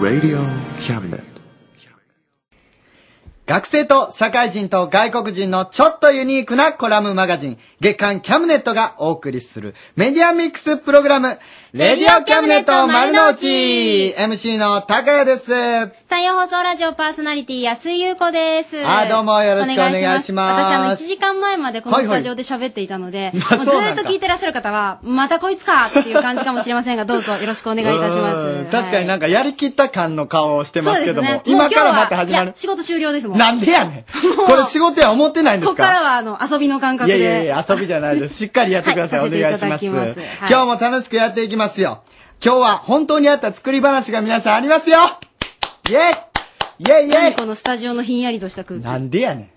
Radio Cabinet. 学生と社会人と外国人のちょっとユニークなコラムマガジン、月刊キャムネットがお送りするメディアミックスプログラム、レディオキャムネット丸の内 !MC の高谷です。山陽放送ラジオパーソナリティ安井優子です。あどうもよろしくお願いします私、あの、1時間前までこのスタジオで喋っていたので、はいもうずそうなんだーっと聞いてらっしゃる方は、またこいつかっていう感じかもしれませんが、どうぞよろしくお願いいたしまうーんす。確かになんかやりきった感の顔をしてますけども、そうですね今かもう今ら日はまた始まいるや。仕事終了ですもん。なんでやねんこれ仕事や思ってないんでこすこからかは、あの、遊びの感い覚で。やいやいや、遊びじゃな いです。しっかりやってください。はいお願いしさます。せていただきますはい今日も楽しくやっていきますよ。今日は本当にあった作り話が皆さんありますよイェイイェイイェイ何このスタジオのひんやりとした空気。なんでやねん。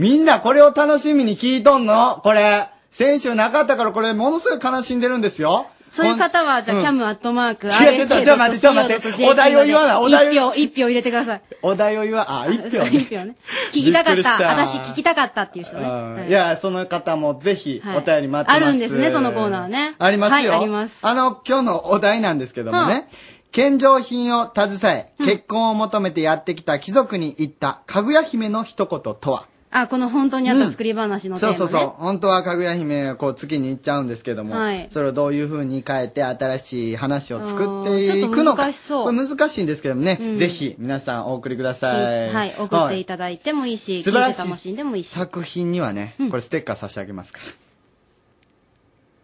みんなこれを楽しみに聞いとんのこれ。先週なかったからこれものすごい悲しんでるんですよ。そういう方は、じゃあ、うんキャムアットマーク、違う違うちょっと待ってちょっと待って RSK.CO.JP お題を言わないお題を一票、一票入れてください。お題を言わ、あ、一票ね。 一票ね。聞きたかっ。びっくりしたた私聞きたかったっていう人ね。うんいや、その方もぜひお便り待ってます、はいあるんですねそのコーナーねありますよ。はいありますあの、今日のお題なんですけどもはあね。献上品を携え、結婚を求めてやってきた貴族に言った、かぐや姫の一言とは、あ、この本当にあった作り話のテーそマ、うねそうそう。本当はかぐや姫はこう月に行っちゃうんですけども、はいそれをどういう風に変えて新しい話を作っあてーちょいっくとのか。難しそうこれ難しいんですけどもね、うんぜひ皆さんお送りください。はい、送っていただいてもいいし、素晴聞らいしてい楽しんでもいいし。作品にはね、これステッカー差し上げますから。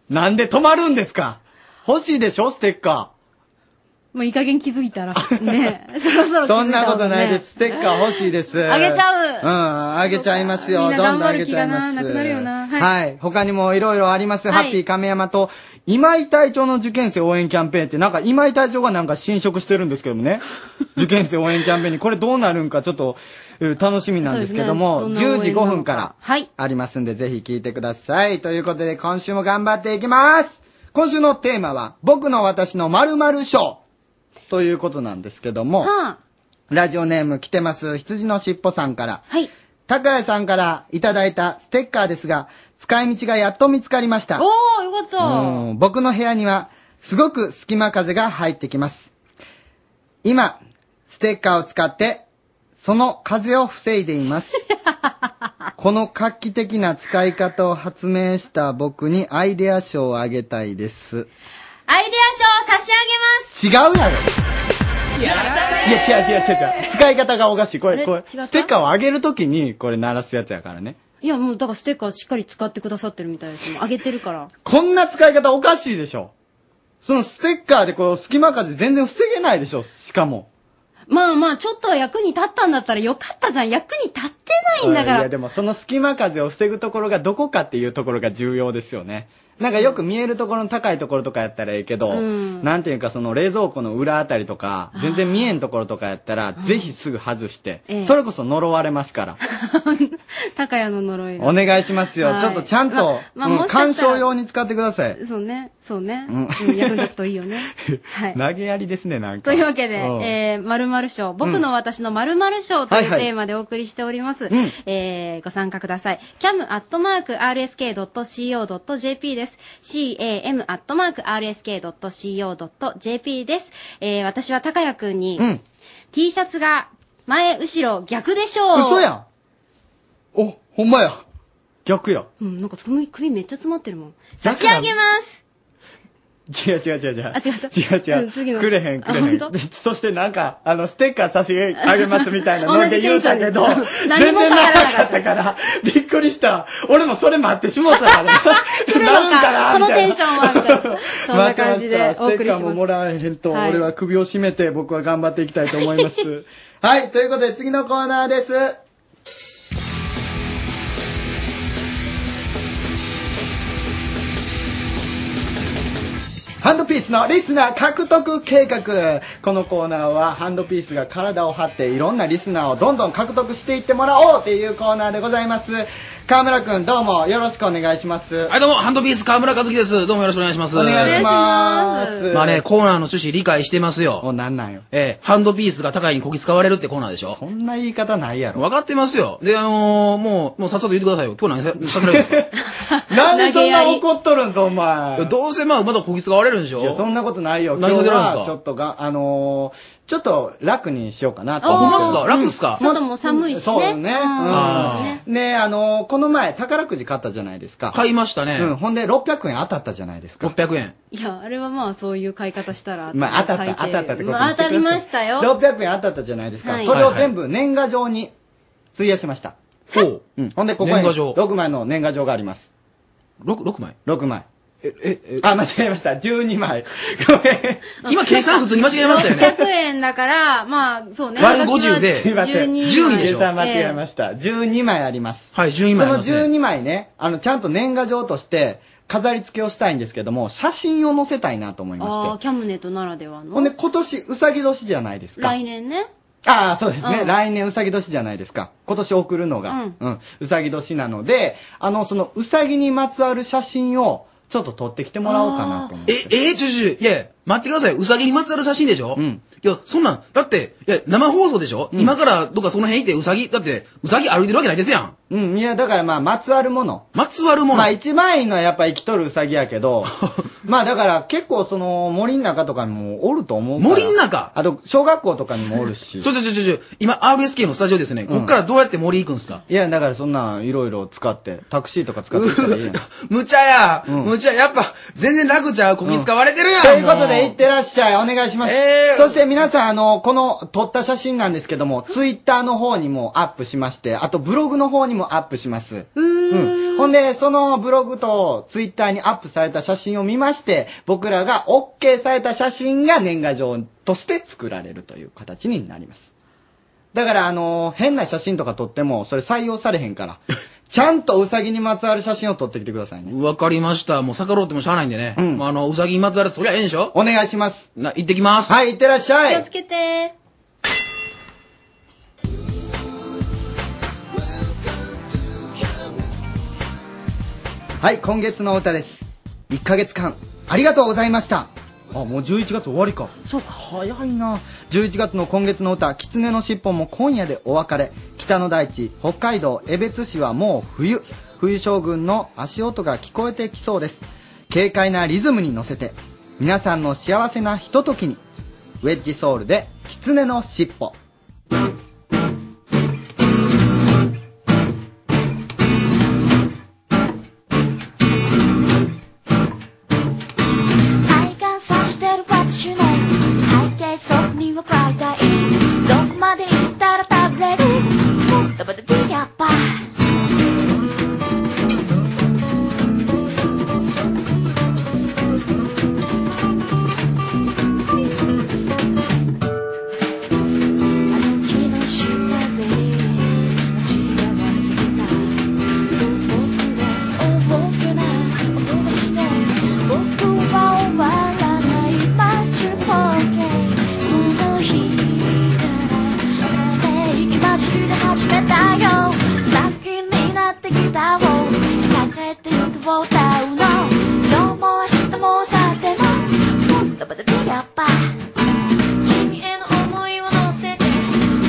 なんで止まるんですか欲しいでしょステッカもういい加減気づいた ら。ねえそろそろ気づいたー。そんなことないです。ステッカー欲しいです。あげちゃううん、あげちゃいますよ。みどんな頑んどん張あるげ気ちゃがいなます。なくなるよなはいはい。他にもいろいろあります。はハいッピー亀山と、今井隊長の受験生応援キャンペーンって、なんか今井隊長がなんか侵食してるんですけど もね。受験生応援キャンペーンに、これどうなるんかちょっと、うん楽しみなんですけどそも、うですねどん10な応時援なの5か分から。はい。ありますんで、ぜひ聞いてください。ということで、今週も頑張っていきます今週のテーマは、僕の私の〇〇賞ということなんですけども、はあ、ラジオネーム来てます、羊のしっぽさんから、はい。高谷さんからいただいたステッカーですが、使い道がやっと見つかりました。おー、よかった。うん僕の部屋には、すごく隙間風が入ってきます。今、ステッカーを使って、その風を防いで います。この画期的な使い方を発明した僕にアイデア賞をあげたいです。アイデア賞差し上げます。違うやろいや、違う違う違う違う。使い方がおかしい。こあれ、れ違これ、ったステッカーをあげるときに、これ鳴らすやつやからね。いや、もうだからステッカーしっかり使ってくださってるみたいですもん。あげてるから。こんな使い方おかしいでしょ。そのステッカーでこう、隙間風全然防げないでしょ、しかも。まあまあ、ちょっとは役に立ったんだったらよかったじゃん。役に立ってないんだかいらや。でもその隙間風を防ぐところがどこかっていうところが重要ですよねなんかよく見えるところの高いところとかやったらええけど、うんなんていうかその冷蔵庫の裏あたりとか全然見えんところとかやったらぜひすぐ外して、ええそれこそ呪われますから 高谷の呪いが。お願いしますよ、はいちょっとちゃんと、まあまあうもんしかしたら鑑賞用に使ってください、そうね。そうね。うんうん、役に立つといいよね。 はい。投げやりですねなんかというわけで、うんえー、〇〇賞、僕の私の〇〇賞とはいいうはいテーマでお送りしております。んえー、ご参加ください。cam.rsk.co.jp です。cam.rsk.co.jp です。えー、私は高谷くんに、うん T シャツが前、後ろ、逆でしょう。嘘やんおほんまや逆やうん、なんか首、首めっちゃ詰まってるもん。だから差し上げます違う違う違う違う。あ違った違う違う。うん次のくれへんくれへあ本ん。当そしてなんか、あの、ステッカー差し上げますみたいなので言うたけ ど同じテンション、で 全何も然な変わらなかかっったたから、びっくりした。俺もそれ待ってしもう たから、な来るのんかなか、このテンションン。は、みたいな。そんな感じでお待っ送てりましすからステッカーもまもす。らえへんと、はい俺は首を絞めて僕は頑張っていきたいと思い ます。 はい、ということで次のコーナーです。ハンドピースのリスナー獲得計画このコーナーはハンドピースが体を張っていろんなリスナーをどんどん獲得していってもらおうっていうコーナーでございます川村くんどうもよろしくお願いしますはい、どうも、ハンドピース河村和樹です。どうもよろしくお願いします。お願いしますまあね、コーナーの趣旨理解してますおよ。なんなんよえー、ハンドピースが高いにこき使われるってコーナーでしょそんな言い方ないやろ分かってますよ。で、あのーもう、もうさっさと言ってくださいよ。今日何ささせられるんですか なんでそんな怒っとるんぞ、お前。どうせまあ、まだこき使われるんでしょいや、そんなことないよ。今何日が出るんですはかちょっとが、あのー、ちょっと楽にしようかなと。あ、ほんまっすか楽っすか外も寒いしね。そうね。あうんね、あのー、この前、宝くじ買ったじゃないですか。買いましたね。うん、ほんで600円当たったじゃないですか。 600円。いや、あれはまあそういう買い方したら。まあ、当たっ最低た、当たったってことまあにし当てたくりださいましたよ。 600円当たったじゃないですか。はいそれを全部年賀状に費やしました。ほう。うん。ほんで、ここに年賀状6枚の年賀状があります。 6、6枚6枚。え、え、え、あ、間違えました。12枚。ごめん。今計算普通に間違えましたよね。 600円だから、まあ、そうね。割る50ですいません。 12枚でしょ計算間違えました。12枚あります。はい、12枚あります、そね。の12枚ね、あの、ちゃんと年賀状として飾り付けをしたいんですけども、写真を載せたいなと思いまああー、して。キャムネとならではほんので、。今年、うさぎ年じゃないですか。来年ね。ああ、そうですね。うん来年うさぎ年じゃないですか。今年送るのが、ううんん、うさぎ年なので、あの、そのうさぎにまつわる写真をちょっと撮ってきてもらおうかなと思って。え、えちょちょちょ、いやいや、待ってください。うさぎにまつわる写真でしょうん。いや、そんなん、だって、いや、生放送でしょ、今からどっかその辺行ってうさぎ、だって、うさぎ歩いてるわけないですやん。うん、いや、だからまあ、まつわるもの。まつわるもの。まあ、一番いいのはやっぱ生きとるうさぎやけ ど、まあ、だから結構その、森の中とかにもおると思うから。森ん中あと、小学校とかにもおるしち。ょちょちょちょ、今 RSK のスタジオですね。こっからどうやって森行くんですか、いや、だからそんなんいろいろ使って、タクシーとか使ってきたらいい やん。むちゃや、むちゃ、やっぱ、全然楽ちゃう、こき使われてるやん。ということもで、いってらっしゃい。お願いします。えーそして皆さん、あの、この撮った写真なんですけども、ツイッターの方にもアップしまして、あとブログの方にもアップします。うーん。うん。ほんで、そのブログとツイッターにアップされた写真を見まして、僕らが OK された写真が年賀状として作られるという形になります。だから、あの、変な写真とか撮っても、それ採用されへん から、ちゃんとウサギにまつわる写真を撮ってきてくださいね。わかりました。もう逆ろうってもしゃあないんでね。うんまあ、あの、うさぎにまつわる、そりゃええんでしょお願いします。な、行ってきます。はい、いってらっしゃい。気をつけて。はい、今月のお歌です。1ヶ月間、ありがとうございました。あ、もう11月終わりか。そうか。早いな。11月の今月の歌、狐のしっぽも今夜でお別れ。北の大地、北海道江別市はもう冬。冬将軍の足音が聞こえてきそうです。軽快なリズムに乗せて、皆さんの幸せなひとときに、ウェッジソウルで、狐のしっぽ。体感さしてる私の背景そこには暗いたいどこまで行ったら食べれる食べててやっぱあの日の下で待ち合わせた僕は重くな音がして僕は終わらない待ちぼけその日から生き混じりで始めたよ先になってきたを抱えて歌を歌うのどうも明日もさてもダバダデやっぱ君への思いを乗せて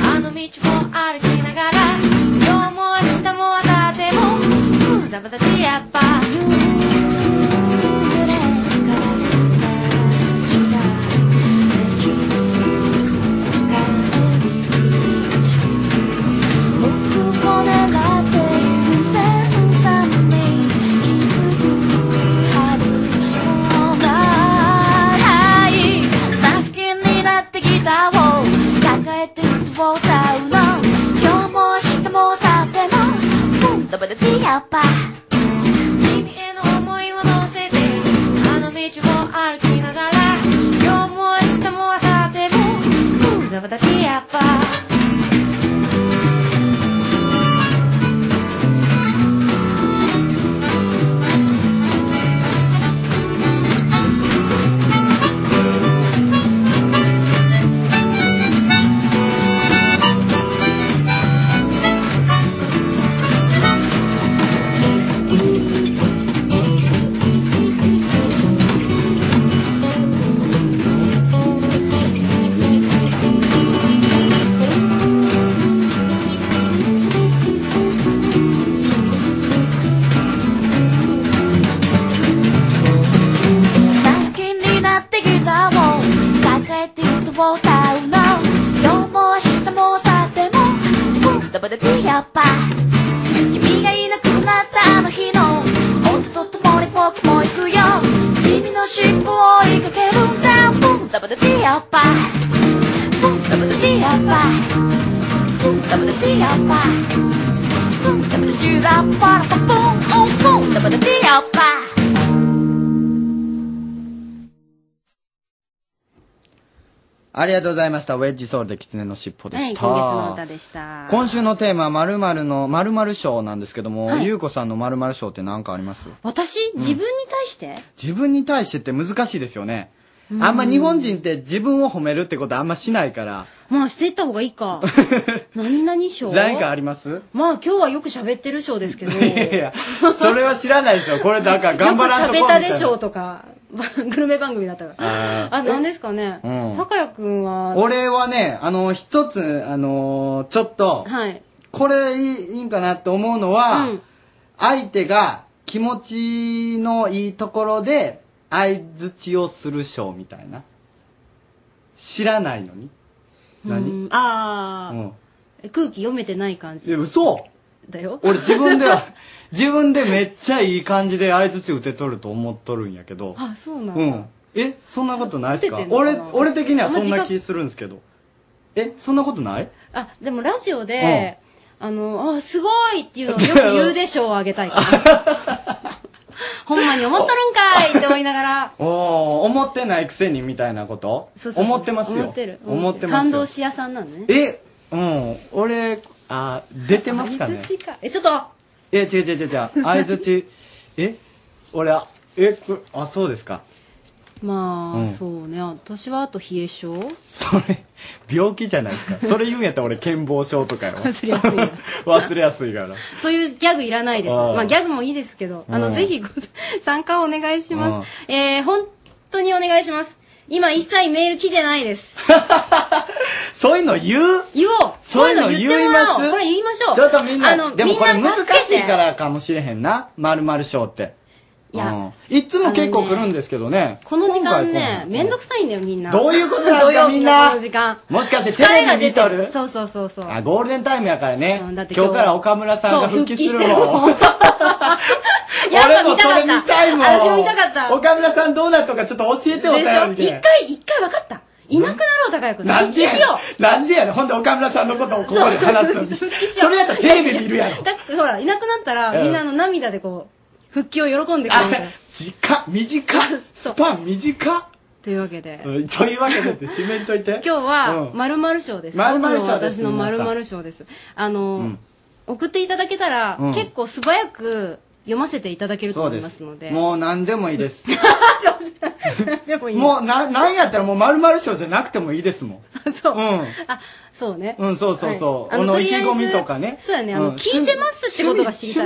あの道を歩きながら今日も明日も明後日もふだばだでやっぱ夕暮れからすができます帰り道僕を狙っている先端に気づくはずもないスタッフ気になってギターを抱えて歌を歌うの今日も明日もさてもダバダディやっぱ君への思いを乗せてあの道を歩きながら今日も明日も明後日もダバダディやっぱ君ありがとうございました。ウェッジソールで狐の尻尾ではい、今し月た。の歌でした。今週のテーマは〇〇の〇〇賞なんですけども、はいゆうこさんの〇〇賞って何かあります私自分に対して、自分に対してって難しいですよね。あんま日本人って自分を褒めるってことあんましないから、まあしていった方がいいか。何々賞何かありますまあ今日はよく喋ってる賞ですけど。いやいや、それは知らないですよ。これだから頑張らんとこよく食べたでしょううとか、グルメ番組だったから。あーあ、何ですかね。うん高谷くんは。俺はね、あの、一つ、あのーちょっと、はい。これいいいいんかなと思うのは、相手が気持ちのいいところで相づちをするショーみたいな知らないのに何、うんあうあ、ん、空気読めてない感えじ嘘だよ。俺自分で は自分でめっちゃいい感じで相づち打てとると思っとるんやけどあ、そうなんうだ。んえそんなことないですか打ててんの俺かな俺的にはそんなあんま自覚気するんですけどえそんなことないあ、でもラジオで、あの、あ、すごいっていうのをよく言うでしょうあげた いから。ほんまに思っとるんかいって思いなが ら。おお思ってないくせにみたいなことそうそうそう思ってますよ思ってる。思ってますよ感動し屋さんなのね。えうん俺あ出てますかね相槌か。え、ちょっと、え違う違う違う違う相づち え俺あえこれあそうですかまあ、うんそうね。私はあと冷え性それ病気じゃないですかそれ言うんやったら俺健忘症とかやろ忘れやすい 忘れやすいからそういうギャグいらないです。あーまあギャグもいいですけど、あうの、んぜひご参加をお願いします。えー、本当にお願いします。今一切メール来てないです。そういうの言う言おうそういうのこう言いいうの言ってもらまおうすこれ言いましょうちょっとみんあなのでもこれみんな難助けしていからかもしれへんな〇〇賞っていやうんいつも結構来るんですけどねこの時間今回来なねいめんどくさいんだよみんなどういうことなんですか土曜日のみんなこの時間もしかして疲れがテレビ出見とてるるそうそうそうそうあゴールデンタイムやからね、うんだ今って日今日から岡村さんが復帰するそうもんやっ 俺ぱも見たそかれっ見たたいもん私も見たかった岡村さんどうなったかちょっと教えておでし便ょり一で回一回分かったいなくなろう高谷君なんで復帰やしよねんなんでやねんほんで岡村さんのことをここで話すのにそれやったらテレビ見るやろうだってほらいなくなったらうんみんなあの涙でこう復帰を喜んでくれ あるみたいな短っ 短っスパン短っというわけでうんというわけでって締めんといて今日はうんまる まる賞です〇〇賞です僕の私のま皆さるんまる賞ですあの、うん送っていただけたら、うん結構素早く読ませていただけるとそう思いでますすのでもう何でもいい ですでもいいもうな何やったらもう〇〇賞じゃなくてもいいですもんそう、うんあそうねうん、そうそうそう。はいあのおのと意り気あえず込みとかね。そうだねあの、ん聞いてますってことが知りた趣味い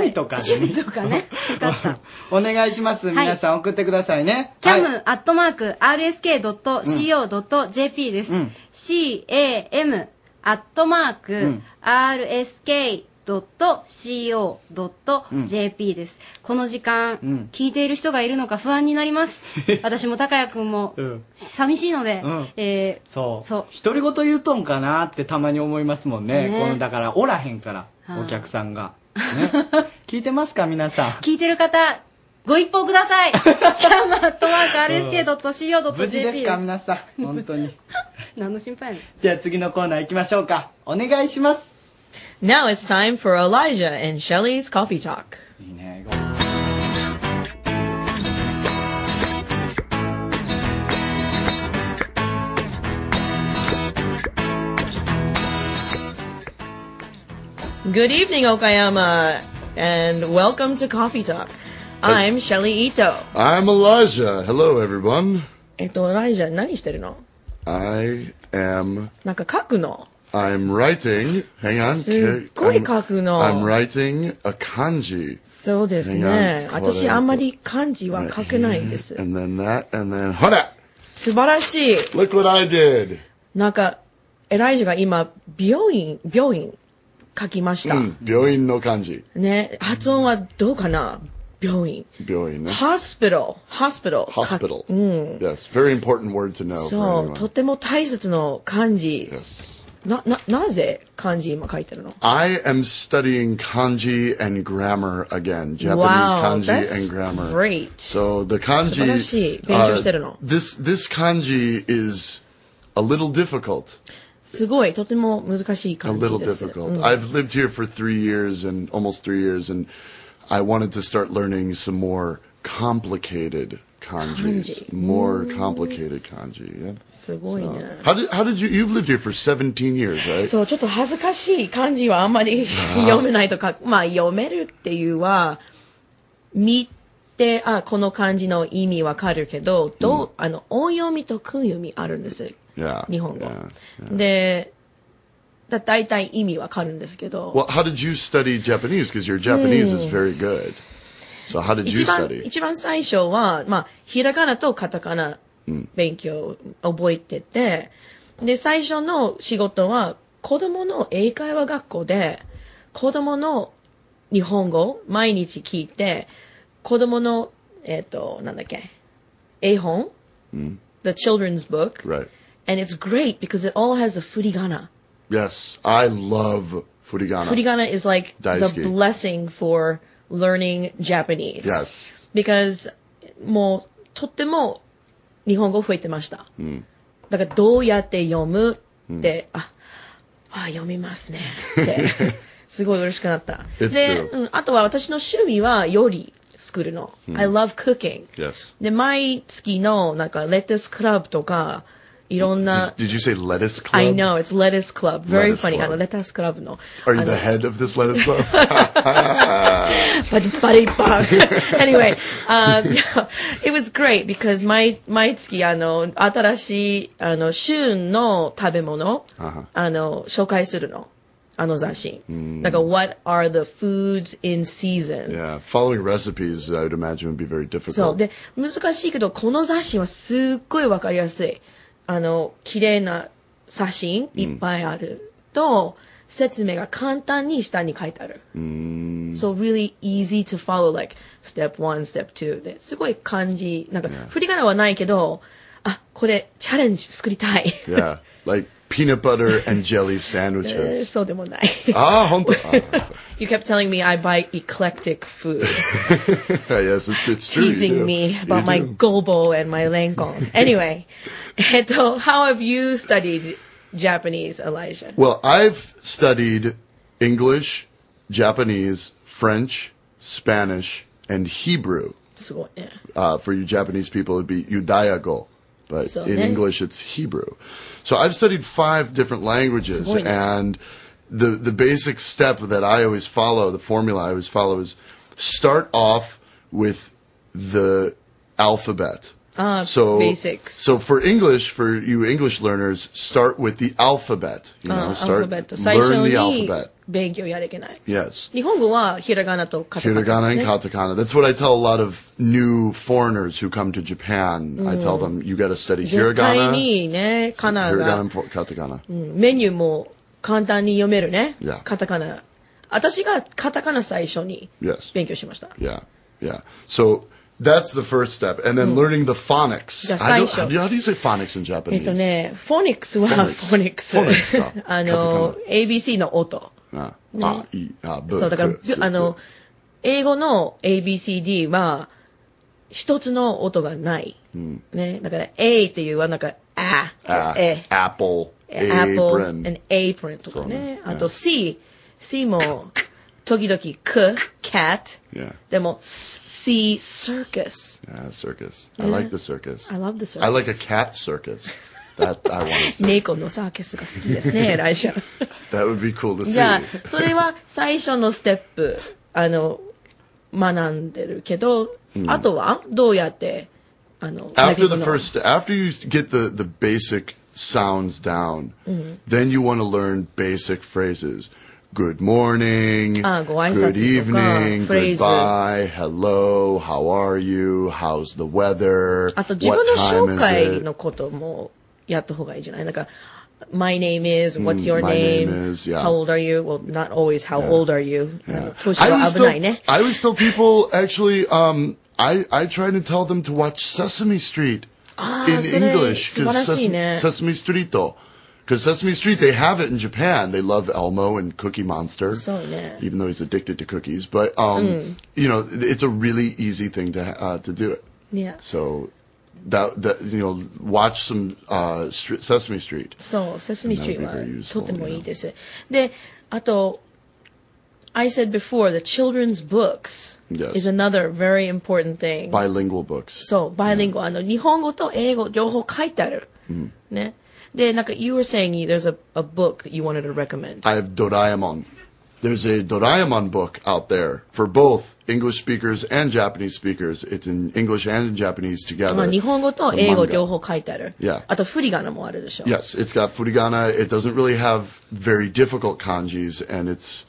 趣味趣味ととかね分かっかたね。お願いします。い皆さん送ってくださいね。キャムはいアットマーク RSK.CO.JP です。うん CAM アットマーうクん RSK.CO.JP です。この時間、うん聞いている人がいるのか不安にな ります。私も高谷くんもうん寂しいので、うんえーそう。そう独り言言うとんかなってたまに思いますもんね。ねこの、だから、おらへんからは、いお客さんが。 ね聞いてますか、皆さん。聞いてる方、ご一報く ださい。キャムアットマーク RSK.CO.JP 無事ですか、です。皆さん。本当に。何の心配やねんでは次のコーナー行きましょうか。お願いします。 Now it's time for Elijah and Shelley's Coffee Talk. いいね。 Good evening, Okayama, and welcome to Coffee Talk. I'm Shelley Ito. I'm Elijah. Hello, everyone. えっと、ライジャ何してるの I am. なんか書くの I'm writing. Hang on. すっごい書くの。 I'm, I'm writing a kanji. そうですねね。私あんまり漢字は書けないんです。 And then that, and then. Hora! 素晴らしい。 Look what I did. なんか、エライジャが今、病院、病院書きました。Hmm, Byoin no kanji. ね。発音はどうかな病院。 Byoin. eh? hospital, hospital. Hmm. か Hospital. Yes. Very important word to know. for そう、 anyone. とっても大切な漢字。 Yes. な、な、なぜ漢字今書いてるの I am studying kanji and grammar again. Japanese Wow, kanji that's and grammar. great. So the kanji. 素晴らしい。 uh, 勉強してるの。 this this kanji is a little difficult. すごい、とても難しい A 漢字 little です。 difficult. I've lived here for three years and almost three years, and I wanted to start learning some more complicated kanjis, more Mm. complicated kanji. Yeah. すごいね。 How did how did you? You've lived here for 17 years, right? そう、ちょっと恥ずかしい漢字はあんまり読めないとか、まあ読めるっていうは、見て、あ、この漢字の意味わかるけど、どう、あの、音読みと訓読みあるんです。 yeah. 日本語 yeah.。で、だ大体意味わかるんですけど、 Well, how did you study Japanese? Because your Japanese is very good. So how did you 一番、 study? 一番最初は、まあ、ひらがなとカタカナ勉強、覚えてて、で、最初の仕事は、子供の英会話学校で、子供の日本語を毎日聞いて、子供の、えっ、と、なんだっけ、絵本、The children's book. Right. And it's great because it all has a furigana. Yes, I love furigana. Furigana is like Daisuke. the blessing for learning Japanese. Yes. Because もうとっても日本語増えてました。だからどうやって読むって、あ、あ、読みますね って。すごい嬉しくなった。 It's で、 true. うん、あとは私の趣味は料理作るの。I love cooking. Yes. で、毎月のなんかレタスクラブとか、いろんな Did,、did you say lettuce club? I know, it's lettuce club. Very Lettuce funny. club. あの、レタスクラブの。 Are you あの the head of this lettuce club? バリバリバー anyway, um, it was great because 毎毎月あの新しいあの旬の食べ物、あの紹介するの。あの雑誌。なんか、What are the foods in season? Hmm. yeah, following recipes, I would imagine would be very そ difficult. う。で、難しいけど、この雑誌はすっごいわかりやすい。あの、綺麗な写真いっぱいある。と、説明が簡単に下に書いてある。so really easy to follow, like, step one, step two. で、すごい感じ。なんか、振り仮名はないけど、あ、これ、チャレンジ作りたい。 yeah, like peanut butter and jelly sandwiches. そうでもない。 ah, honto. Ah, you kept telling me I buy eclectic food. yes, it's it's true. you do. teasing me You about my do. gobo and my lengon. Anyway, so how have you studied Japanese, Elijah? Well, I've studied English, Japanese, French, Spanish, and Hebrew. So, yeah. Uh, for you Japanese people, it'd be Udayago. But So in nice. English, it's Hebrew. So I've studied five different languages, So nice. and the the basic step that I always follow, the formula I always follow, is start off with the alphabet. Ah, so basics. So for English, for you English learners, start with the Uh, alphabet. You know, start アルファベット最初 learn the に alphabet. 勉強やれけない。 Yes. 日本語はひらがなとカタカナ、ね。 Hiragana and katakana. That's what I tell a lot of new foreigners who come to Japan. I tell them you got to study 絶対 hiragana, にね、カナ hiragana が and fo- katakana. メニューも簡単に読めるね。 Yeah. カタカナ。私がカタカナ最初に Yes. 勉強しました。 Yeah, yeah. So that's the first step, and then learning Mm. the Eh, phonics. Yeah, I don't- saisho. how, do you, how do you say phonics in えっ Japanese? とね、フォニックスはフォニックス。 Phonics か カあのタ、 ABC の音。 Ah, ah, e, ah, bu, そう、だから ku,、su, あの bu.、英語の ABCD は、一つの音がない。mm. ね。だから、A っていうはなんか、あ、 Ah, え、 apple, eh. apple, apron. an apron とかね。あと C、C も、時々、く、cat Yeah.。でも、C、circus。 Ah, circus. I like the circus. I love the circus. I like a cat circus. That I want to see. 猫のサーケスが好きです ね、来週。 That would be cool to see. じゃあ、それは最初のステップ、あの、学んでるけど、あとはどうやって、あの、 after 嘆 the くの first after you get the the basic sounds down then you want to learn basic phrases good morning あ、ご挨拶とか、 good evening フレーズ。 goodbye hello how are you how's the weather あと自 what 分 time の紹 is 介 it のこともやった方がいいじゃないなんか、My name is, what's your my name, name is, yeah. how old are you? Well, not always how old are you. あの I 年は always, 危ない tell, ね。 I always tell people actually um I, I try to tell them to watch Sesame Street in それ、 English 素晴らしいね。 Sesame, Sesame Street because Sesame Street they have it in Japan they love Elmo and Cookie Monster そうね。 even though he's addicted to cookies but um you know it's a really easy thing to uh, to do it Yeah. so that that you know watch some uh Stre- Sesame Street そう、セスミストリー That would be very は useful, とてもいいです。で、あと、 I said before, the children's books Yes. is another very important thing. bilingual books. そう、バイリンゴ、あの、日本語と英語両方書いてある。Hmm. ね。で、なんか、you were saying you- there's a, a book that you wanted to recommend. I have Doraemon. There's a Doraemon book out there for both English speakers and Japanese speakers. It's in English and in Japanese ま together. あ、日本語 It's a と英語 manga. 両方書いてある。 Yeah. あと、フリガナもあるでしょ。 Yes, it's got furigana. It doesn't really have very difficult kanjis, and it's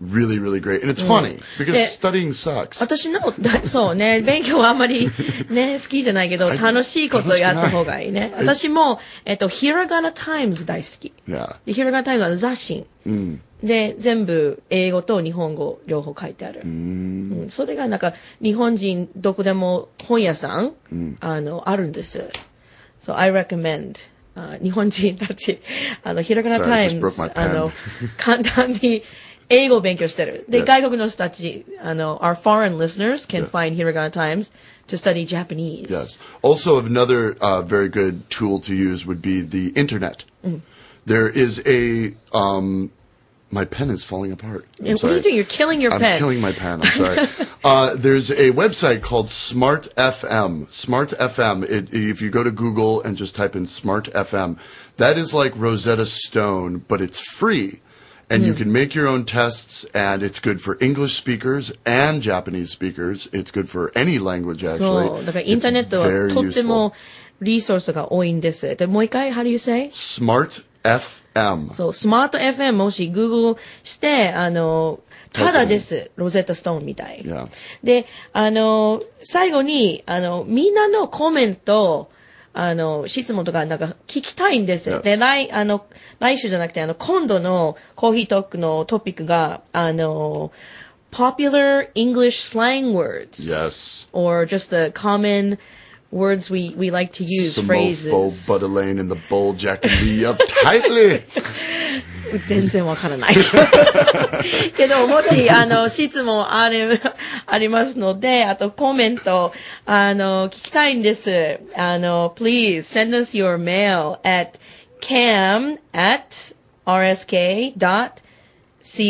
really, really great. And it's funny because Mm. Yeah. studying sucks. 私の、だそうね、勉強はあんまり、 ね、好きじゃないけど、楽しいことやった方がいいね。私も、えっと、ひらがなタイムズ大好き。 Yeah. で、ひらがなタイムズは雑誌。で、全部、英語と日本語両方書いてある。うんそれがなんか、日本人、どこでも本屋さん、あの、あるんです。So, I recommend. あ日本人たち、 あの、ひらが Sorry, なタ I イ just ム broke my ズ、 pen. あの、簡単に英語を勉強してる。で、 Yes. 外国の人たち、あの、our foreign listeners can Yeah. find Hiragana Times to study Japanese. Yes. Also, another uh, very good tool to use would be the internet. Mm. There is a. Um, my pen is falling apart. I'm And what sorry. are you doing? You're killing your I'm pen. killing my pen. I'm sorry. uh, there's a website called Smart FM. Smart FM. It, if you go to Google and just type in Smart FM, that is like Rosetta Stone, but it's free. And Hmm. you can make your own tests, and it's good for English speakers and Japanese speakers. It's good for any language, actually. そう。だから It's インターネットは very とって useful. もリソースが多いんです。で、もう一回、How do you say? Smart FM. そう、スマート FM もし Google して、あの、ただです。ロゼッタストーンみたい。 Yeah. で、あの、最後に、あの、みんなのコメント、あの、質問とかなんか聞きたいんです。 Yes. で、来、あの、来週じゃなくて、あの、今度のコーヒートークのトピックが、あの、popular English slang words. Yes. or just the common words we, we like to use, phrases. but Elaine in the bowl jacking me up tightly. 全然わからない。けど、もし、あの、質問あれ、 ありますので、あとコメント、あの、聞きたいんです。あの、please send us your mail at cam at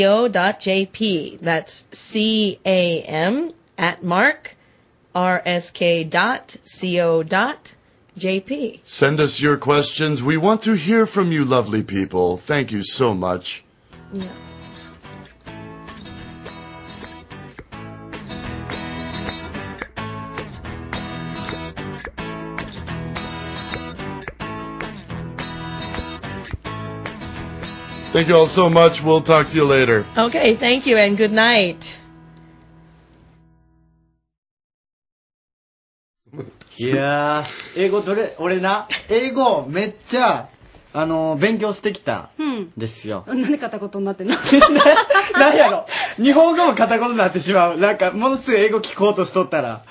rsk.co.jp. That's c-a-m at mark rsk.co.jp. Send us your questions. We want to hear from you, lovely people. Thank you so much. Thank you all so much. We'll talk to you later. Okay, thank you and good night. いやー、英語どれ、俺な、英語めっちゃ、あのー勉強してきた、んですよ。なんで片言になってんの なんやろ日本語も片言になってしまう。なんか、ものすぐ英語聞こうとしとったら、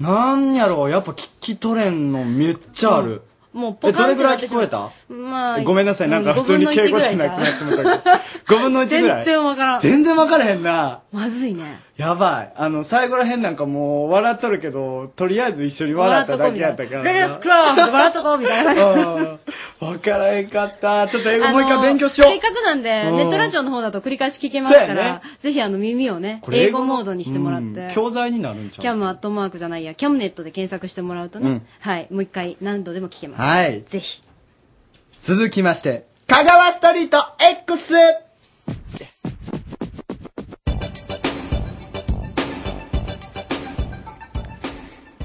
なんやろやっぱ聞き取れんのめっちゃある。 もうポえ、どカンれってぐらないって聞しまこうえたまあごめんなさい、なんか普通に敬語しかなくなってもらたけど。5分の1ぐらい全然わからん全然分からへんな。まずいねやばい。あの、最後らへんなんかもう笑っとるけど、とりあえず一緒に笑笑っったとこだみけたやいったかならレな。レスクラウンで笑っとこうみたいな感じわからへんかった。ちょっと英語もう一あ回の勉強しよせっかう。くなんでうんネットラジオの方だと繰り返し聞けますかそうやねらぜひあの耳をねこれ英語モードにしてもらっうてん教材になるんちキゃャうムアットマークじゃないやキャムネットで検索してもらうとうねんはいもう一回何度でも聞けますはいぜひ続きまして、香川ストリート X!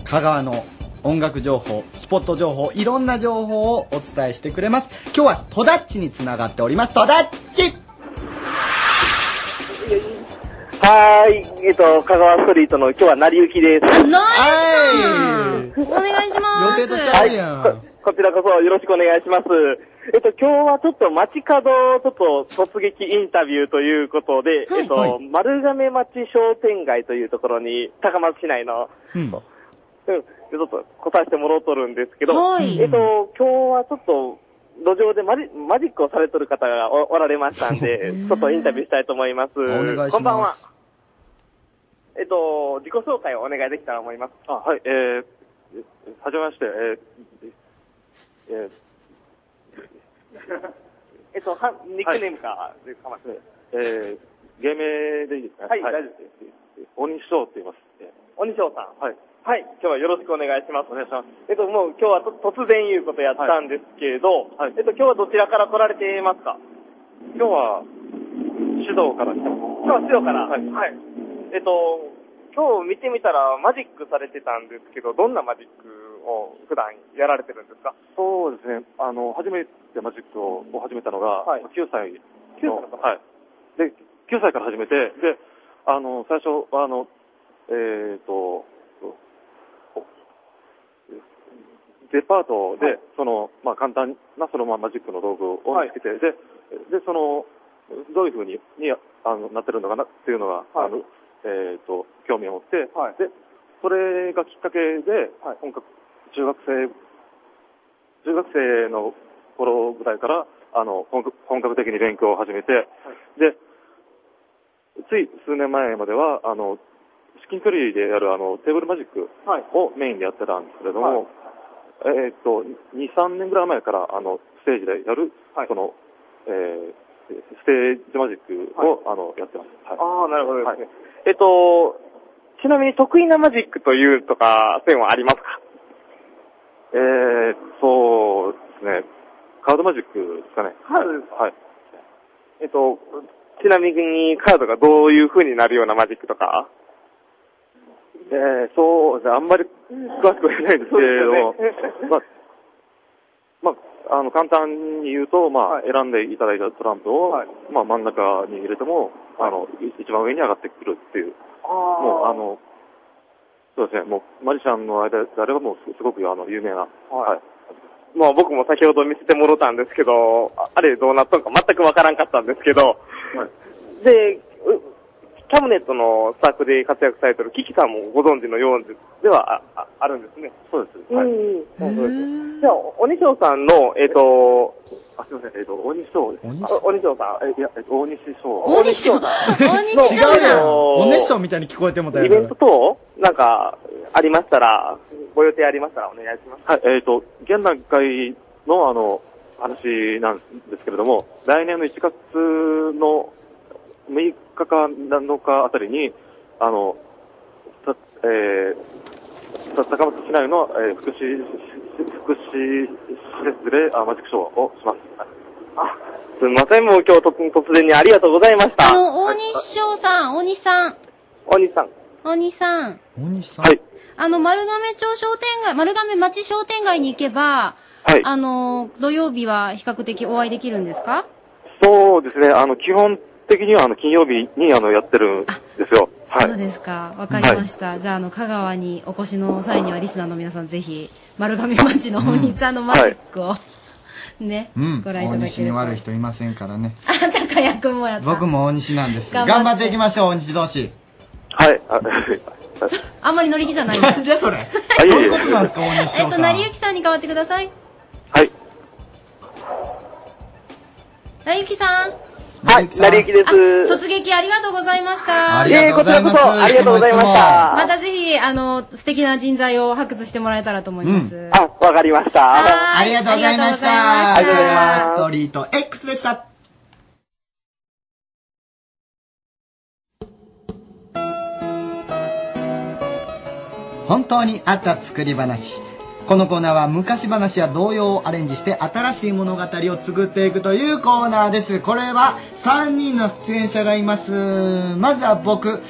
香川の音楽情報、スポット情報、いろんな情報をお伝えしてくれます。今日はトダッチにつながっております。トダッチはーい、えっと、香川ストリートの今日は成り行きです。ナはイスお願いしま予定とちすゃはうい、やんここちらこそよろしくお願いします。えっと、今日はちょっと街角をちょっと突撃インタビューということで、はいえっと、は丸亀町商店街というところに、高松市内の、うんうん、ちょっと答えしてもらおうとるんですけど、はいえっと、今日はちょっと、路上でマジマジックをされてる方がおおられましたん で、ちょっとインタビューしたいと思います。おお願いします。こんばんは。えっと、自己紹介をお願いできたらと思います。あ、はい、えー、はじめまして、えー、えーえっと、はニックネームか、でかましえー、えー芸名でいいですかはい、大丈夫です。大西翔って言います。鬼翔さん。はい。はい、今日はよろしくお願いします。お願いします。えっと、もう今日はと突然言うことやったんですけど、はいはいえっと、今日はどちらから来られていますか今日は、指導から来てます。今日は塩から。はいえっと、今日見てみたらマジックされてたんですけど、どんなマジックを普段やられてるんですかそうですね。あの、初めてマジックをを始めたのが、はい9歳の。 9歳の頃はい。で、9歳から始めて、で、あの、最初は、あの、えっ、と、おデパートで、その、まあ、簡単な、その、まあ、マジックの道具を見つけて、で、で、その、どういうふうに、に、あの、なってるのかなっていうのが、はいあの、えっ、と、興味を持って、はいで、それがきっかけで、はい本格、中学生中学生の頃ぐらいからあの本格本格的に勉強を始めて、でつい数年前まではあの至近距離でやるあのテーブルマジックはいをメインでやってたんですけれども、えーっと23年ぐらい前からあのステージでやる、はいそのえーステージマジックを、あのやってます。はいああ、なるほどですね。えっと、ちなみに得意なマジックというとか、そういうのはありますかえー、そうですね。カードマジックですかね。カードですはい。えっと、ちなみにカードがどういう風になるようなマジックとかえー、そうですね、あんまり詳しくは言えないんですけれども、そうですよねまあ、まあ、あの、簡単に言うと、まあ、はい選んでいただいたトランプを、はいまあ、真ん中に入れても、あの、い一番上に上がってくるっていう、あもう、あ、の、そうですね、もう、マジシャンの間であればもう、すすごく、あの、有名な、はいはい。まあ僕も先ほど見せてもろたんですけど、ああれどうなったのか全くわからんかったんですけど、で、うキャムネットのサークルで活躍されてるキキさんもご存知のようではあああるんですね。そうです。はい。うんうんそうです。じゃあ、鬼翔さんの、えっ、と、あ、すいません、えっ、と、大西翔です。あ鬼翔さえ、いや、えっ、と、大西翔。大西大西違う翔やさん。ん。おねしょみたいに聞こえてもたん、イやベント。ろ等なんか、ありましたら、ご予定ありましたらお願いします。はい、えっ、と、現段階のあの、話なんですけれども、来年の1月の6日か7日あたりに、あの、たえー、た高松市内の、えー、福祉、福祉施設であマジックショーをします。はいあ、すみません、もう今日と突然にありがとうございましたあ。の、大西翔さん、大西さん、鬼さん。大西さん。おにさん。はい。あの、丸亀町商店街、丸亀町商店街に行けば、はいあの、土曜日は比較的お会いできるんですかそうですね、あの、基本的にはあの、金曜日にあの、やってるんですよ。はい。そうですか。わかりました。じゃあ、あの、香川にお越しの際には、リスナーの皆さん、ぜひ、丸亀町の大西さんのマジックを、ね、うん。ご覧い大ただ西けれにば。悪い人いませんからね。あ、高谷君もやった。僕も大西なんです。頑張っ頑て張っていきましょう、大西同士。はい。ああんまり乗り気じゃないんだ。 なんじゃそれ。あ、いどえういいえうことなんですか、大西え翔っさと、ん。成幸さんに代わってください。はい。成幸さん。成幸さん成り行きです。突撃ありがとうございました。ありがとうございます。いえこちらこそありがとうございましたいつもいつもまたぜひ、あの、素敵な人材を発掘してもらえたらと思います。あ、わかりました。はあいりがとうございました。ありがとうございましたストリート X でした。本当にあった作り話。このコーナーは昔話や童謡をアレンジして新しい物語を作っていくというコーナーです。これは3人の出演者がいます。まずは僕、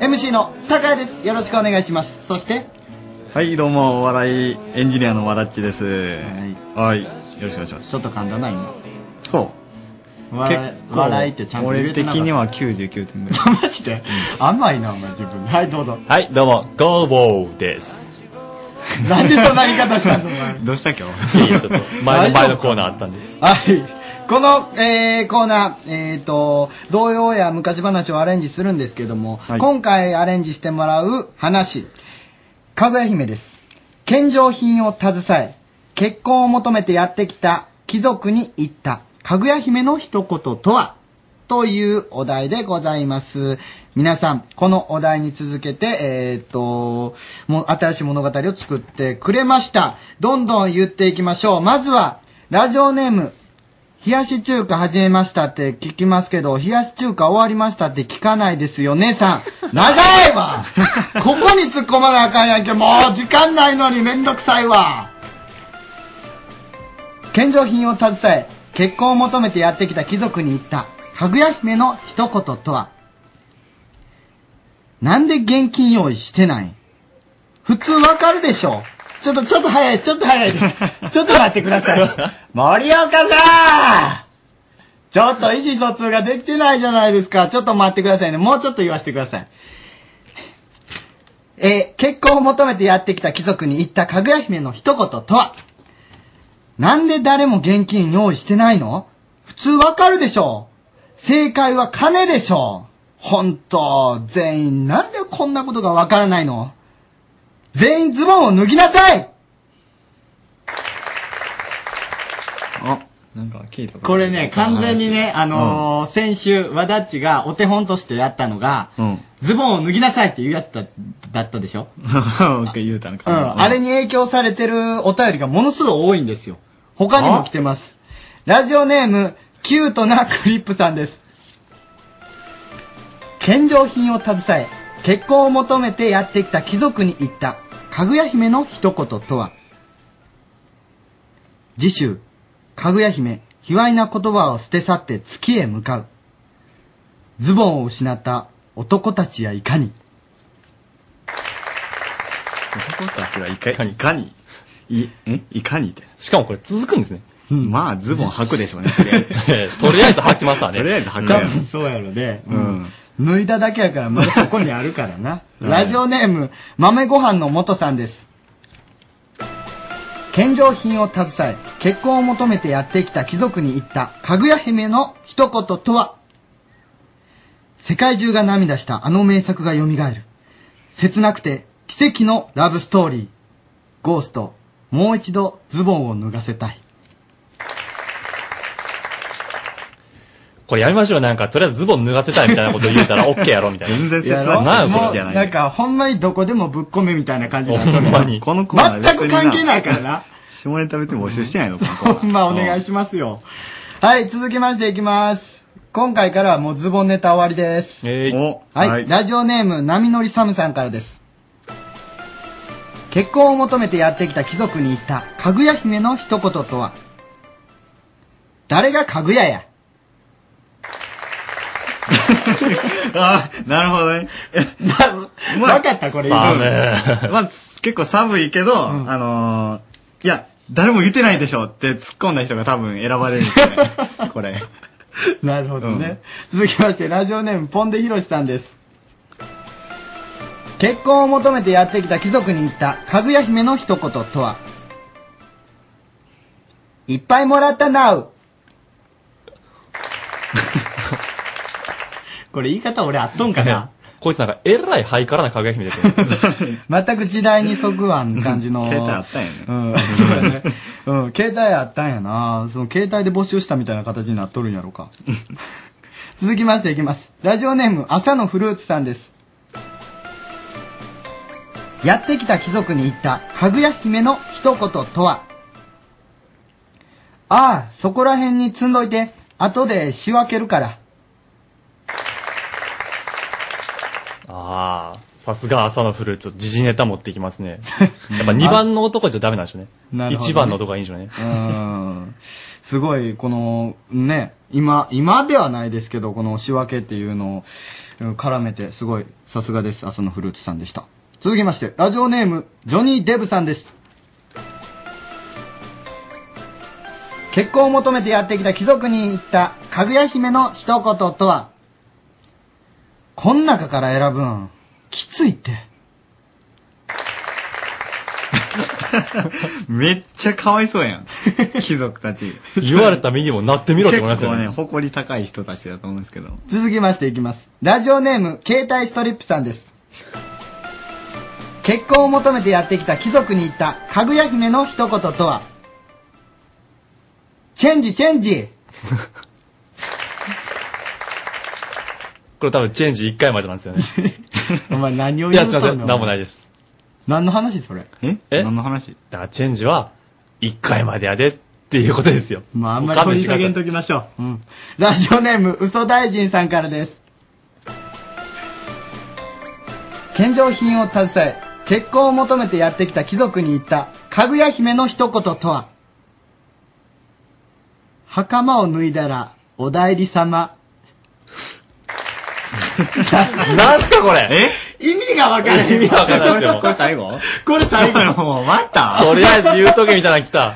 MC の高谷です。よろしくお願いします。そして、はい、どうも、お笑いエンジニアのわだっちです。はい。よろしくお願いします。ちょっと簡単な今。そう。笑結い構笑いってちゃんと言えてなかった俺的には99点ぐらい。 マジで甘いなお前自分はいどうぞはい、どうも、ゴーボーです。なんでそんな言い方したのお前どうした今日いいよ、ちょ っと。前の前のコーナーあったんで。はいこの、えーコーナー、えー、と童謡や昔話をアレンジするんですけども、はい今回アレンジしてもらう話かぐや姫です献上品を携え結婚を求めてやってきた貴族に言ったかぐや姫の一言とはというお題でございます。皆さん、このお題に続けて、えーっと、もう新しい物語を作ってくれました。どんどん言っていきましょう。まずは、ラジオネーム、冷やし中華始めましたって聞きますけど、冷やし中華終わりましたって聞かないですよねさん。長いわここに突っ込まなあかんやんけ。もう時間ないのにめんどくさいわ。献上品を携え、結婚を求めてやってきた貴族に言った、かぐや姫の一言とは、なんで現金用意してない普通わかるでしょちょっと、ちょっと早いです。ちょっと早いです。ちょっと待ってください。 森岡さんちょっと意思疎通ができてないじゃないですか。ちょっと待ってくださいね。もうちょっと言わせてください。えー結婚を求めてやってきた貴族に言ったかぐや姫の一言とはなんで誰も現金用意してないの普通わかるでしょ正解は金でしょほんと、全員なんでこんなことがわからないの全員ズボンを脱ぎなさいあ、なんか聞いたこれね、完全にね、あのー先週、和田っちがお手本としてやったのが、うん。うん。ズボンを脱ぎなさいっていうやつだだった でしょなんか言うたのうかな。ん、あれに影響されてるお便りがものすごい多いんですよ。他にも来てます。ラジオネーム、キュートなクリップさんです。献上品を携え、結婚を求めてやってきた貴族に言った、かぐや姫の一言とは次週、かぐや姫、卑猥な言葉を捨て去って月へ向かう。ズボンを失った男たちやいかに。男たちはいかにいかにいえいかにってしかもこれ続くんですねまあズボン履くでしょうねとりあえずと りあえず履きますわね とりあえず履く多やろ分そうやろね。ううんん脱いだだけやから、まだそこにあるから な。うんラジオネーム、豆ご飯の元さんです。献上品を携え、結婚を求めてやってきた貴族に言った、かぐや姫の一言とは世界中が涙したあの名作が蘇る。切なくて奇跡のラブストーリー。ゴースト、もう一度ズボンを脱がせたい。 これやめましょう。なんか、とりあえずズボン脱がせたいみたいなこと言うたら OK やろみたいな。全然やろなあ、それもうなんか、ほんまにどこでもぶっ込めみたいな感じになってほんるまに。このコーナー全く関係ないからなな。下ネタ別に募集してないのか ほんまお願いしますよ。はい、続きましていきます。今回からはもうズボンネタ終わりです。えおはい、はいラジオネーム、波乗りサムさんからです。結婚を求めてやってきた貴族に言った、かぐや姫の一言とは、誰がかぐやや。あなるほどねわ、かった、これ今寒まあ結構寒いけどあのーいや誰も言ってないでしょって突っ込んだ人が多分選ばれるんですよね これなるほどね、続きましてラジオネームポンデヒロシさんです結婚を求めてやってきた貴族に言ったかぐや姫の一言とはいっぱいもらったなうこれ言い方俺あっとんかなこいつなんか、えらいハイカラなかぐや姫ですよ。全く時代にそぐわん感じ の携帯あったんやねうん、そうやね。うん、携帯あったんやな。その携帯で募集したみたいな形になっとるんやろか。 続きましていきます。ラジオネーム、朝のフルーツさんです。やってきた貴族に言った、かぐや姫の一言とはああ、そこら辺に積んどいて、後で仕分けるから。 ああ。さすが朝のフルーツ、時事ネタ持ってきますね。やっぱ2番の男じゃダメなんでしょうね。なるほどね1番の男がいいんでしょうね。うんすごい、この、ね、今、今ではないですけど、この仕分けっていうのをうん絡めて、すごい、さすがです。朝のフルーツさんでした。続きまして、ラジオネーム、ジョニー・デブさんです。結婚を求めてやってきた貴族に言った、かぐや姫の一言とは、こん中から選ぶん、きついって。めっちゃかわいそうやん 貴族たち言われた身にもなってみろって結思いますよ構ねね。誇り高い人たちだと思うんですけど続きましていきます。ラジオネーム、携帯ストリップさんです。結婚を求めてやってきた貴族に言った、かぐや姫の一言とは、チェンジチェンジこれ多分チェンジ1回までなんですよね。お前何をいや、すいません。なんもないです。何の話それええ何の話だからチェンジは、1回までやでっっていうことですよ。まあ、あんまり勘掘弁りしてくだ下さげんい。ときましょう。うん。ラジオネーム、嘘大臣さんからです。献上品を携え、結婚を求めてやってきた貴族に言った、かぐや姫の一言とは袴を脱いだら、お代理様。なんすかこれ意味がわからない。意味わかんないですよこれ最後これ最後。もう待ったとりあえず言うとけみたいなの来た。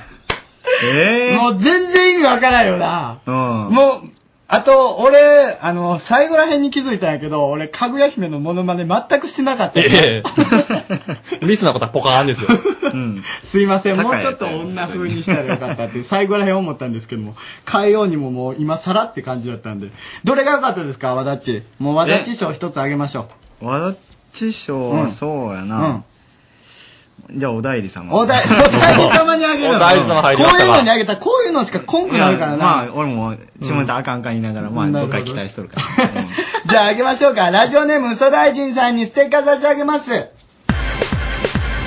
えもう全然意味わからんよな。えうん。もう、あと、俺、あの、最後ら辺に気づいたんやけど、俺、かぐや姫のモノマネ全くしてなかったよ。 ええ。ミスなことはポカーンですよ。すいません、もう高いちょっと女風にしたらよかったって、最後ら辺思ったんですけども、変えようにももう今更って感じだったんで、どれが良かったですか、和田っち。もう和田っち賞一つあげましょわだっち賞うんはそうやな。じゃあ、おだいり様。う。お題、お題様にあげるの。お代理様入りまこしうたいうかのにあげたら、こういうのしかコンクなるからな。まあ、俺も、下ネタあかんあかん言いながら、まうあ、んなるどっかほど期待しとるから。 じゃああげましょうか。ラジオネーム嘘大臣さんにステッカー差し上げます。やっ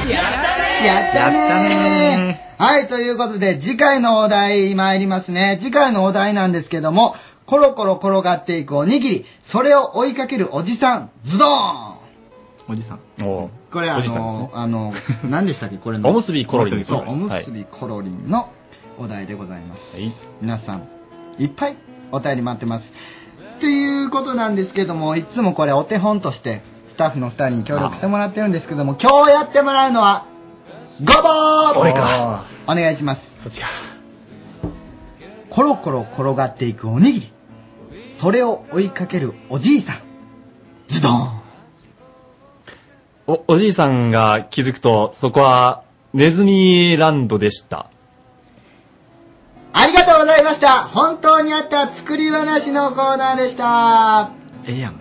たねやったねはい、ということで、次回のお題参りますね。次回のお題なんですけども、コロコロ転がっていくおにぎり、それを追いかけるおじさん、ズドーンおじさん。ここれあおじさんですの、あの、 何でしたっけこれの。おむすびコロリンそう、おむすびコロリンのお題でございます。皆さん、いっぱいお便り待ってます。っていうことなんですけども、いつもこれお手本として、スタッフの二人に協力してもらってるんですけども、今日やってもらうのは、ごぼう俺か。お願いします。コロコロ転がっていくおにぎり。それを追いかけるおじいさん。ズドンお、おじいさんが気づくと、そこは、ネズミランドでした。ありがとうございました本当にあった作り話のコーナーでしたええやん。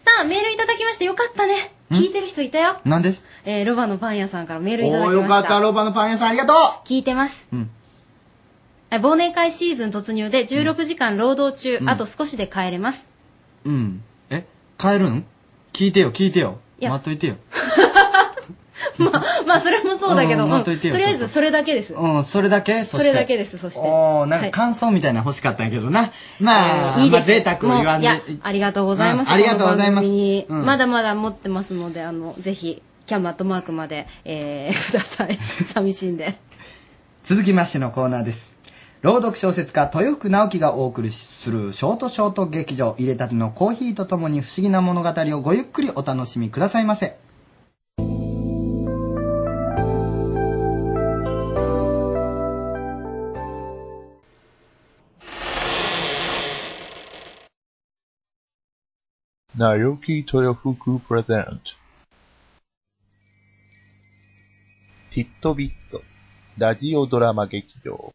さあ、メールいただきましてよかったね。聞いてる人いたよ。なんですえー、ロバのパン屋さんからメールいただおきーました。よかったロバのパン屋さんありがとう聞いてます。うんえ忘年会シーズン突入で16時間労働中、あと少しで帰れます。 うんえ帰るん聞いてよ聞いてよいや待っといてよまあ、それもそうだけど、うんうん待っとといてりよあえずそれだけです。うんそれだけそそれだけです、そして。おーなんはかい感想みたいなの欲しかったんやけどなまあいいでまあす。贅沢を言わもうんいでや、ありがとうございます。うんありがとうございこのます番組にうんまだまだ持ってますので、あの、ぜひ、キャンバットマークまで、えー、く だ さい。寂しいんで。続きましてのコーナーです朗読小説家豊福直樹がお送りするショートショート劇場入れたてのコーヒーとともに不思議な物語をごゆっくりお楽しみくださいませなよき豊福プレゼント。ティットビット、ラジオドラマ劇場。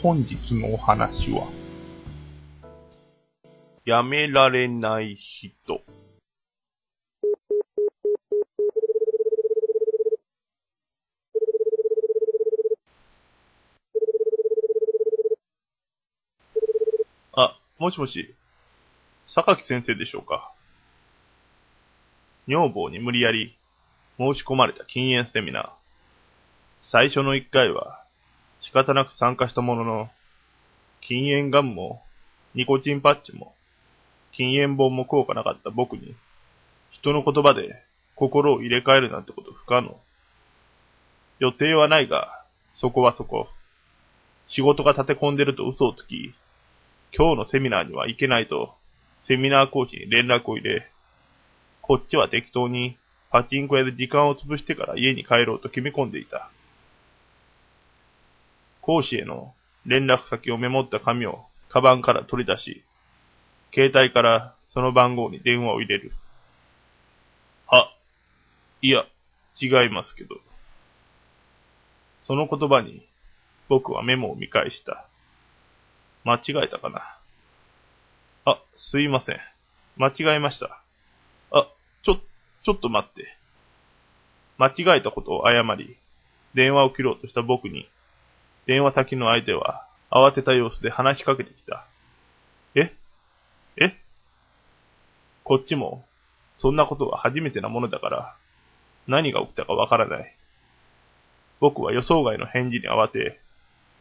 本日のお話は、やめられない人。あ、もしもし、榊先生でしょうか。女房に無理やり申し込まれた禁煙セミナー。最初の一回は仕方なく参加したものの、禁煙ガムもニコチンパッチも禁煙本も効果なかった僕に、人の言葉で心を入れ替えるなんてこと不可能。予定はないが、そこはそこ。仕事が立て込んでると嘘をつき、今日のセミナーには行けないと、セミナー講師に連絡を入れ、こっちは適当にパチンコ屋で時間を潰してから家に帰ろうと決め込んでいた。講師への連絡先をメモった紙をカバンから取り出し、携帯からその番号に電話を入れる。あ、いや、違いますけど。その言葉に僕はメモを見返した。間違えたかな。あ、すいません。間違えました。あ、ちょ、ちょっと待って。間違えたことを謝り、電話を切ろうとした僕に、電話先の相手は慌てた様子で話しかけてきた。ええこっちも、そんなことが初めてなものだから、何が起きたかわからない。僕は予想外の返事に慌て、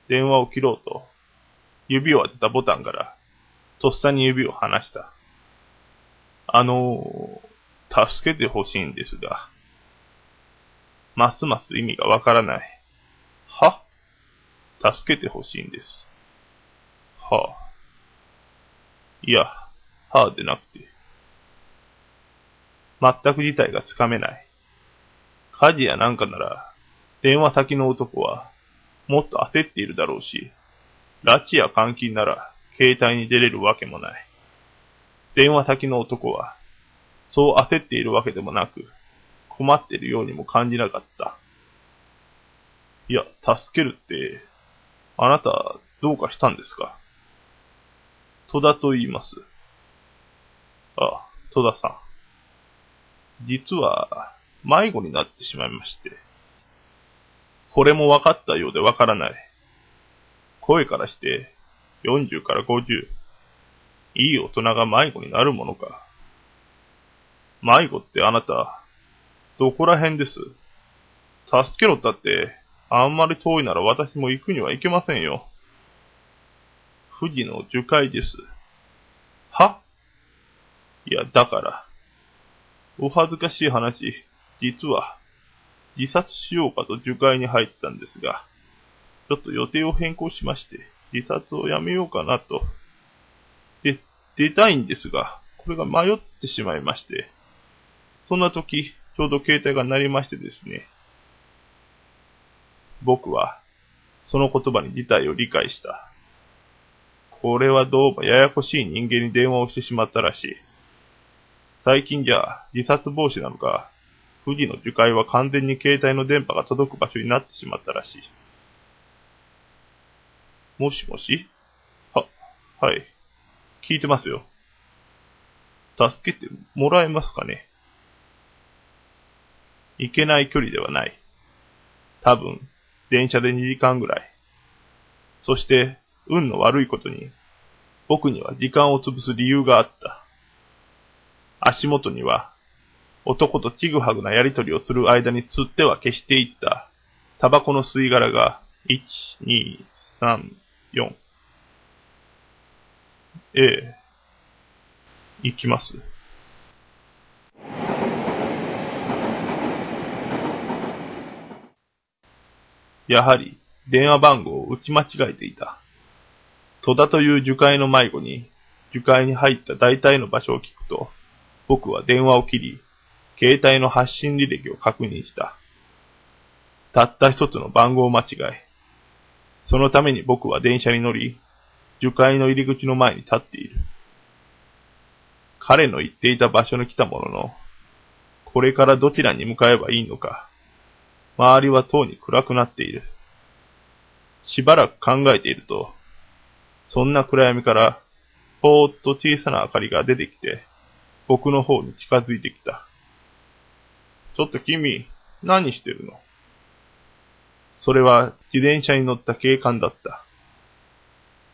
電話を切ろうと、指を当てたボタンから、とっさに指を離した。あのー、助けてほしいんですが、ますます意味がわからない。は助けてほしいんです。はあ。いや、はあでなくて。全く事態がつかめない。火事やなんかなら、電話先の男は、もっと焦っているだろうし、拉致や監禁なら、携帯に出れるわけもない。電話先の男は、そう焦っているわけでもなく、困っているようにも感じなかった。いや、助けるって、あなた、どうかしたんですか戸田と言います。あ、戸田さん。実は、迷子になってしまいまして。これも分かったようで分からない。声からして、40から50。いい大人が迷子になるものか。迷子ってあなた、どこら辺です助けろったって、あんまり遠いなら私も行くには行けませんよ。富士の樹海です。はいや、だから。お恥ずかしい話、実は、自殺しようかと樹海に入ったんですが、ちょっと予定を変更しまして、自殺をやめようかなと。で、出たいんですが、これが迷ってしまいまして。そんな時、ちょうど携帯が鳴りましてですね。僕は、その言葉に事態を理解した。これはどうもややこしい人間に電話をしてしまったらしい。最近じゃ自殺防止なのか、富士の樹海は完全に携帯の電波が届く場所になってしまったらしい。もしもしは、はい。聞いてますよ。助けてもらえますかね行けない距離ではない。多分、電車で2時間ぐらい。そして、運の悪いことに、僕には時間を潰す理由があった。足元には、男とちぐはぐなやりとりをする間に吸っては消していった、タバコの吸い殻が、1、2、3、4。ええ。行きます。やはり電話番号を打ち間違えていた。戸田という樹海の迷子に、樹海に入った大体の場所を聞くと、僕は電話を切り、携帯の発信履歴を確認した。たった一つの番号間違い。そのために僕は電車に乗り、樹海の入り口の前に立っている。彼の言っていた場所に来たものの、これからどちらに向かえばいいのか、周りはとうに暗くなっている。しばらく考えていると、そんな暗闇から、ぽーっと小さな明かりが出てきて、僕の方に近づいてきた。ちょっと君、何してるのそれは自転車に乗った警官だった。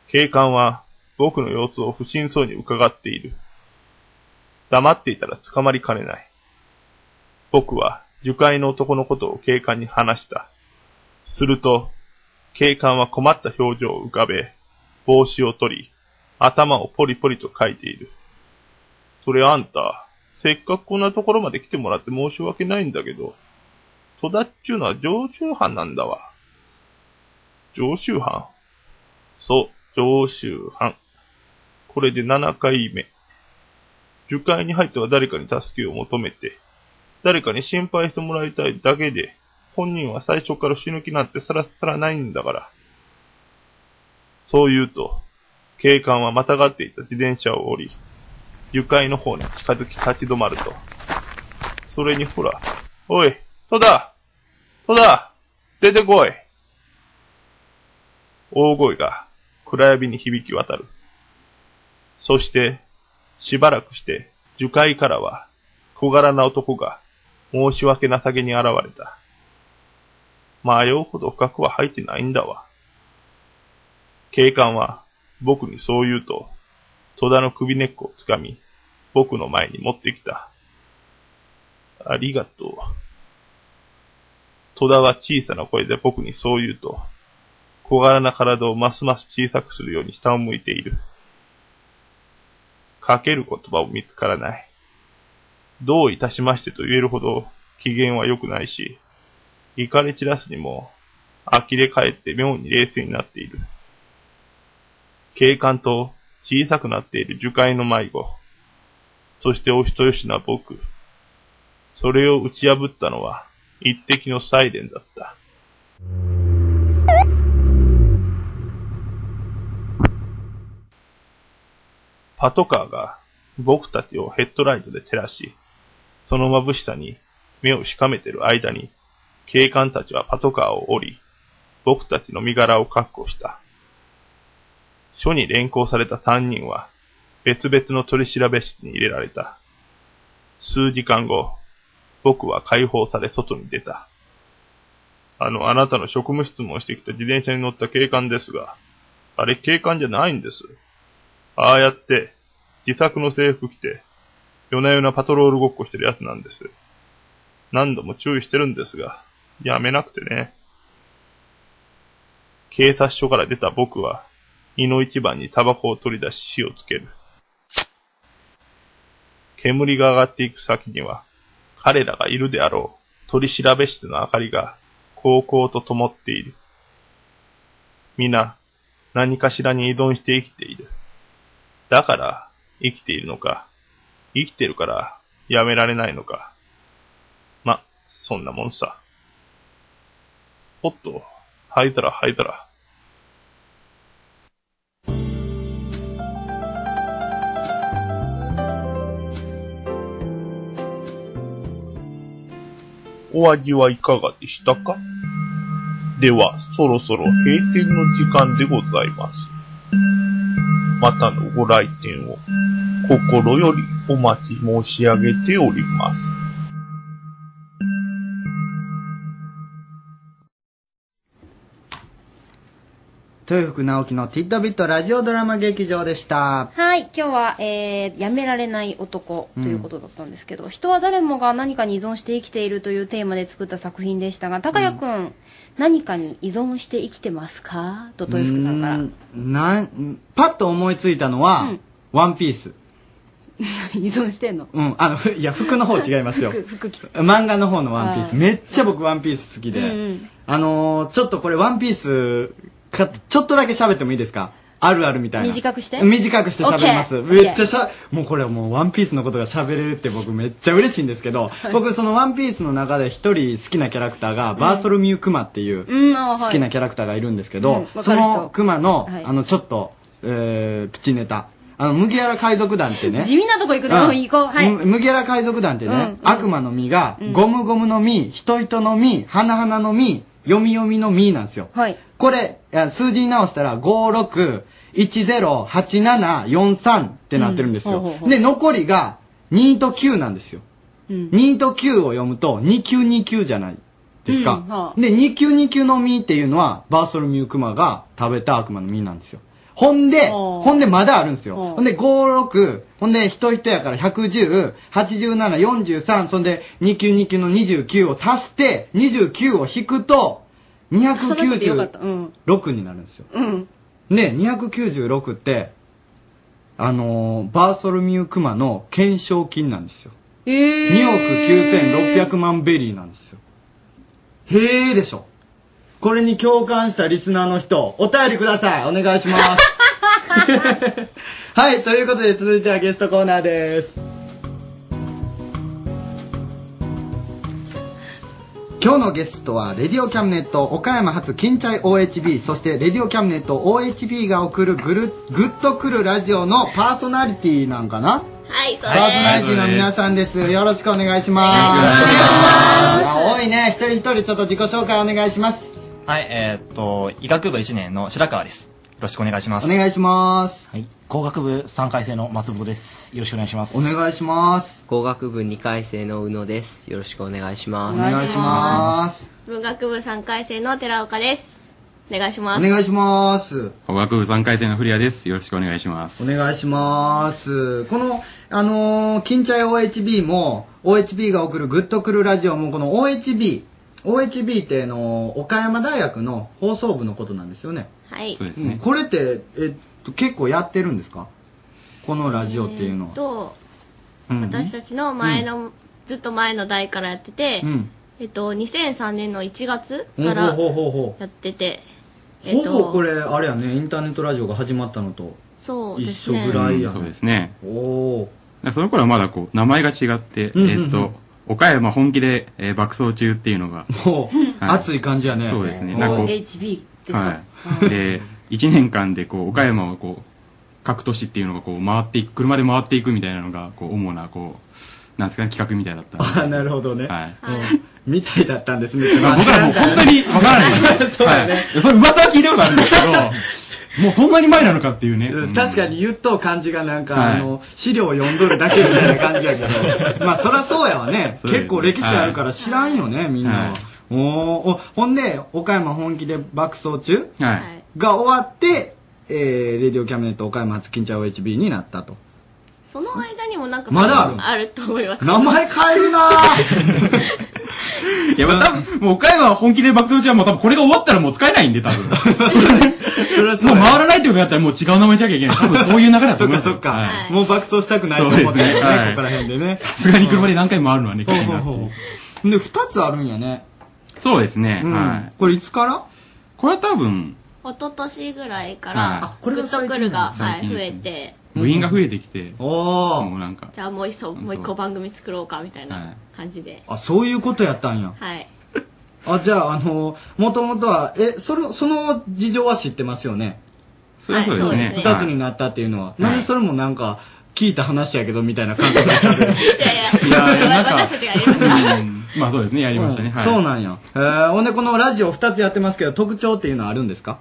警官は僕の様子を不審そうに伺っている。黙っていたら捕まりかねない。僕は樹海の男のことを警官に話した。すると、警官は困った表情を浮かべ、帽子を取り、頭をポリポリと書いている。それあんた、せっかくこんなところまで来てもらって申し訳ないんだけど、戸田っちゅうのは常習犯なんだわ。常習犯そう、常習犯。これで7回目。樹海に入っては誰かに助けを求めて、誰かに心配してもらいたいだけで、本人は最初から死ぬ気なんてさらさらないんだから。そう言うと、警官はまたがっていた自転車を降り、樹海の方に近づき立ち止まると。それにほら、おい、戸田戸田出てこい大声が暗闇に響き渡る。そして、しばらくして、樹海からは小柄な男が申し訳なさげに現れた。迷うほど深くは入ってないんだわ。警官は僕にそう言うと、戸田の首根っこをつかみ、僕の前に持ってきた。ありがとう。戸田は小さな声で僕にそう言うと、小柄な体をますます小さくするように下を向いている。かける言葉も見つからない。どういたしましてと言えるほど機嫌は良くないし、怒り散らすにも、呆れ返って妙に冷静になっている。警官と小さくなっている樹海の迷子、そしてお人よしな僕、それを打ち破ったのは一滴のサイレンだった。パトカーが僕たちをヘッドライトで照らし、その眩しさに目をしかめてる間に、警官たちはパトカーを降り、僕たちの身柄を確保した。署に連行された3人は、別々の取り調べ室に入れられた。数時間後、僕は解放され外に出た。あの、あなたの職務質問してきた自転車に乗った警官ですが、あれ警官じゃないんです。ああやって、自作の制服着て、夜な夜なパトロールごっこしてるやつなんです。何度も注意してるんですが、やめなくてね。警察署から出た僕は、胃の一番にタバコを取り出し火をつける。煙が上がっていく先には、彼らがいるであろう取り調べ室の明かりが、高々と灯っている。皆、何かしらに依存して生きている。だから、生きているのか。生きてるから、やめられないのか。ま、そんなもんさ。おっと、吐いたら吐いたら。お味はいかがでしたかでは、そろそろ閉店の時間でございます。またのご来店を心よりお待ち申し上げております。豊福直樹のティッドビットラジオドラマ劇場でした。はい、今日は、えー、やめられない男ということだったんですけど、人は誰もが何かに依存して生きているというテーマで作った作品でしたが、高谷くん、何かに依存して生きてますかと豊福さんから。うーんなんパッと思いついたのは、ワンピース。 依存してんのうん、あの、ふいや、服の方違いますよ。服、服着て。漫画の方のワンピーあス。ーめっちゃ僕ワンピース好きで。うんあのー、ちょっとこれワンピースか、ちょっとだけ喋ってもいいですかあるあるみたいな。短くして短くして喋ります。オッケーめっちゃしゃ、もうこれはもうワンピースのことが喋れるって僕めっちゃ嬉しいんですけど、はい僕そのワンピースの中で一人好きなキャラクターが、バーソルミュークマっていううんあーはい好きなキャラクターがいるんですけうんわどか、る人そのクマのはい、あの、ちょっと、えープチネタ。あの、麦わら海賊団ってね。地味なとこ行くの、うん行こう。はい。む麦わら海賊団ってね、うんうん悪魔の実が、うんゴムゴムの実、人々の実、花々の実、読み読みの実なんですよ。はい。これ、いや数字に直したら、56108743ってなってるんですうんほうよほう。ほうで、残りが2と9なんですよ。2と9を読むと、2929じゃないですか。うんはあで、2929の実っていうのは、バーソルミュークマが食べた悪魔の実なんですよ。ほんで、おーほんでまだあるんですよ。おうほんで56、ほんで人人やから110、87、43、そんで2級2級の29を足して、29を引くと、その時でよかった。 296うん。になるんですよ。うん。ね、296って、あのーバーソルミュークマの懸賞金なんですよ。え2ー、億9600万ベリーなんですよ。へえでしょ。これに共感したリスナーの人、お便りください。お願いします。はい、ということで続いてはゲストコーナーです。今日のゲストは、レディオキャムネット岡山発金チャイ OHB、そしてレディオキャムネット OHB が送るぐる、ぐっとくるラジオのパーソナリティなんかなはい、そうパーソナリティの皆さんです。よろしくお願いします。いや多いね。一人一人ちょっと自己紹介お願いします。はい、えーっと、医学部1年の白川です。よろしくお願いしまおす。願いします。はい。工学部3回生の松本です。よろしくお願いします。お願いします。工学部2回生の宇野です。よろしくお願いします。お願いします。文学部3回生の寺岡ですお願いしますお願いします。工学部3回生の古谷です。よろしくお願いします。お願いします。この、あのー、金チャイ OHB も、OHB が送るグッとくるラジオも、この OHB、OHB ってあのー、岡山大学の放送部のことなんですよね。はいうんこれって、えっと、結構やってるんですかこのラジオっていうのえーっは。とうん私たちの前の、ずっと前の代からやってて、うんえっと2003年の1月からほうほうほうほうやっててほぼこれあれやねインターネットラジオが始まったのとそうで一す緒ねぐらいやそうねですね。おお。だからその頃はまだこう、名前が違って、うんうんうんえーっと、岡山本気で、えー爆走中っていうのが。もう、熱い感じやね。そうですね。こう OHB ですか、はい。で、1年間でこう、岡山をこう、各都市っていうのがこう、回っていく、車で回っていくみたいなのが、こう、主なこう、なんですかね、企画みたいだったんで。あなるほどね、 はい。みたいだったんですねまあ僕らもう本当にわからないですねそうだね、はいそれ噂は聞いたことあるんですけど、もうそんなに前なのかっていうね。うん確かに言っとう感じがなんか、はいあの資料を読んどるだけみたいな感じやけ どまあそりゃそうやわねそうですね結構歴史あるから知らんよね、みんなは、はいおーおほんで岡山本気で爆走中、はいが終わって、えーレディオキャメネット岡山発金ちゃん OHB になったとその間にもなんかまだあるあると思います名前変えるなぁいや、まあ、多分もう岡山は本気で爆走中はもう多分これが終わったらもう使えないんで、多分。もう回らないってことだったらもう違う名前しなきゃいけない。多分そういう流れだと思います。そっかそっか、もう爆走したくないと思ってそうですね。ここら辺でね。さすがに車で何回も回るのはね、きついなっていうで2つあるんやねそうですね。うんはい。これいつからこれは多分、 一昨年ぐらいかはいらあグッとくるが、は最い、近増でえすて部員が増えてきて、もうなんか、じゃあもう一層もう一個番組作ろうかみたいな感じであそういうことやったんやはいあじゃああのもともとはえそのその事情は知ってますよねそりゃそうですねはいそうですね2つになったっていうのは、なんでそれもなんか聞いた話やけどみたいな感覚でしたねいやいや、なんか私たちが、 うんまあそうですね、やりましたね。はいそうなんや、えー、ほんでこのラジオ2つやってますけど特徴っていうのはあるんですか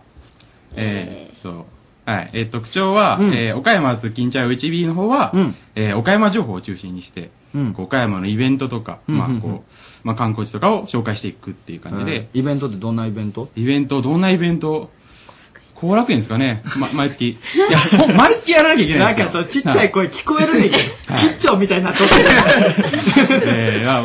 えーっと、はい。えー特徴は、えー岡山発金茶 1B の方は、えー岡山情報を中心にして、うんこう岡山のイベントとか、うんまあうんうんこう、まあ観光地とかを紹介していくっていう感じで、イベントってどんなイベントイベント、どんなイベント後楽園ですかね、ま、 毎月。いや、ほん毎月やらなきゃいけないんですなよ。んかそうちっちゃい声聞こえるねんけど、 吉兆みたいになっとって えー、あ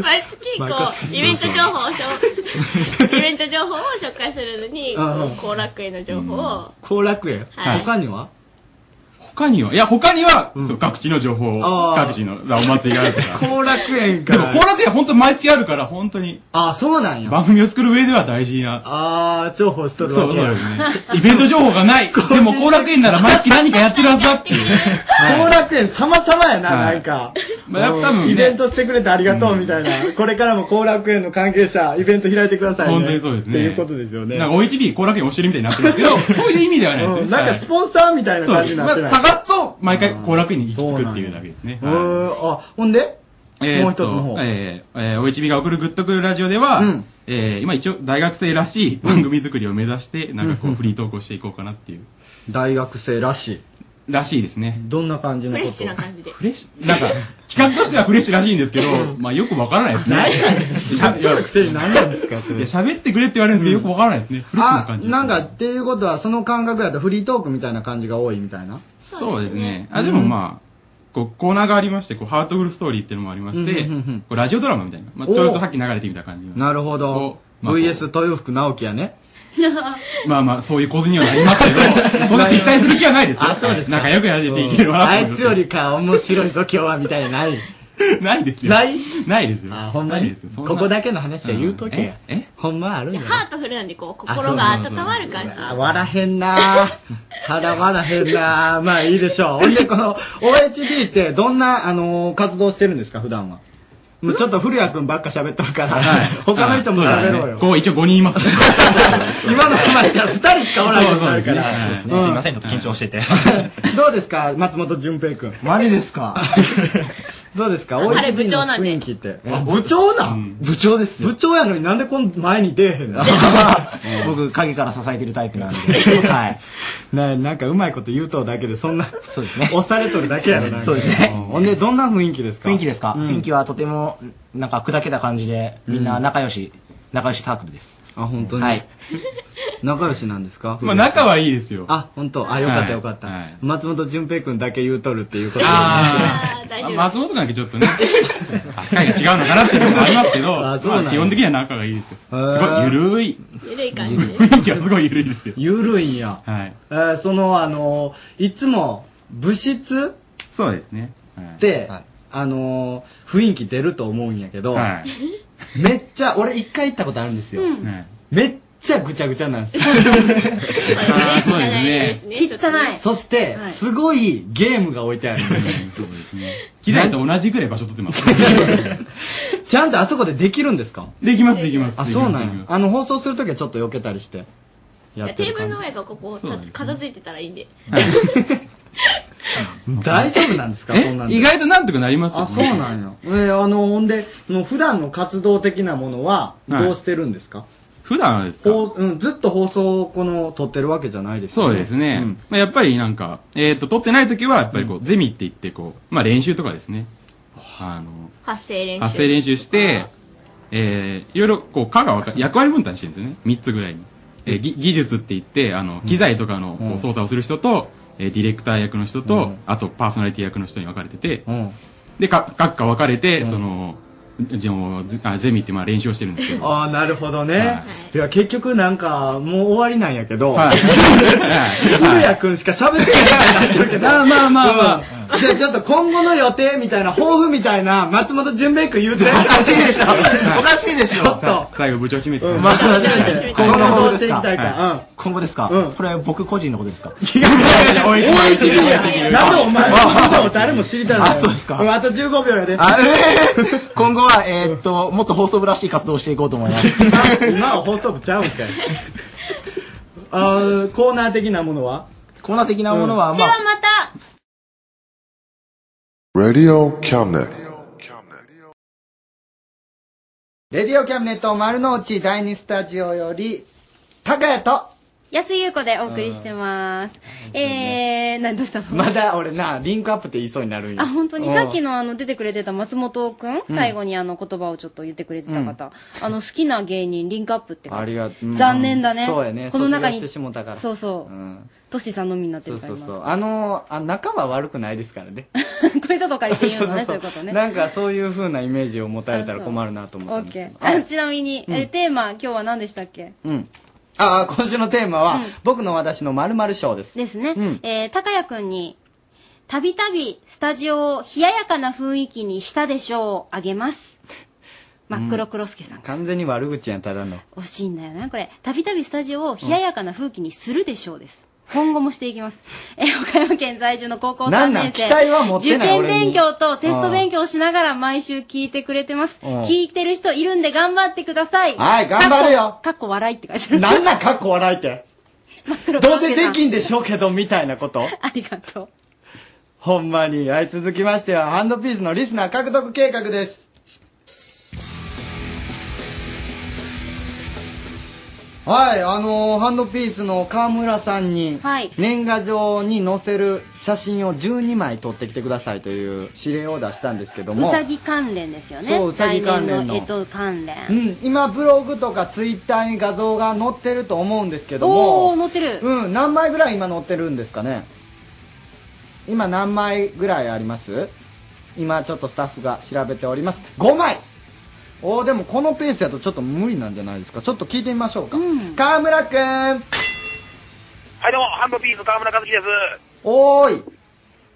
毎月こ毎う年イベント情報を紹イベント情報を紹介するのにうんうん後楽園の情報を後楽園、はい他には他には、いや、他には、そう各地の情報を、各地のお祭りがあるか ら。後楽園かでも後楽園本当毎月あるから、本当に。あ、そうなんや。 番組を作る上では大事な。あー、情報しとるそわうけそうやですね。イベント情報がない。でも後楽園なら毎月何かやってるはずだっていう。後楽園様々やな、はいなんか。まあうん多分ねイベントしてくれてありがとうみたいな。これからも後楽園の関係者、イベント開いてくださいね。本当にそうですね。っていうことですよね。なんか OHB 後楽園おしてるみたいになってま すけど、そういう意味ではないですね。うんなんかスポンサーみたいな感じになってない。そうまあ探すと、毎回後楽園に行き着くっていうだけですね。うーんあ、ほんでえーもうっ一つとの方。えーえー、OHB が送るグッとくるラジオでは、えー今一応大学生らしい番組作りを目指して、なんかこうフリートークをしていこうかなっていう。大学生らしい。らしいですね。どんな感じフのこレとッシュな感じでフレッシュなんか、企画としてはフレッシュらしいんですけど、まあよくわからないですね。喋るくせに何なんですかそれ。喋ってくれって言われるんですけど、よくわからないですね。フレッシュなあ感、じ。なんかっていうことは、その感覚やとフリートークみたいな感じが多いみたいな。そうですね。あ、でもまあ、こう、コーナーがありまして、こう、ハートフルストーリーっていうのもありまして、うんうんうんうんこうラジオドラマみたいな。まあ、おーちょうどさっき流れてみた感じの。なるほど。VS 豊福直樹やね。まあまあ、そういう構図にはなりますけど、そんな敵対する気はないですよ。仲良くやれていけるわ。あいつよりか面白いぞ今日はみたいなない ないですよ。ないないですよ。あほんまにそんなここだけの話は言うとけや、えほんまあるんやハートフルなんで、こう、心が温まる感じ。あ笑へんなぁ。腹笑へんなぁ。まあいいでしょう。ほんで、この OHB ってどんな、あのー活動してるんですか、普段は。もうちょっと古谷くんばっか喋っとるから、他の人も喋ろうよ。こう、一応5人います。今の踏まえたら2人しかおらんようになるから。そうですね。すいません、ちょっと緊張してて。うん どうですか、松本淳平くん。マジですか。 どうですか、あれ OHB 部長のなんで雰囲気って。あ、部長なん部長です部長やのになんでこん前に出えへんの 僕、影から支えてるタイプ なんで。はい。な、なんかうまいこと言うとうだけで、そんな、そうですね。押されとるだけやろ、なんかそうですね。ほんで、どんな雰囲気ですか雰囲気ですか、うん雰囲気はとても、なんか砕けた感じで、みんな仲良し、仲良しサークルです。あ、本当に。はい。 仲良しなんですかまあ仲はいいですよ。あ、本当。あ、よかっはいたよかった。松本淳平くんだけ言うとるっていうことあー松本君だけちょっとね、 扱いが違うのかなっていうのもありますけど、 あそうなんやまあ基本的には仲がいいですよ。すへーごいゆるい。ゆるい感じ。雰囲気はすごいゆるいですよ。ゆるいんや。はい。えーその、あのーいつも、物質そうですね。はいって、あのー雰囲気出ると思うんや けど、はめっちゃ、俺一回行ったことあるんですよ。うんはいめっちゃぐちゃぐちゃなんです よ。そうですね。汚い。そして、はいすごいゲームが置いてあるんですよ。 機材と同じくらい場所取ってます。 ちゃんとあそこでできるんですかできます、できます。あ、そうなできんまや。あの、放送するときはちょっと避けたりして、やってテーるブル感じの。上がここ、た片付いてたらいいんで。大丈夫なんですか えそんなんで意外となんとかなりますよあ、そうなんや。えーあの、ほんで、その普段の活動的なものは、はいどうしてるんですか、普段はですほううん、ずっと放送をこの、撮ってるわけじゃないですよそうです。ね。まあやっぱりなんか、えっと、撮ってない時は、やっぱりこう、ゼミって言って、こう、まあ練習とかですね。あの、発声練習。発声練習して、えー、いろいろこう、科がわか役割分担してるんですよね。3つぐらいに。えー、ぎ技術って言って、あの、機材とかのこう操作をする人と、えーディレクター役の人と、あとパーソナリティ役の人に分かれてて、で、か各科分かれて、その、じゃあゼあゼミってまあ練習をしてるんですけ ど。ああ、なるほどね。い、や、結局なんか、もう終わりなんやけど、 はい古谷くんしか喋ってないなっちゃうけど。あーまあまあまあ。じゃあちょっと今後の予定みたいな、抱負みたいな、松本純平君言うておかしいでしょ。おかしいでしょ。ちょっと。最後部長締めて。まあ 締めて今後のどうしていきたいはいか。今後ですか、これ僕個人のことですかうん。いや大一流や大一流なんでお前、今後を誰も知りたいのあそうですかんあと15秒やで。あえー今後は、えーっと、もっと放送部らしい活動をしていこうと思います。今は放送部ちゃうんかい。あーコーナー的なものはコーナー的なものは、ではまた Radio Cabinet. レディオキャビネット丸の内第二スタジオより、高谷と、安井優子でお送りしてます。えー、な、どうしたのまだ俺な、リンクアップって言いそうになるんや。あ、本当にうんさっきのあの出てくれてた松本くん、うん最後にあの言葉をちょっと言ってくれてた方、あの好きな芸人、リンクアップって方ありがとう。残念だね。そうやね。この中に、卒業してしもうたから。そうそう、うんトシさんのみになってそるうからそう今そう。あの、あ仲は悪くないですからね。こういうとこ借り て言うのね、そそうそうそうういうことね。なんかそういう風なイメージを持たれたら困るなとオ思ってッますけケど。ー。あちなみに、うんえテーマ、今日は何でしたっけうん。ああ、今週のテーマは、僕の私の〇〇賞です。ですね。うんえー、高谷くんに、たびたびスタジオを冷ややかな雰囲気にしたでしょうをあげます。真っ黒黒助さん。完全に悪口やん、た だの。惜しいんだよな、これ。たびたびスタジオを冷ややかな風紀にするでしょうです。今後もしていきます。 えー、岡山県在住の高校な3んなん年生。期待は持ってない受験勉強と俺にテスト勉強をしながら毎週聞いてくれてます。うん聞いてる人いるんで頑張ってください。はい頑張るよかっこ。かっこ笑いって書いてある。なんなんかっこ笑い って。どうせできんでしょうけど、みたいなこと。ありがとう。ほんまに。はい、続きましては、ハンドピースのリスナー獲得計画です。はい、あのーハンドピースの川村さんに、はい年賀状に載せる写真を12枚撮ってきてくださいという指令を出したんですけどもうさぎ関連ですよね。そううさぎ関連の来年のえと関連。うん、今ブログとかツイッターに画像が載ってると思うんですけどもおー、乗ってる。うん、何枚ぐらい今載ってるんですかね今何枚ぐらいあります今ちょっとスタッフが調べております5枚おーでもこのペースやとちょっと無理なんじゃないですかちょっと聞いてみましょうか、川村くんはい、どうも、ハンドピース、川村和樹です。おーい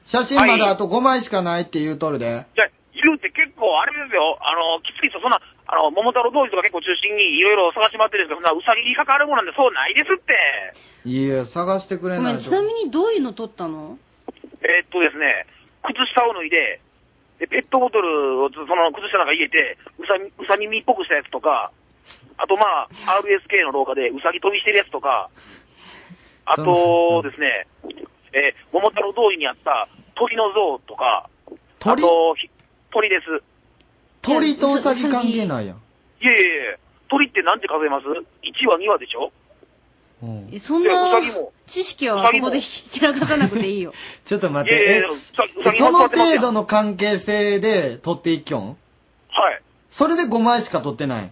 写真まだあと5枚しかないって言うとるで、じゃあ言うて結構、あれですよ、あの、きついと、そんな、あの、桃太郎通りとか結構中心にいろいろ探し回ってるんですけど、そんな、うさぎにかかるものなんてそうないですって。い、いえ探してくれごなめんいとちなみにどういうの撮ったのえーっとですね、靴下を脱いで、でペットボトルをちょっとその靴下なんか入れて、うさみ、うさ耳っぽくしたやつとか、あとまあ、RSK の廊下でうさぎ飛びしてるやつとか、あとですね、えー桃太郎通りにあった鳥の像とか、鳥あと、ひ鳥です。鳥とウサギ関係ないやんいえいえ、鳥ってなんて数えます ?1 は2話でしょえそんいやなうさぎも知識はここでひけらかさなくていい よちょっと待いやいやいやうさうさぎそのも座ってます程やん度の関係性で取っていきょんはい。それで5枚しか取ってない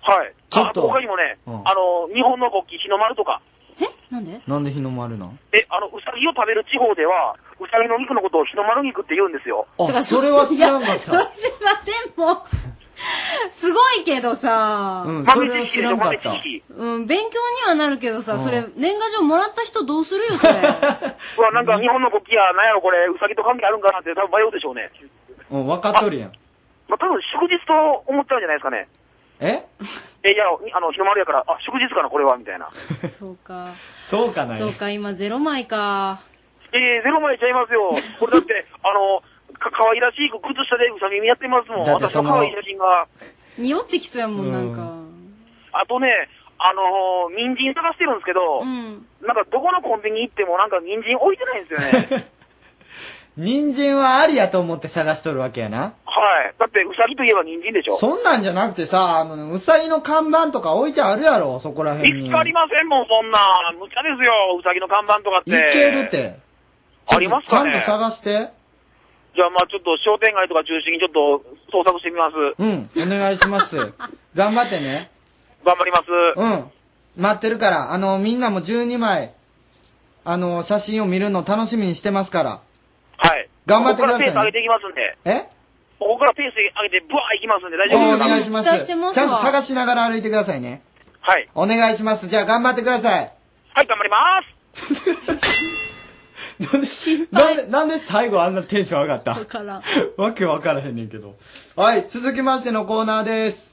はい。ちょっとあ他にもね、うんあの、日本の国旗、日の丸とか、なんでなんで日の丸なんえ、あの、うさぎを食べる地方では、うさぎの肉のことを日の丸肉って言うんですよ。あそれは知らんかっいやたそれはでもすごいけどさ、うんそれは知らんかったうん、勉強にはなるけどさ、うんそれ年賀状もらった人どうするよ それうわ、なんか日本の国旗や、なんやろこれ、うさぎと関係あるんかなって多分迷うでしょうね。うん分かっとるやんまあ、多分祝日と思っちゃうんじゃないですかね。ええ、いや、あの、日の丸やから、あ、祝日かな、これは、みたいな。そうかそうかそうか今ゼロ枚かえー、ゼロまでちゃいますよ。これだって、 あの、か、可愛らしい靴下でうさぎ見やってますもん。だって私そのの可愛い写真が。匂ってきそうやもんなんかあとね、あのー、人参探してるんですけど、なんかどこのコンビニ行ってもなんか人参置いてないんですよね。 人参はありやと思って探しとるわけやなはい。だって、うさぎといえば人参でしょ。そんなんじゃなくてさあのうさぎの看板とか置いてあるやろそこらへんに見つかりませんもん、そんな。無茶ですよ、うさぎの看板とかって。いけるってありますちゃかんねと。探してじゃあ、まあちょっと商店街とか中心にちょっと捜索してみます。うんお願いします 頑張ってね頑張ります。うん待ってるからあのみんなも12枚あの写真を見るの楽しみにしてますからはい。頑張ってくださいねここからペース上げていきますんで。えここからペース上げて、ブワーいきますんで、大丈お夫ですか願いしますちゃんと探しながら歩いてくださいねはいお願いしますじゃあ頑張ってくださいはい、頑張りますなんで、なんで、なんで最後あんなテンション上がった だからんわけわからへんねんけど。はい、続きましてのコーナーです。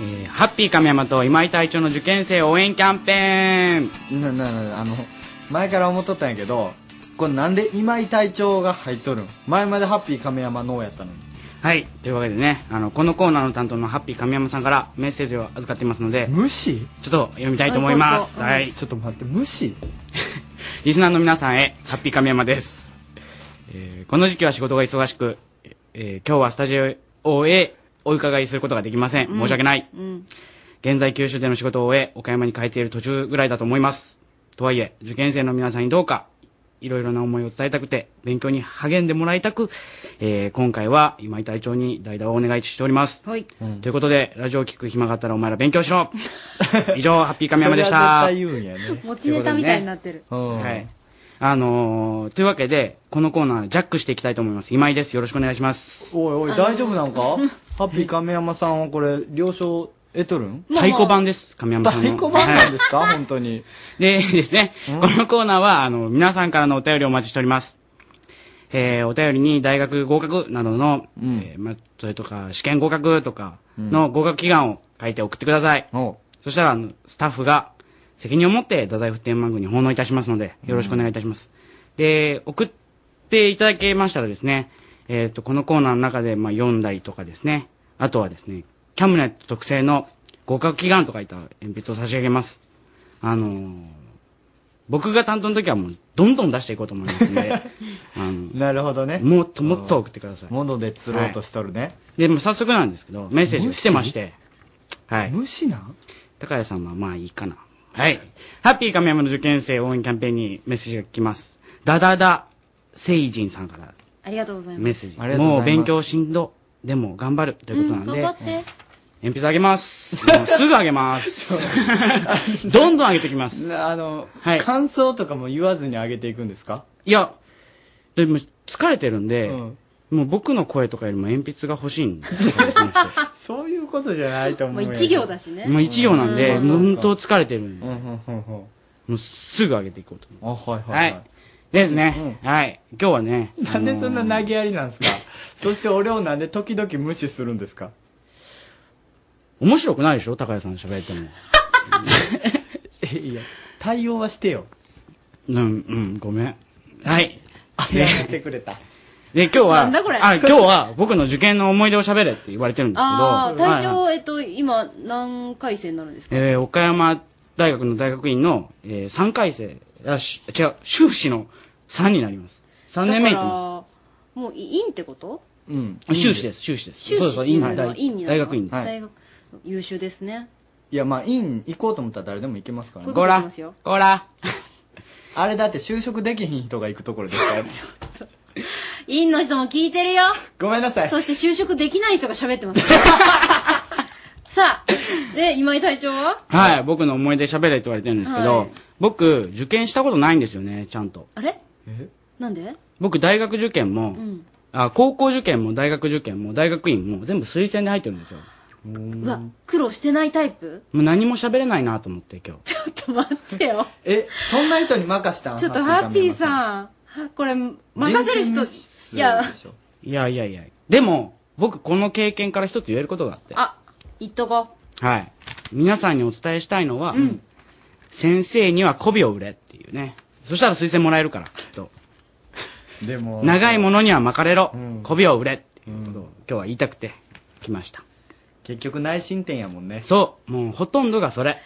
えーハッピー亀山と今井隊長の受験生応援キャンペーンな、な、な、あの、前から思っとったんやけど、これなんで今井隊長が入っとるん前までハッピー亀山のやったのに。はいというわけでねあのこのコーナーの担当のハッピー亀山さんからメッセージを預かっていますので無視ちょっと読みたいと思いますあは行こう行こううんいちょっと待って、無視 リスナーの皆さんへハッピー亀山です、えーこの時期は仕事が忙しく、えー今日はスタジオへお伺いすることができません、申し訳ないうん現在九州での仕事を終え岡山に帰っている途中ぐらいだと思いますとはいえ受験生の皆さんにどうかいろいろな思いを伝えたくて勉強に励んでもらいたく、えー今回は今井隊長に代打をお願いしております、はいということでラジオを聞く暇があったらお前ら勉強し ろ以上ハッピー亀山でしそれたは絶対言うんやね。持ちネタみたいになってるはいあのー、というわけでこのコーナージャックしていきたいと思います今井ですよろしくお願いしますおいおい、大丈夫なんかハッピー亀山さんはこれ、了承得とるん太鼓判です、亀山さんの。太鼓判なんですか、本当に。 でですね、このコーナーは、あの、皆さんからのお便りをお待ちしております。えー、お便りに大学合格などの、えーま、それとか、試験合格とかの合格祈願を書いて送ってください。そしたら、あのスタッフが責任を持って、太宰府天満宮に奉納いたしますので、よろしくお願いいたします。で、送っていただけましたらですね、えっ、と、このコーナーの中で、まあ、4台とかですね、あとはですね、キャムネット特製の合格祈願と書いた鉛筆を差し上げます。あのー僕が担当の時はもう、どんどん出していこうと思いますんで、なるほどね。もっともっと送ってください。物で釣ろうとしとるね。で、もう早速なんですけど、メッセージが来てまして、はい。無視なん高谷さんはまあいいかな。はい。ハッピー亀山の受験生応援キャンペーンにメッセージが来ます。ダダダ、セイジンさんからありがとうございますメッセージ。ありがとうございもまうす勉強しんど。でも頑張るということなん頑で、張って鉛筆あげます。もうすぐあげます。どんどんあげてきます。あの、はい感想とかも言わずに上げていくんですかいや、でも、疲れてるんで、もう僕の声とかよりも鉛筆が欲しいんですよそういうことじゃないと思もううよ。一行だしね。もう一行なんで、うんもう本当疲れてるんで、うんうんうんうんもうすぐ上げていこうと思います。あはいはいはいですね、はい。今日はね、なんでそんな投げやりなんですかそして俺をなんで時々無視するんですか面白くないでしょ高谷さん喋っても。え、 いや、対応はし てよ。うん、うん、ごめん。はい。やってくれた。で、今日は、なんだこれあ、今日は僕の受験の思い出を喋れって言われてるんですけど、ああ、はい体調、えっと、今、何回生になるんですかえー岡山大学の大学院の、え3回生、あ、し違う、修士の3になります。3年目に行ってます。す。もう、い院ってことうん。修士です、修士です。修そう士そっう、ていう院のは大院にな大るの学院です。大学、優秀ですね。いや、まあ、院行こうと思ったら誰でも行けますからね。こういうこと行けますよこら。あれだって就職できひん人が行くとこ ろですから。院の人も聞いてるよごめんなさい。そして就職できない人が喋って ますよさあ、で、今井隊長ははい、僕の思い出喋れって言われてるんですけど、はい僕、受験したことないんですよね、ちゃんと。あれなんで僕、大学受験も、うん。あ、高校受験も大学受験も大学院も全部推薦で入ってるんですよ。うわ、苦労してないタイプもう何も喋れないなと思って今日。ってよ。え、そんな人に任したんちょっとハッピーさん、はこれ、任せる人、いや、いやいやいや。でも、僕この経験から一つ言えることがあって。あ、言っとこはい。皆さんにお伝えしたいのは、うん先生には媚びを売れっていうね。そしたら推薦もらえるから、きっと。でも、長いものには巻かれろ。媚びを売れっていうことを今日は言いたくて来ました。結局内申点やもんね。そう。もうほとんどがそれ。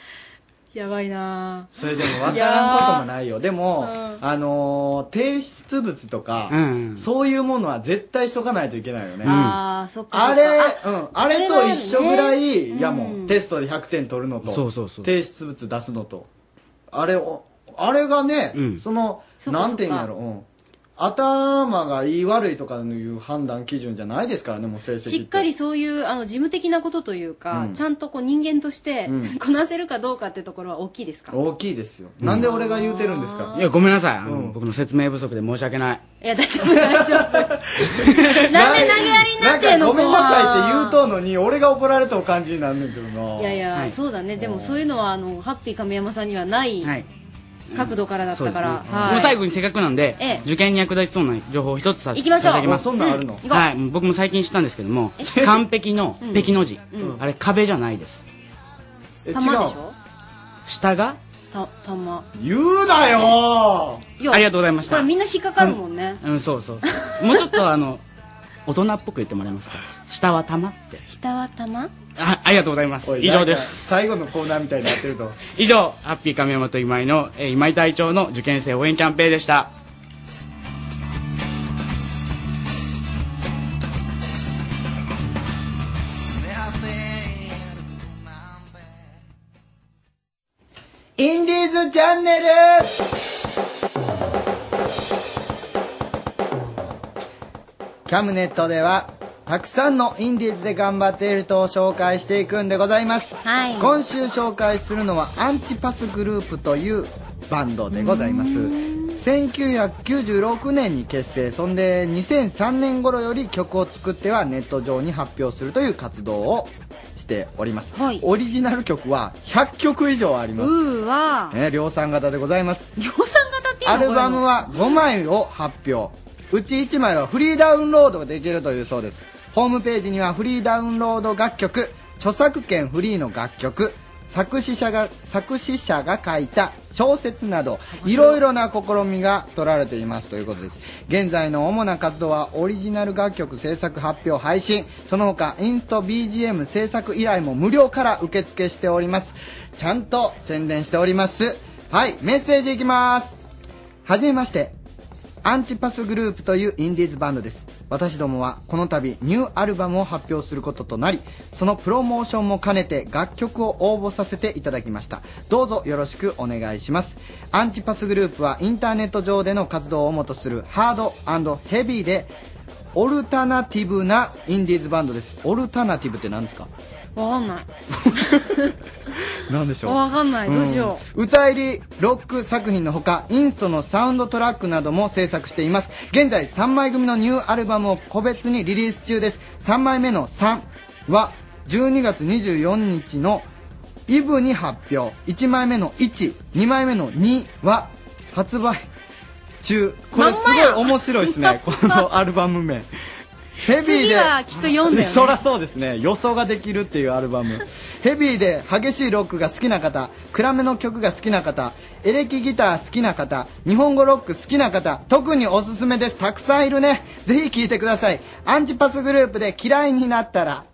う。やばいなぁそれでも分からんこともいやないよ。でも、あのー提出物とか、そういうものは絶対しとかないといけないよね。ーああ、そっか。あれ、うん、あれと一緒ぐそれはらあるい、ねやもん、テストで100点取るのと、そうそうそう提出物出すのと、あれを、あれがね、その、そっかそっかなんて言うんやろ、うん。頭がいい悪いとかいう判断基準じゃないですからね、もう成績って。しっかりそういうあの事務的なことというか、うんちゃんとこう人間としてうんこなせるかどうかってところは大きいですか、大きいですよ。なんで俺が言うてるんですかいや、ごめんなさい。あの僕の説明不足で申し訳ない。いや大丈夫大丈夫なんで投げやりになってんのごめんなさいって言うととうのに、俺が怒られとう感じになんねんけどな。いやいや、そうだねでもそういうのはあのハッピー亀山さんにはないはい角度からだっそうたですかねら、もうは最後にせっかくなんで、ええ受験に役立ちそうな情報を一つさせて行きいまたしょうだきますあそんなんあるのうんはい、もう僕も最近知ったんですけども完璧のうん「璧」の字、うんあれ壁じゃないですいえ玉でしょ下がた玉言うなよいやありがとうございましこたれみんな引っかかるもんね、うんそうそうそうもうちょっとあの大人っぽく言ってもらえますか下は玉って下は玉あありがとうございますおい以上です最後のコーナーみたいになってると。以上ハッピー亀山と今井の、えー今井隊長の受験生応援キャンペーンでしたインディーズチャンネルキャムネットではたくさんのインディーズで頑張っている人を紹介していくんでございます、はい今週紹介するのはアンチパスグループというバンドでございます1996年に結成そんで2003年頃より曲を作ってはネット上に発表するという活動をしております、オリジナル曲は100曲以上ありますうーわね、量産型でございます量産型っていうアのルバムは5枚を発表うち1枚はフリーダウンロードができるというそうですホームページにはフリーダウンロード楽曲著作権フリーの楽曲作詞者が作詞者が書いた小説などいろいろな試みが取られていますということです現在の主な活動はオリジナル楽曲制作発表配信その他インスト BGM 制作依頼も無料から受付しておりますちゃんと宣伝しておりますはいメッセージいきますはじめましてアンチパスグループというインディーズバンドです私どもはこの度ニューアルバムを発表することとなりそのプロモーションも兼ねて楽曲を応募させていただきましたどうぞよろしくお願いしますアンチパスグループはインターネット上での活動をもとするハードヘビーでオルタナティブなインディーズバンドですオルタナティブって何ですかわかんない。なんでしょうわかんないどうしようん歌入りロック作品のほかインストのサウンドトラックなども制作しています現在3枚組のニューアルバムを個別にリリース中です3枚目の「3」は12月24日のイブに発表1枚目の12枚目の2は発売中これすごい面白いです ねこのアルバム名ヘビーで次はきっと読ん だよねそらそうですね予想ができるっていうアルバムヘビーで激しいロックが好きな方暗めの曲が好きな方エレキギター好きな方日本語ロック好きな方特におすすめですたくさんいるねぜひ聴いてくださいアンチパスグループで嫌いになったら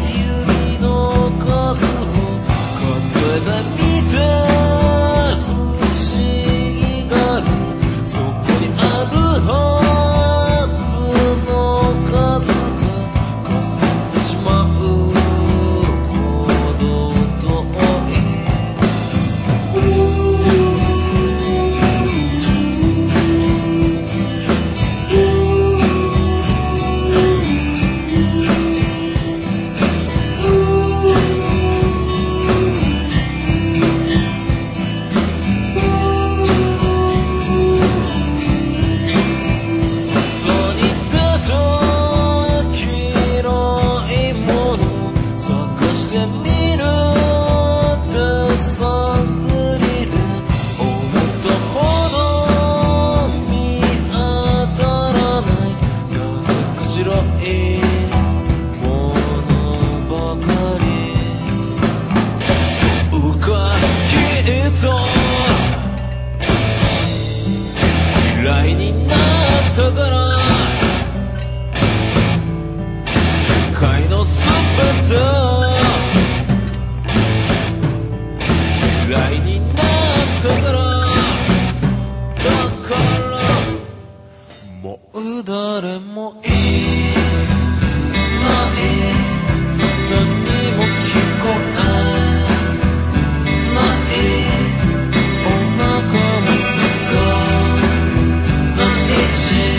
指の数を数えてみて不思議があるそこにあるはずの数がかすってしまうほど遠外に出た黄いもの探してみる手探りで思ったほど見当たらないなぜか白いものばかりそうかきっと嫌いになっただろう世界のすべてを嫌いになっただろうだからもう誰もいない何も聞こえないお腹もすかないし何も望まない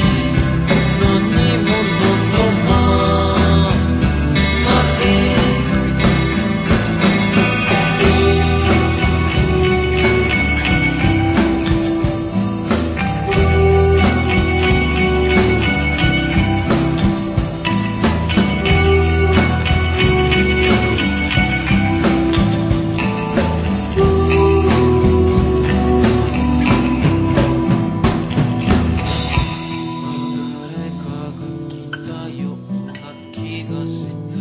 気がして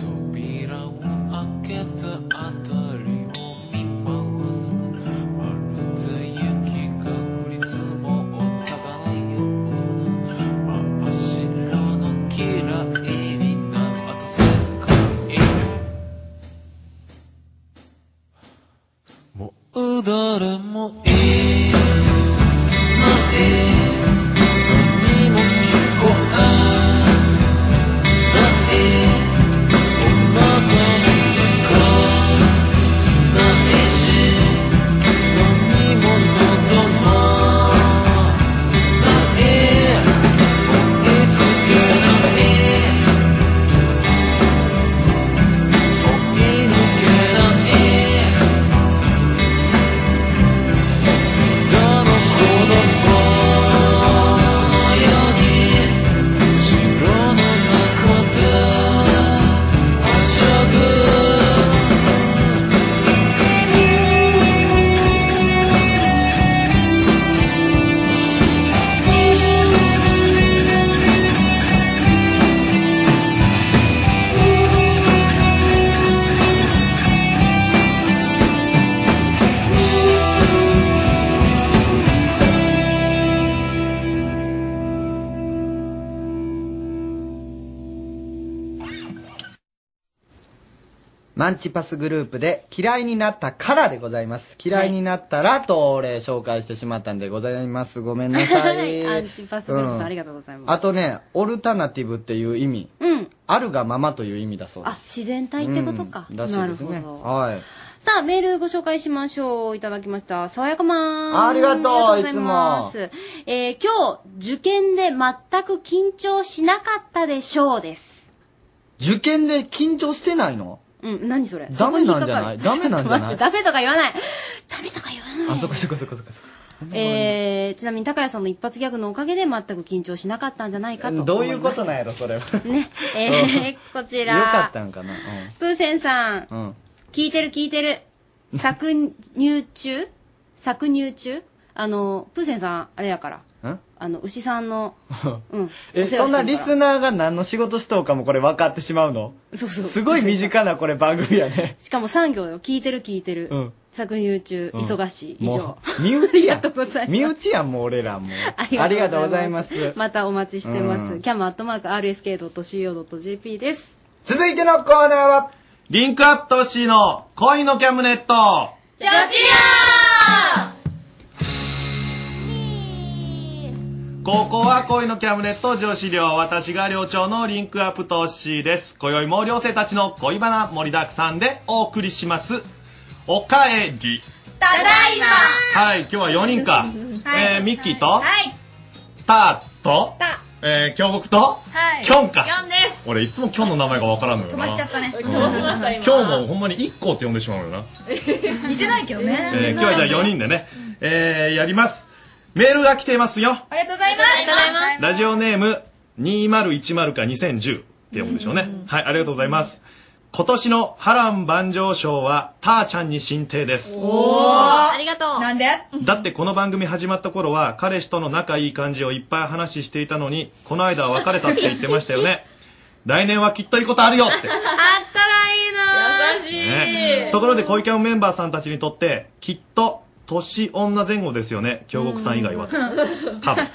扉を開けたあたりを見回すまるで雪が降り積もったかのような真っ白な嫌いになった世界もう誰もいない何も聞こえないない「お腹もすかない」し「何も望まない」「追いつけない」「追い抜けない」「マンチパスグループで嫌いになったからでございます。嫌いになったらと俺紹介してしまったんでございます。ごめんなさい。アンチパスグループさうんんありがとうございます。あとね、オルタナティブっていう意味。うん。あるがままという意味だそうであ、す。自然体ってことか。うんならしいるですほね。ど。はい。さあ、メールご紹介しましょう。いただきました。爽やかまーん。ありがとうありがとうございます。えー、今日、受験で全く緊張しなかったでしょうです。受験で緊張してないのうん、何それ。ダメなんじゃないそこに引っかかるダメなんじゃない ちょっと待ってダメとか言わない。あ、そっかそっかそっかそっかそっえー、ちなみに高谷さんの一発ギャグのおかげで全く緊張しなかったんじゃないかとか。どういうことなんやろ、それは。とえー、こちよかっら、たんかな。プーセンさん、うん。うん。聞いてる聞いてる。搾乳中搾乳中あの、プーセンさん、あれやから。 んあの、牛さんの、うん。え、お世そ話してるかんならリスナーが何の仕事しとうかもこれ分かってしまうのそうそうすごい身近なこれ番組やね。しかも産業よ。聞いてる聞いてる。うん搾乳中、うん忙しい。以上も。う身内や。ご ざいます身内やん、もう俺らもう。ありがとうございまありがとうございす。 またお待ちしてまうす。んキャムアットマーク RSK.CO.JP です。続いてのコーナーは、リンクアップトッシーの恋のキャムネット女子ここは恋のキャムネット上司寮私が寮長のリンクアップトッシーです今宵も寮生たちの恋バナ盛りだくさんでお送りしますおかえりただいまはい今日は4人か、えー、ミッキーと、ターと、えー、京極と、はいキョンかキョンです俺いつもキョンの名前がわからんのよ飛なばしちゃったねうん飛ばしました今今日もほんまに一個って呼んでしまうよな似てないけどね、えー今日はじゃあ4人でね、えーやります。メールが来ていますよ。ありがとうございますありがとうございラジオネーム2010か2010って呼ぶんでしょうね。はい、ありがとうございます。今年の波乱万丈賞はターちゃんに進呈です。おーありがとうなんで だってこの番組始まった頃は彼氏との仲いい感じをいっぱい話していたのに、この間は別れたって言ってましたよ ね。来年はきっといいことあるよって。 あったらいいな優ねところで小池のメンバーさんたちにとってきっと年女前後ですよね京極さん以外は二十、多分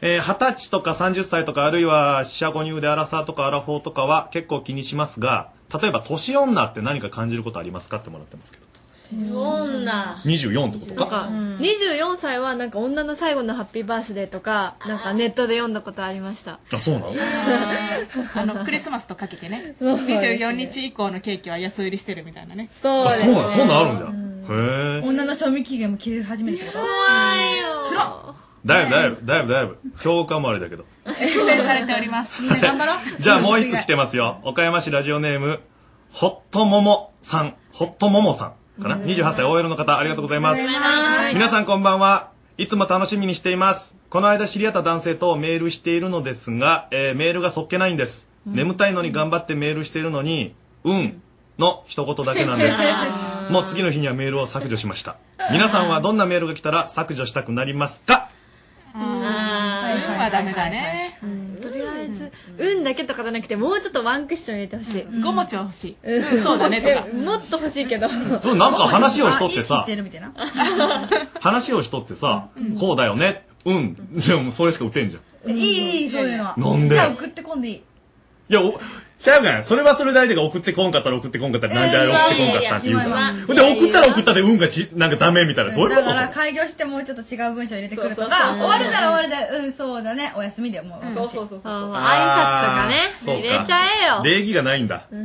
えー20歳とか30歳とかあるいは四捨五入でアラサーとかアラフォーとかは結構気にしますが例えば年女って何か感じることありますかってもらってますけど女24ってことかなんか、24歳はなんか女の最後のハッピーバースデーとかなんかネットで読んだことありましたあそうなのあのクリスマスとかけてねそうですね24日以降のケーキは安売りしてるみたいなねそあそうなのそんなんあるんだ、へえ女の賞味期限も切れ始めるってこと怖いよつらだいぶだいぶだいぶだいぶ京極はもうあれだけどっ粛清されておりますみんな頑張ろう じゃあもう一つ来てますよ。岡山市ラジオネーム、ホットモモさん。ホットモモさんかな ?28 歳 OL の方、ありがとうございます。はい皆さんこんばんは。いつも楽しみにしています。この間知り合った男性とメールしているのですが、えーメールがそっけないんです。眠たいのに頑張ってメールしているのに、うんの一言だけなんです。 もう次の日にはメールを削除しました。皆さんはどんなメールが来たら削除したくなりますか運はダメだねとりあえず、運だけとかじゃなくてもうちょっとワンクッション入れてほしい、五5文字は欲しい、うんうんそうだねとかもっと欲しいけどそうなんか話をしとってさあいい知みたいな話をしとってさ、こうだよね。うん。じゃあもうそれしか打てんじゃん。いいいいそういうのはなんでじゃあ送ってこんでいいいや、お、ちゃうがん。それはそれで相手が送ってこんかったら送ってこんかったら、なんであれ送ってこんかったって言うかいやいやいやいやいら。やいやで、送ったら送ったで運がち、なんかダメみたいな。どういうこだとから開業してもうちょっと違う文章入れてくるとそうそかう終そうわるなら終わるでうんそうだねお休みでもうそうそうそうそう挨拶とかねそうか入れちゃえよ礼儀がないんだ。礼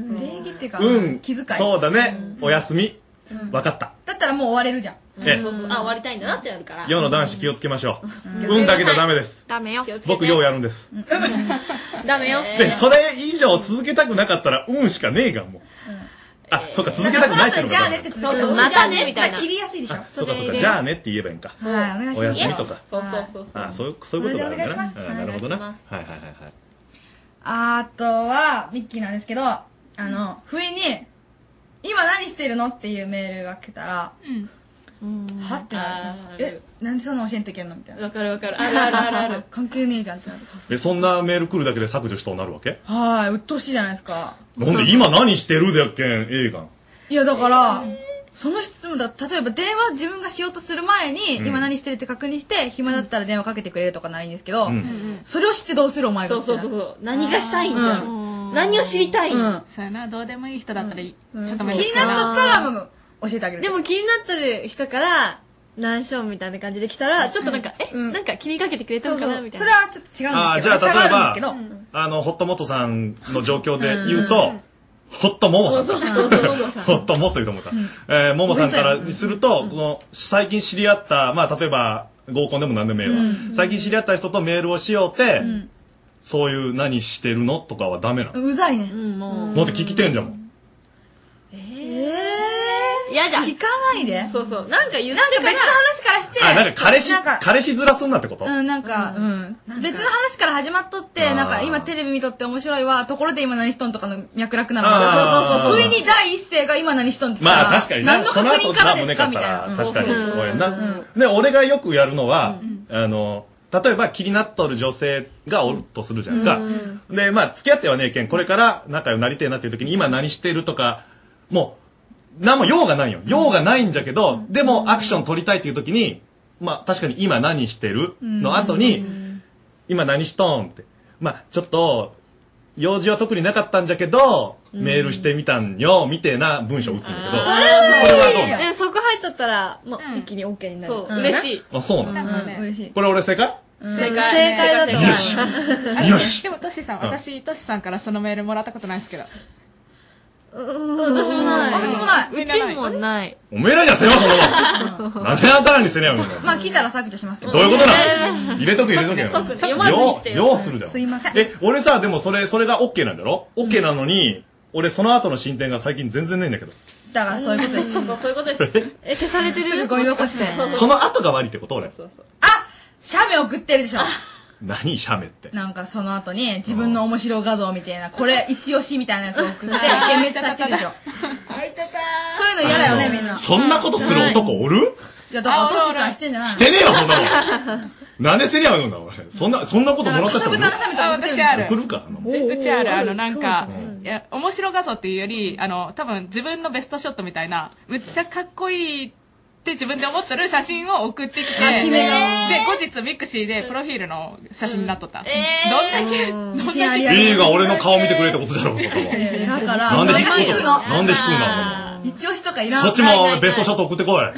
儀っていうかうん。気遣いそうだね。おやすみ。わかった。だったらもう終われるじゃんええそうそうあ終わりたいんだなってやるから世の男子気をつけましょう。運だけじゃダメです。ダメよ僕、ようやるんです。ダメよで、それ以上続けたくなかったら、運しかねえがん、もう。あ、そっか、続けたくないってのがダメだ。続そうそうまたねみたいな切りやすいでしょあそっかそっか、じゃあねって言えばいいんか。はいお願いしますお休みとか。そうそうそうあそういうそういうことがあるんだお願いしますなあなるほどなお願いはしいはいはいはいあとはミッキーなんですけどあの不意に「今何してるの?」っていうメールが来たらはってなるえなんでそんな教えんといけんのみたいなわかるわかるあるあるあるある関係ねえじゃんってなるでそんなメール来るだけで削除しとうなるわけはい鬱陶しいじゃないですかなんで今何してるだっけん映画いやだから、その質問だ例えば電話自分がしようとする前に、うん今何してるって確認して暇だったら電話かけてくれるとかならいいんですけど、うんうんそれを知ってどうするお前がそうそうそうそう何がしたいんだうん何を知りたい、うんそうやなどうでもいい人だったらいい、ちょっと気まあになっとったらもう教えてあげるでも気になってる人から何章みたいな感じで来たらちょっとなんか、えなんか気にかけてくれたのかなみたいなそれはちょっと違ああ、じゃあ例えば、どあの、ホットモトさんの状況で言うと、ホットモモさん。ホットモというと思った。えー、モモさんからすると、この、最近知り合った、まあ、例えば、合コンでも何でもええわうん最近知り合った人とメールをしようって、んそういう何してるのとかはダメなの。うざいねもだって聞きてんじゃん。嫌じゃん聞かないでそうそうなんか言ってなんかか別の話からしてあ、なんか彼氏なんか、彼氏ずらすんなってことうん、なんか、うん。別の話から始まっとって、なんか今テレビ見とって面白いわ、ところで今何しとんとかの脈絡なのあーが、上に第一声が今何しとんって来たらまあ確かにな、何のそ確の後認からなです胸かかっみたたいな。ら確かにうん怖いな。で、俺がよくやるのは、あの、例えば気になっとる女性がおるとするじゃんか。で、まあ付き合ってはねえけん、これから仲良くなりてえなっていう時に今何してるとか、もう、何も用がないよ。用がないんじゃけど、でもアクション取りたいっていう時に、まあ確かに今何してるの後に、今何しとんって。まあちょっと、用事は特になかったんじゃけど、メールしてみたんよ、みてえな文章打つんだけど、これはどうなのえそこ入っとったらもう一気に OK になるそう嬉しいあ、そうなのうん嬉しい。これ俺正解正正解解だと思うよしあよしでもトシさんうん私トシさんからそのメールもらったことないですけどうん私もない私もないうちもないおめえらにはせよ、そんなもん。なんであんたらにせねえよ、みたいまあ聞いたら削除しますけな。ど。どういうことなえのー入れとく入れとくよ。即ね即ね読まずによ来う、てよようするだよ。すいません。え、俺さ、でもそれ、それが OK なんだろ ?OK なのに、俺その後の進展が最近全然ねえんだけど。だからそういうことです。そうそうそういうことですえ消されてるすぐゴミ箱してそうその後が悪いってこと俺。写メ送ってるでしょ。何シャメって。なんかその後に自分の面白画像みたいな、これ一押しみたいなやつ送って、幻滅させてるでしょ。そういうの嫌だよね、みんな。そんなことする男おるいや、だからトシさんしてんじゃないしてねえわそんなもんもん。なんでせねえよ、みたいな俺。そんな、そんなこともらった人おるだからかさぶたの写メとか送ってるでしょあ私ある送るかなえうちあるあのなんかそうじゃいや面白画像っていうよりあの多分自分のベストショットみたいなむっちゃかっこいいって自分で思ってる写真を送ってきてあ決め顔で後日ミクシーでプロフィールの写真になっとった、どんだけ自信ありあり。いいが俺の顔見てくれってことだろ、そこは。だから、なんで引くことのなんで引くんだ一押しとかいらん。そっちもベストショット送ってこい。な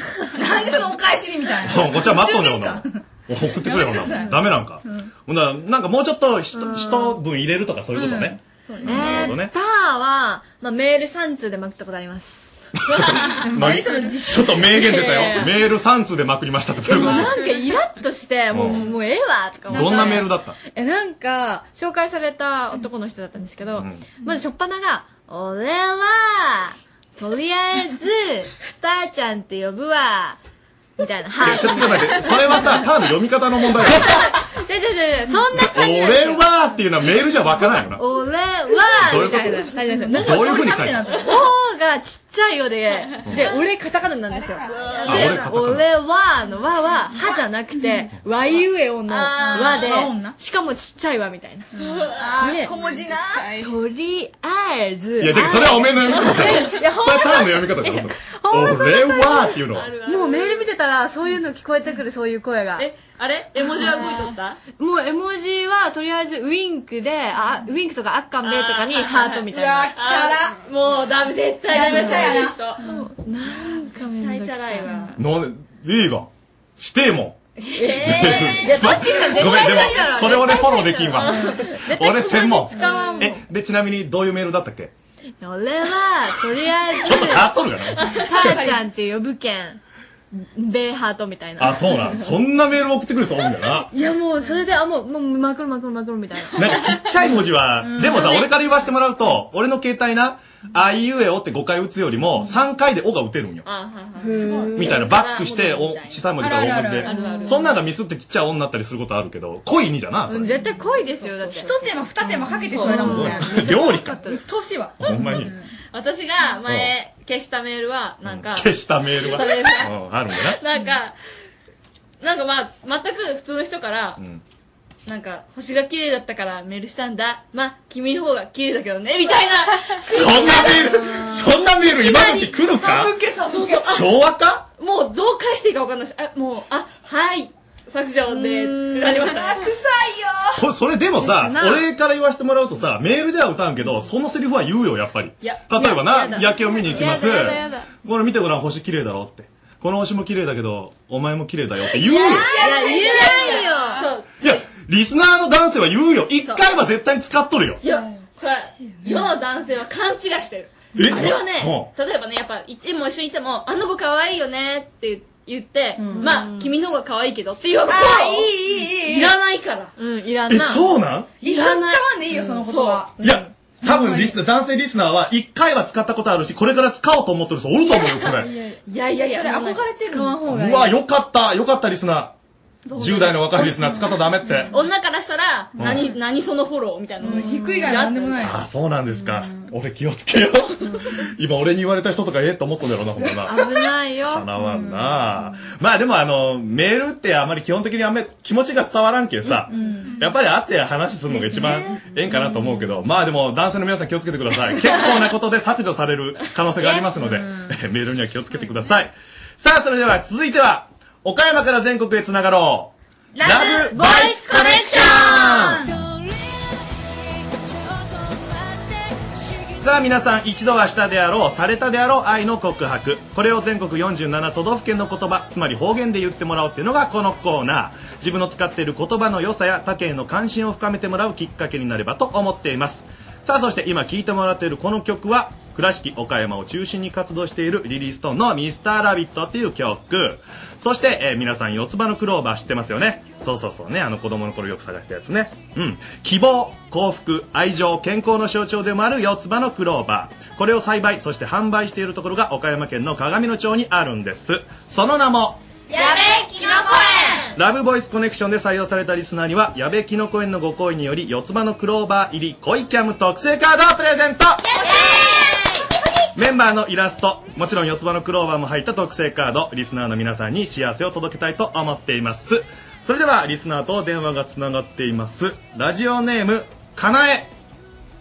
んでそのお返しにみたいな。もうこっちは待っとんねん、ほんならお送ってくれよ、ほんならダメなんか。ほんなら、なんかもうちょっとひと、一分入れるとかそういうことね。そうねなるほどねターは、まあ、メール3通でまくったことあります まあちょっと名言出たよ。メール3通でまくりましたってどういうこなんかイラッとして、もう、うんもうええわととか思って。どんなメールだったえ、なんか、紹介された男の人だったんですけど、まず初っ端が、俺は、とりあえ ず、たーちゃんって呼ぶわ、みたいな。はいやちょ、ちょっと待って、それはさ、ターンの読み方の問題だよ。違う違う違う、そん な感じなんです俺よ。はっていうのはメールじゃわからないよな。俺は、どういみうことたいな感じなんですよ。どういうふうに書いてあるおーがちっちゃいようで、で、俺カタカナなんですよ。で俺カタ、カナ俺は、の和は、はじゃなくて、和ゆえおのあー和で和、しかもちっちゃいわみたいな。あーね小文字な。とりあえず。いや、じゃあそれはおめえの読み方だよ。いや、ほんそれはターンの読み方だよ。と俺はっていうのは。もうメール見てたら、そういうの聞こえてくる、そういう声が。え、あれ絵文字は動いとったもう絵文字は、とりあえず、ウインクで、あ、ウインクとか、あっかんべとかに、ハートみたいな。うわチャラもうダメ絶対ダメやっちゃやなそういう人なんかめんどくさい。絶対チャラいわなんで、いいが。してえもん。ごめえん、でも、それ俺フォローできんわ。 俺専門使わん。もんえ、で、ちなみにどういうメールだったっけ俺は、とりあえず、ちょっと変わっとるよね。母ちゃんって呼ぶけん、ベーハートみたいな。あ、そうなん。そんなメール送ってくる人おるんだな。いやもう、それで、あ、もう、もう、マクロマクロマクロみたいな。なんかちっちゃい文字は、でもさ、俺から言わせてもらうと、俺の携帯な、あいうえおって5回打つよりも、3回でおが打てるんよ。すごいみたいな、バックして、お小さい文字から大文字あるあるあるあで。るそんなんがミスってちっちゃいおになったりすることあるけど、濃いにじゃな、それうん絶対濃いですよ、だって。一手間二手間かけてそれだもんね。料理か。年は。ほんまに。私が前消したメールはなんか消したメールは。消したメールうん、あるんだな。なんかなんかまあ全く普通の人からうんなんか星が綺麗だったからメールしたんだまあ君の方が綺麗だけどねみたい なそんなメール、そんなメール今時来るかそうそうそう昭和かもうどう返していいか分かんないしあもうあはい削除でなりました臭いよこれそれでもさですな俺から言わせてもらうとさメールでは歌うんけどそのセリフは言うよやっぱりいや例えばやだな夜景を見に行きますやだやだやだこれ見てごらん星綺麗だろってこの星も綺麗だけどお前も綺麗だよって言うよいや言わないよいやリスナーの男性は言うよ一回は絶対に使っとるよいやそれ世の男性は勘違いしてるえあれはね例えばねやっぱいても一緒にいても「あの子可愛いよね」って言って、まあ君の方が可愛いけどっていうことあいいいいいいいらないからうんいらえそうなん一生使わんでいいよ、その言葉。いや多分リスナー男性リスナーは一回は使ったことあるしこれから使おうと思ってる人おると思うよこれいやいやいやそれ憧れてるの方がいういわよかったよかったリスナーどう10代の若いリスナー使ったらダメって女からしたらうん何,、何そのフォローみたいな低い以外なんでもないああそうなんですか俺気をつけよう今俺に言われた人とかええと思ったんだろうなほんまな危ないよかなわんな、まあでもあのメールってあまり基本的にあんまり気持ちが伝わらんけさ、やっぱり会って話するのが一番ええんかなと思うけど、まあでも男性の皆さん気をつけてください結構なことで削除される可能性がありますので、 メールには気をつけてくださいさあそれでは続いては岡山から全国へつながろうラブボイスコネクションさあ皆さん一度はしたであろうされたであろう愛の告白これを全国47都道府県の言葉つまり方言で言ってもらおうっていうのがこのコーナー自分の使っている言葉の良さや他県の関心を深めてもらうきっかけになればと思っていますさあそして今聴いてもらっているこの曲は倉敷岡山を中心に活動しているリリー・ストーンの「ミスターラビット」っていう曲そして、えー皆さん四つ葉のクローバー知ってますよねそうそうそうねあの子供の頃よく探したやつねうん希望幸福愛情健康の象徴でもある四つ葉のクローバーこれを栽培そして販売しているところが岡山県の鏡野町にあるんですその名もラブボイスコネクションで採用されたリスナーには矢部きのこ園のご好意により四つ葉のクローバー入り恋キャム特製カードをプレゼントメンバーのイラストもちろん四つ葉のクローバーも入った特製カードリスナーの皆さんに幸せを届けたいと思っていますそれではリスナーと電話がつながっていますラジオネームかなえ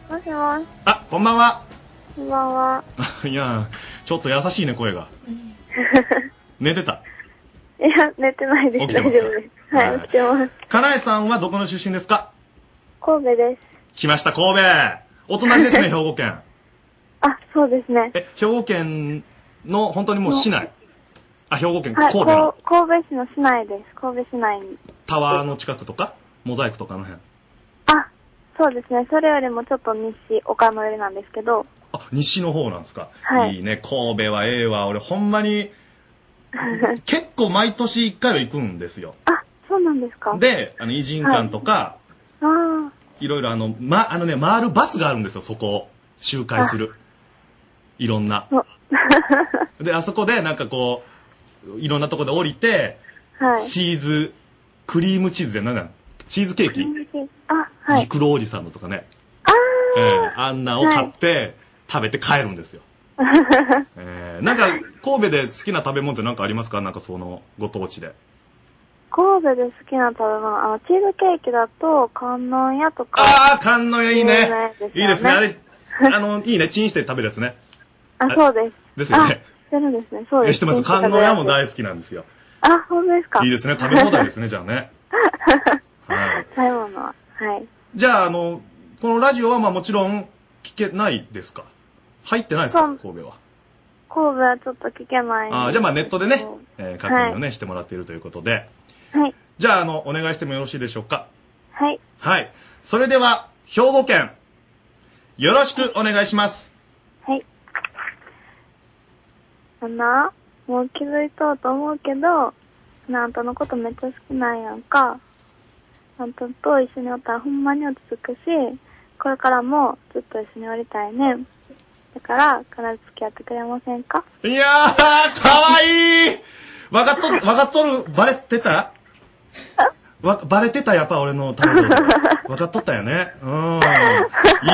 もしもし、あこんばんは こんば んは。いやちょっと優しいね声が寝てたいや、寝てないです。起きてますか大丈夫です。はい、起きてます。かなえさんはどこの出身ですか神戸です。来ました神戸お隣 ですね兵庫県あ、そうですね。え兵庫県の本当にもう市内あ兵庫県はい、神戸のこう神戸市の市内です。神戸市内に。タワーの近くとかモザイクとかの辺あ、そうですね。それよりもちょっと西、丘の上なんですけど。あ西の方なんですか、はいいね神戸はええわ俺ほんま に結構毎年1回は行くんですよそうなんですかであの偉人館とか、ああ、い、ろいろあの,、ま、あのね回るバスがあるんですよそこを周回するいろんな であそこでなんかこういろんなとこで降りて、はい。チーズクリームチーズじゃないなチーズケーキあ、はい。クロおじさんのとかねあ,、ええあんなを買って、食べて帰るん ですよえーなんか神戸で好きな食べ物って何かありますかなんかそのご当地で神戸で好きな食べ物、あの、チーズケーキだと、観音屋とか。ああ観音屋いいねねいいですねあれあのいいねチンして食べるやつね あ、そうです。ですよね知ってるんですね。そうえです。知ってます新観宿音屋も食べるや大好きなんですよつあ、本当ですかいいですね食べ放題ですねじゃあね 食べ物は。はい。じゃああのこのラジオはまあもちろん聞けないですか入ってないですかそう神戸は神戸はちょっと聞けない。あーじゃあまあネットでね、えー確認をね、してもらっているということで、はい。じゃああのお願いしてもよろしいでしょうかはい。はいそれでは兵庫県よろしくお願いしますあんな、もう気づいとうと思うけど、なあんたのことめっちゃ好きなんやんか。あんたと一緒におったらほんまに落ち着くし、これからもずっと一緒におりたいねん。だから、必ず付き合ってくれませんかいやーかわいいわかっとるわかっとるバレてたわバレてたやっぱ俺の態度わかっとったよねうん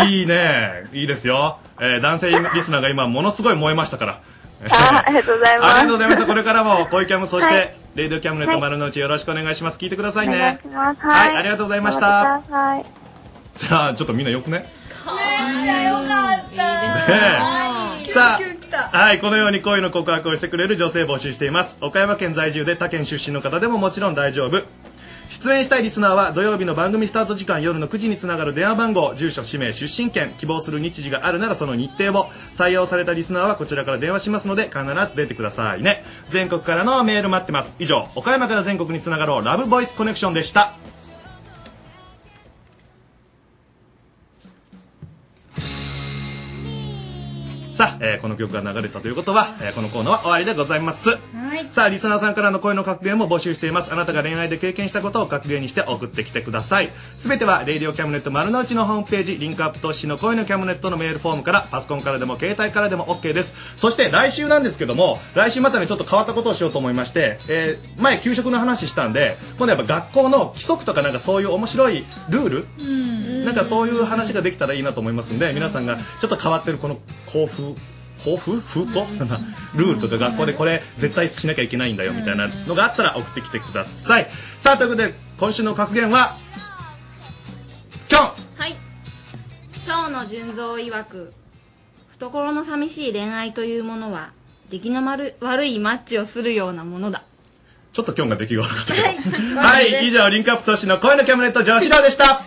いいねいいですよ、えー男性リスナーが今ものすごい燃えましたからあありがとうございます。ありがとうございます。これからも、恋キャム、そして、はいレイディオキャムネット丸の内よろしくお願いします。聞いてくださいお願いねし。ます。はいありがとうございました頑張ってください。さあ、ちょっとみんなよくね。めっちゃよかった。ねえさあ救急来た。はい、このように恋の告白をしてくれる女性募集しています。岡山県在住で他県出身の方でももちろん大丈夫。出演したいリスナーは土曜日の番組スタート時間夜の9時につながる電話番号住所氏名出身県希望する日時があるならその日程を採用されたリスナーはこちらから電話しますので必ず出てくださいね全国からのメール待ってます以上岡山から全国につながろうラブボイスコネクションでしたさあ、えーこの曲が流れたということは、えーこのコーナーは終わりでございますはいさあ、リスナーさんからの声の格言も募集しています。あなたが恋愛で経験したことを格言にして送ってきてください。すべては、レイディオキャムネット丸の内のホームページ、リンクアップ投資の恋のキャムネットのメールフォームから、パソコンからでも携帯からでも OK です。そして来週なんですけども、来週またね、ちょっと変わったことをしようと思いまして、えー前給食の話したんで、今度やっぱ学校の規則とかなんかそういう面白いルールうんなんかそういう話ができたらいいなと思いますんで、皆さんがちょっと変わってるこの校風、校風風と ルールとか学校でこれ絶対しなきゃいけないんだよみたいなのがあったら送ってきてください。さあ、ということで今週の格言は、はい小野純三曰く懐の寂しい恋愛というものは出来の丸悪いマッチをするようなものだちょっと今日が出来が悪 かった。はい、以上、リンクアップ投資の声のキャムネット上司郎でした。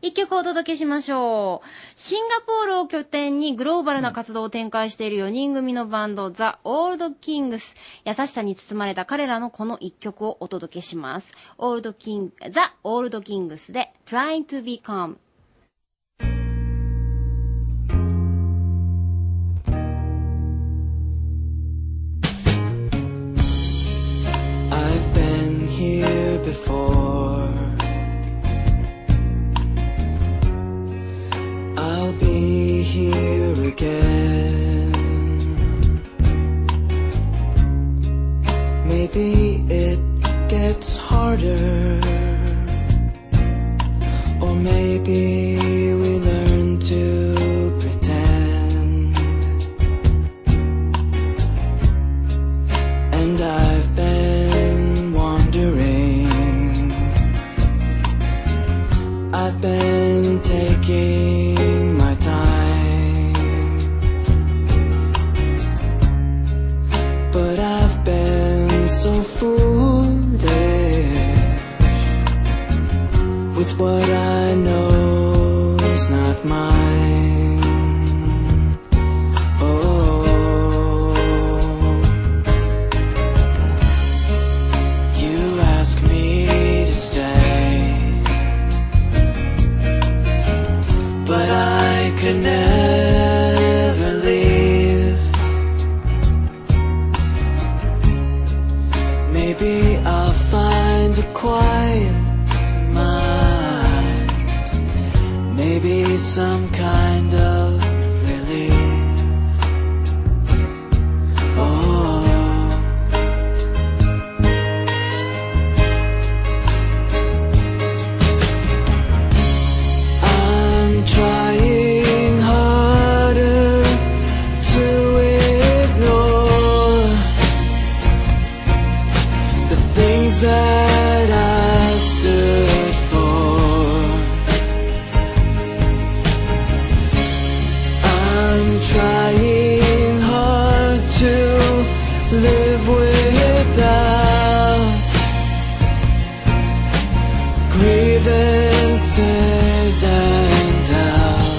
一曲お届けしましょう。シンガポールを拠点にグローバルな活動を展開している4人組のバンド、ザ・オールド・キングス。優しさに包まれた彼らのこの一曲をお届けします。オールド・キング、ザ・オールド・キングスで、Trying to Be Calm。 I've been here before. I'll be here again. Maybe it gets harder. Or maybe we learn to pretend. And I've been wandering. I've been taking my time. But I've been so foolish with what I know's not mine. Oh. You ask me to stay, but I could never leave. Maybe I'll find a quiet mind, maybe some kind of relief. Oh. I'm trying harder to ignore the things that I stood for. I'm trying hard to live without grievances and doubt.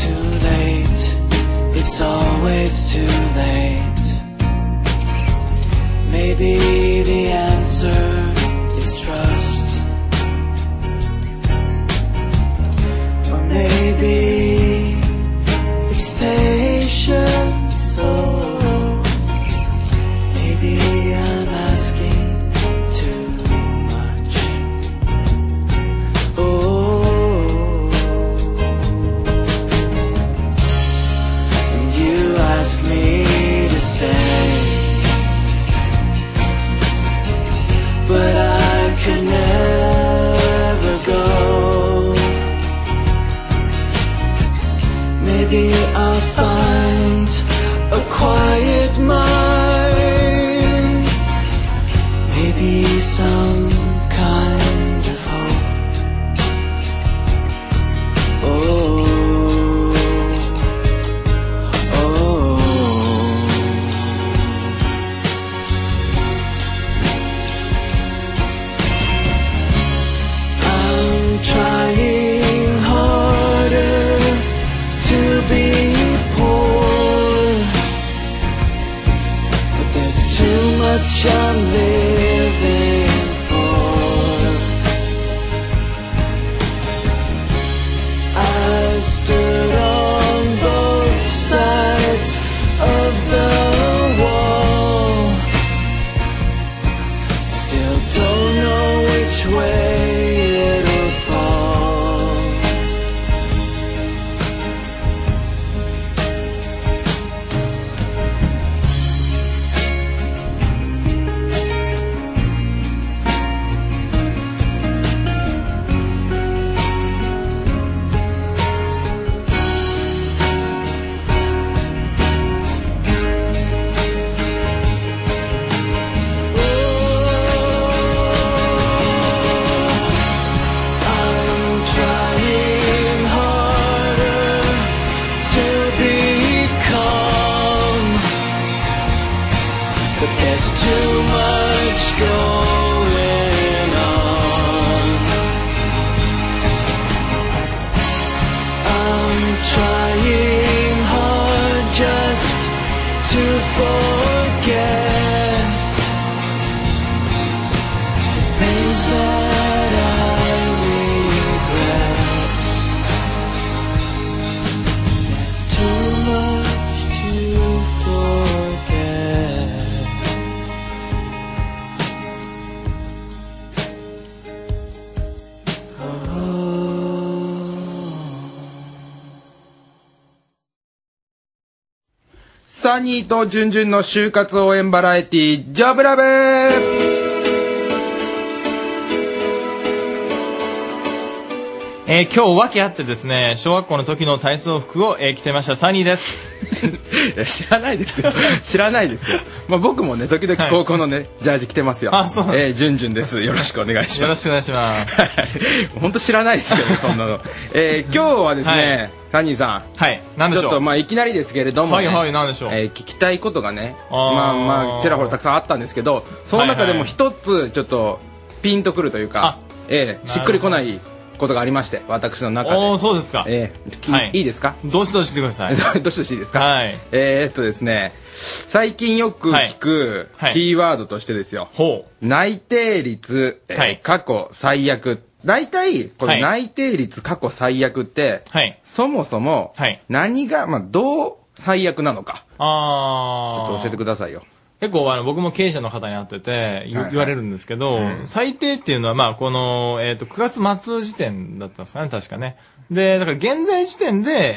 Too late, it's always too late. Maybe the answer is trust. Or maybe it's patience. Oh, maybe I'm asking too much. Oh, and you ask me to stay, but I could never go. Maybe I'll find a quiet minds. Maybe some kind of hope. Oh, oh. I'm trying harder to be poor. But there's too much I'm living for. I stood on both sides of the wall. Still don't know which way it'll fall. I'm trying harder to be calm, but there's too much going on. I'm trying hard just to forget things that I regret. There's too much to forget. サニーとジュンジュンの就活応援バラエティジョブラブえー今日訳あってですね、小学校の時の体操服を、えー着てましたサニーです。知らないですよ。知らないですよ。まあ僕もね、時々高校のね、ジャージ着てますよ。あそうなんですえー、ジュンジュンです。よろしくお願いします。よろしくお願いします。 本当知らないですけど、そんなの。えー、今日はですね、サニーさん。はい。何でしょうちょっとまあいきなりですけれどもね、はいはい何でしょう。えー、聞きたいことがね、まあまあ、ちちらほらたくさんあったんですけど、その中でも一つちょっとピンとくるというか、えーしっくりこないことがありまして、私の中で。おー、そうですか。えきはいいいですかどしどし来てください。 どしどしいいですかはい。えーっとですね、最近よく聞くはいはいキーワードとしてですよ。内定率、えー過去最悪。大体、こはのい内定率過去最悪って、そもそも、何が、まあ、どう最悪なのか。あちょっと教えてくださいよ。結構あの僕も経営者の方に会ってて言,、はいはい言われるんですけど、最低っていうのはまあこの、えー、と9月末時点だったんですかね確かねでだから現在時点で、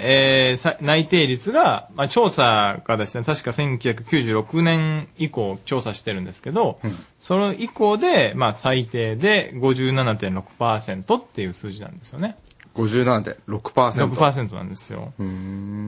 えーさ内定率が、まあ、調査がですね確か1996年以降調査してるんですけど、その以降で、まあ、最低で57.6%っていう数字なんですよね57.6%。 6%なんですよ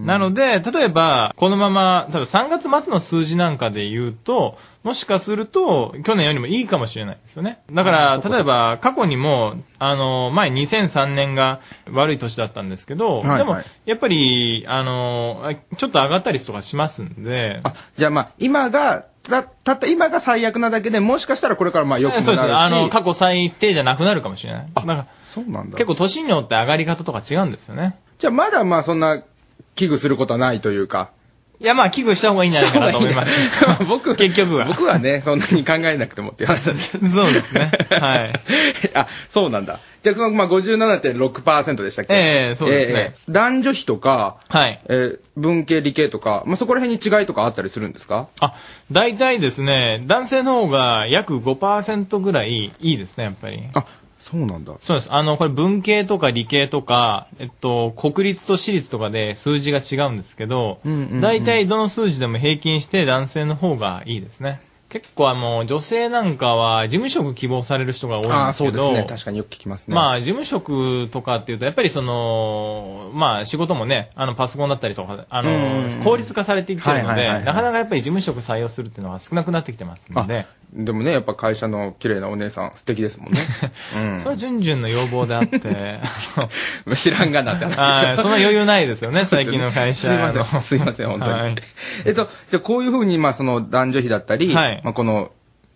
なので、例えば、このまま、多分3月末の数字なんかで言うと、もしかすると、去年よりもいいかもしれないですよね。だから、例えば、過去にも、あの、前2003年が悪い年だったんですけど、はいはいでも、やっぱり、あの、ちょっと上がったりとかしますんで、じゃあまあ、今が、たたった今が最悪なだけで、もしかしたらこれからまあ良くもなるし。そうですね。あの、過去最低じゃなくなるかもしれない。だからそうなんだ。結構年によって上がり方とか違うんですよね。じゃあまだまあそんな危惧することはないというか。いや、まあ、危惧した方がいいんじゃないかなと思います。 僕、結局は。僕はね、そんなに考えなくてもっていう話なんですそうですね。はい。 あ、そうなんだ。じゃあ、その、まあ、57.6%でしたっけええそうですねえ男女比とか、はい。えー文系、理系とか、まあ、そこら辺に違いとかあったりするんですかあ、大体ですね、男性の方が約5%ぐらいいいですね、やっぱり。あ、そうなんだ。そうです。あの、これ文系とか理系とか、えっと、国立と私立とかで数字が違うんですけど、うんうんうん大体どの数字でも平均して男性の方がいいですね。結構あの、女性なんかは事務職希望される人が多いんですけど。ああ、そうですね。確かによく聞きますね。まあ、事務職とかっていうと、やっぱりその、まあ、仕事もね、あの、パソコンだったりとか、あのうん、効率化されていってるのはいはいはいはで、いなかなかやっぱり事務職採用するっていうのは少なくなってきてますので、でもね、やっぱ会社の綺麗なお姉さん、素敵ですもんね。う んそれはジュンジュンの要望で あって、知らんがなって話はいその余裕ないですよね最近の会社すいませのん、すいません、本当に。はいえっと、じゃあこういうふうに、まあ、その男女比だったり、はいまあ、この、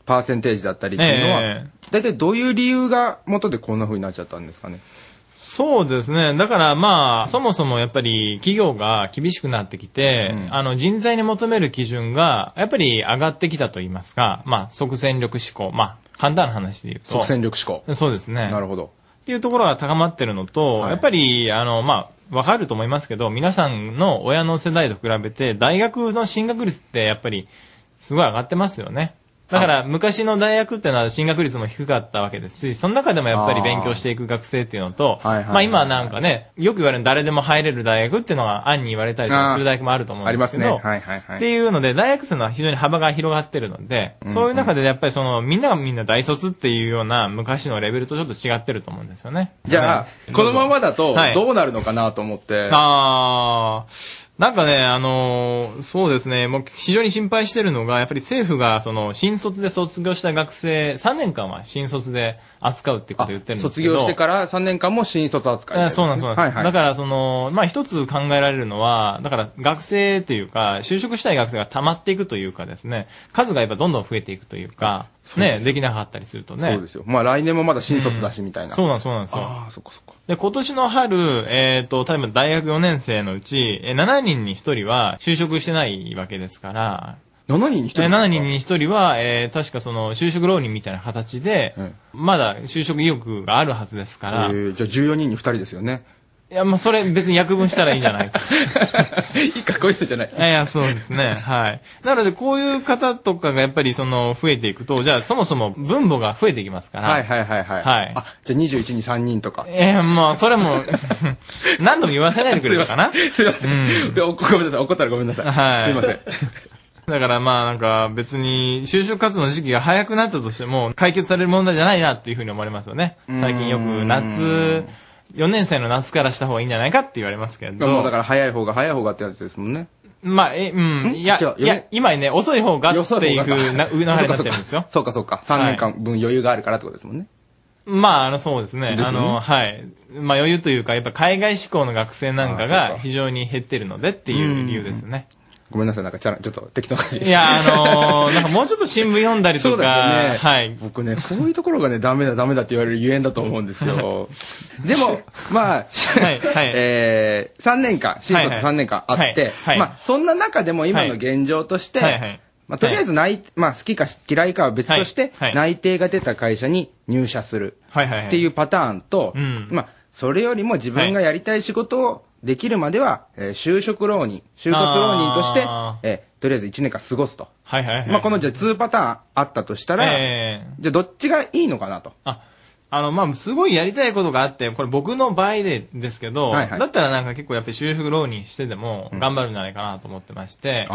パーセンテージだったりっていうのは、え大体どういう理由が元でこんなふうになっちゃったんですかね。そうですね。だからまあ、そもそもやっぱり企業が厳しくなってきて、あの人材に求める基準がやっぱり上がってきたと言いますか、まあ即戦力志向、まあ簡単な話で言うと。即戦力志向。そうですね。なるほど。っていうところが高まってるのと、やっぱり、あの、まあ、わかると思いますけど、皆さんの親の世代と比べて、大学の進学率ってやっぱり、すごい上がってますよね。だから、昔の大学ってのは進学率も低かったわけですし、その中でもやっぱり勉強していく学生っていうのと、はいはいはいまあ今はなんかね、よく言われる誰でも入れる大学っていうのが暗に言われたりとかする大学もあると思うあんりでますすけね。はど、いはいはっい。ていうので、大学生のは非常に幅が広がってるので、うんそういう中でやっぱりその、みんながみんな大卒っていうような昔のレベルとちょっと違ってると思うんですよね。じゃあ、このままだとはい、どうなるのかなと思って。あーなんかね、あのーそうですね、もう非常に心配してるのが、やっぱり政府が、その、新卒で卒業した学生、3年間は新卒で扱うってことを言ってるんです卒けど。業してから3年間も新卒扱い、あそうなんです、そうなんです。はいはい。だから、その、まあ、一つ考えられるのは、だから、学生というか、就職したい学生が溜まっていくというかですね、数がやっぱどんどん増えていくというか、そうでね、すできなかったりするとね。そうですよ。まあ来年もまだ新卒だしみたいな。そうなんですそうなんですよ。ああ、そっかそっか。で、今年の春、えっ、と、例えば大学4年生のうち、えー7人に1人は就職してないわけですから、 7人に1人えー ?7 人に1人は、えー確かその、就職浪人みたいな形で、まだ就職意欲があるはずですから、えーじゃあ14人に2人ですよね。いや、まあ、それ別に約分したらいいんじゃないか。 いいか、こういうのじゃないですいやいや、そうですね。はい。なので、こういう方とかがやっぱりその、増えていくと、じゃあ、そもそも分母が増えていきますから。はいはいはいはい。はい。あ、じゃあ21に3人とか。ええまあ、それも、 何度も言わせないでくれるかな。 すいません。いやおごめんなさい。怒ったらごめんなさい。はい。すいません。。だからまあなんか別に就職活動の時期が早くなったとしても解決される問題じゃないなっていうふうに思われますよね。最近よく夏、4年生の夏からした方がいいんじゃないかって言われますけど。もうだから早い方が早い方がってやつですもんね。まあ、え、うん。いやじゃあ、いや、今ね、遅い方がっていう遅い方 なが流れになってるんですよ。そうかそうか。3年間分余裕があるからってことですもんね。まあ、あの、そうですね。ですよあねの、はい。まあ余裕というか、やっぱ海外志向の学生なんかあそうがか非常に減ってるのでっていう理由ですね。ごめんなさい。なんかチャラ、ちょっと適当な感じでいや、あのーなんかもうちょっと新聞読んだ りそうとだよか、ね。はい。僕ね、こういうところがね、ダメだダメだって言われるゆえんだと思うんですよ。でも、まあ、 えー、3年間、新卒3年間あって、はいはいまあ、そんな中でも今はのい現状として、はいはいまあ、とりあえず内、まあ、好きか嫌いかは別として、はいはい内定が出た会社に入社するはいはいはいっていうパターンと、うんまあ、それよりも自分がやりたい仕事をできるまでは、えー就職浪人、就活浪人としてあ、えーとりあえず1年間過ごすと。はいはいはい。まあ、このじゃあ2パターンあったとしたら、ええじゃあどっちがいいのかなと。あの、まあ、すごいやりたいことがあって、これ僕の場合でですけど、はいはいだったらなんか結構やっぱり修復浪人してでも頑張るんじゃないかなと思ってまして、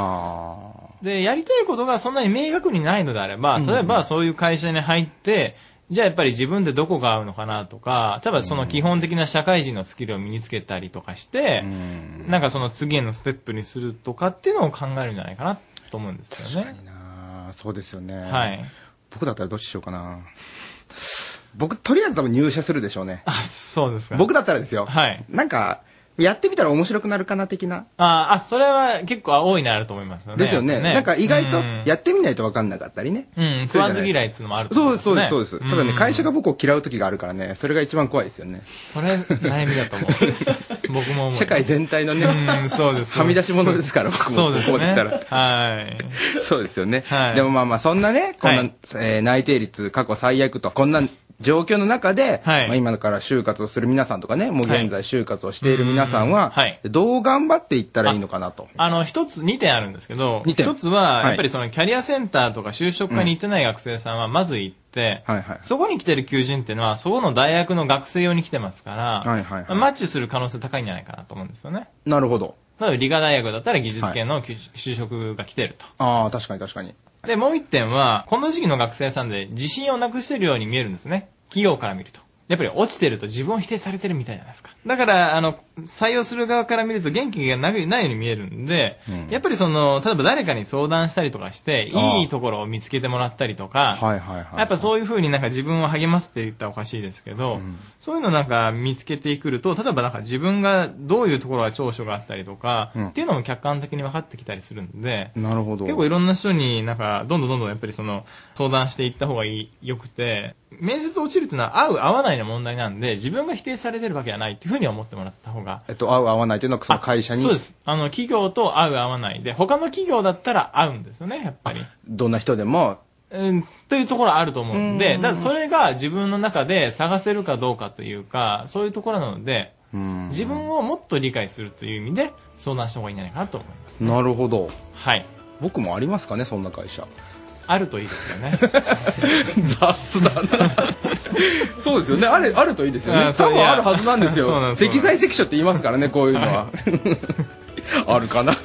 で、やりたいことがそんなに明確にないのであれば、うん例えばそういう会社に入って、じゃあやっぱり自分でどこが合うのかなとか、例えばその基本的な社会人のスキルを身につけたりとかして、なんかその次へのステップにするとかっていうのを考えるんじゃないかなと思うんですよね。ああ、そうですよね。はい。僕だったらどっちしようかな。僕、とりあえず多分入社するでしょうね。あ、そうですか。僕だったらですよ。はい。なんか、やってみたら面白くなるかな的な。あーあ、それは結構多いなると思いますよね。ですよね。なんか意外とうんやってみないと分かんなかったりね。うん、そう食じゃわなずです嫌いっつうのもあるとそう思でいす、ますそうねです、そうです。ただね、会社が僕を嫌う時があるからね、それが一番怖いですよね。それ、悩みだと思う。僕も思う。社会全体のねうん、そうです。はみ出し物ですから、僕も。そうですこうでね。ったら。はい。そうですよね。でもまあまあ、そんなね、こんな、はいえー内定率過去最悪と、こんな状況の中で、はいまあ、今から就活をする皆さんとかね、もうはい現在就活をしている皆さんは、どう頑張っていったらいいのかなと。あの、一つ、二点あるんですけど、二点一つはは、いやっぱりそのキャリアセンターとか就職課に行ってない学生さんは、まず行って、そこに来てる求人っていうのは、そこの大学の学生用に来てますから、はいはいはいマッチする可能性高いんじゃないかなと思うんですよね。なるほど。例えば理科大学だったら技術系の求就職が来てると。ああ、確かに確かに。で、もう一点は、この時期の学生さんで自信をなくしてるように見えるんですね。企業から見ると。やっぱり落ちてると自分を否定されてるみたいじゃないですか。だから、あの、採用する側から見ると元気がなくないように見えるんで、やっぱりその、例えば誰かに相談したりとかして、ああいいところを見つけてもらったりとか、はいはいはい。やっぱそういうふうになんか自分を励ますって言ったらおかしいですけど、そういうのなんか見つけてくると、例えばなんか自分がどういうところが長所があったりとか、うんっていうのも客観的に分かってきたりするんで、なるほど。結構いろんな人になんか、どんどんどんどんやっぱりその、相談していった方がいい、良くて、面接落ちるっていうのは合う合わないの問題なんで、自分が否定されてるわけじゃないっていうふうに思ってもらった方が。えっと、合う合わないというのは、その会社に。そうです。あの、企業と合う合わないで、他の企業だったら合うんですよね、やっぱり。どんな人でも、うん、というところはあると思うんで、うんだからそれが自分の中で探せるかどうかというか、そういうところなので、うん。自分をもっと理解するという意味で相談した方がいいんじゃないかなと思います。なるほど。はい。僕もありますかね、そんな会社。あるといいですよね。 雑だな。そうですよね。ある、あるといいですよあね。そ多うい分やあるはずなんですよ。そうなんです石材関所って言いますからね、こういうのは。 ある かな。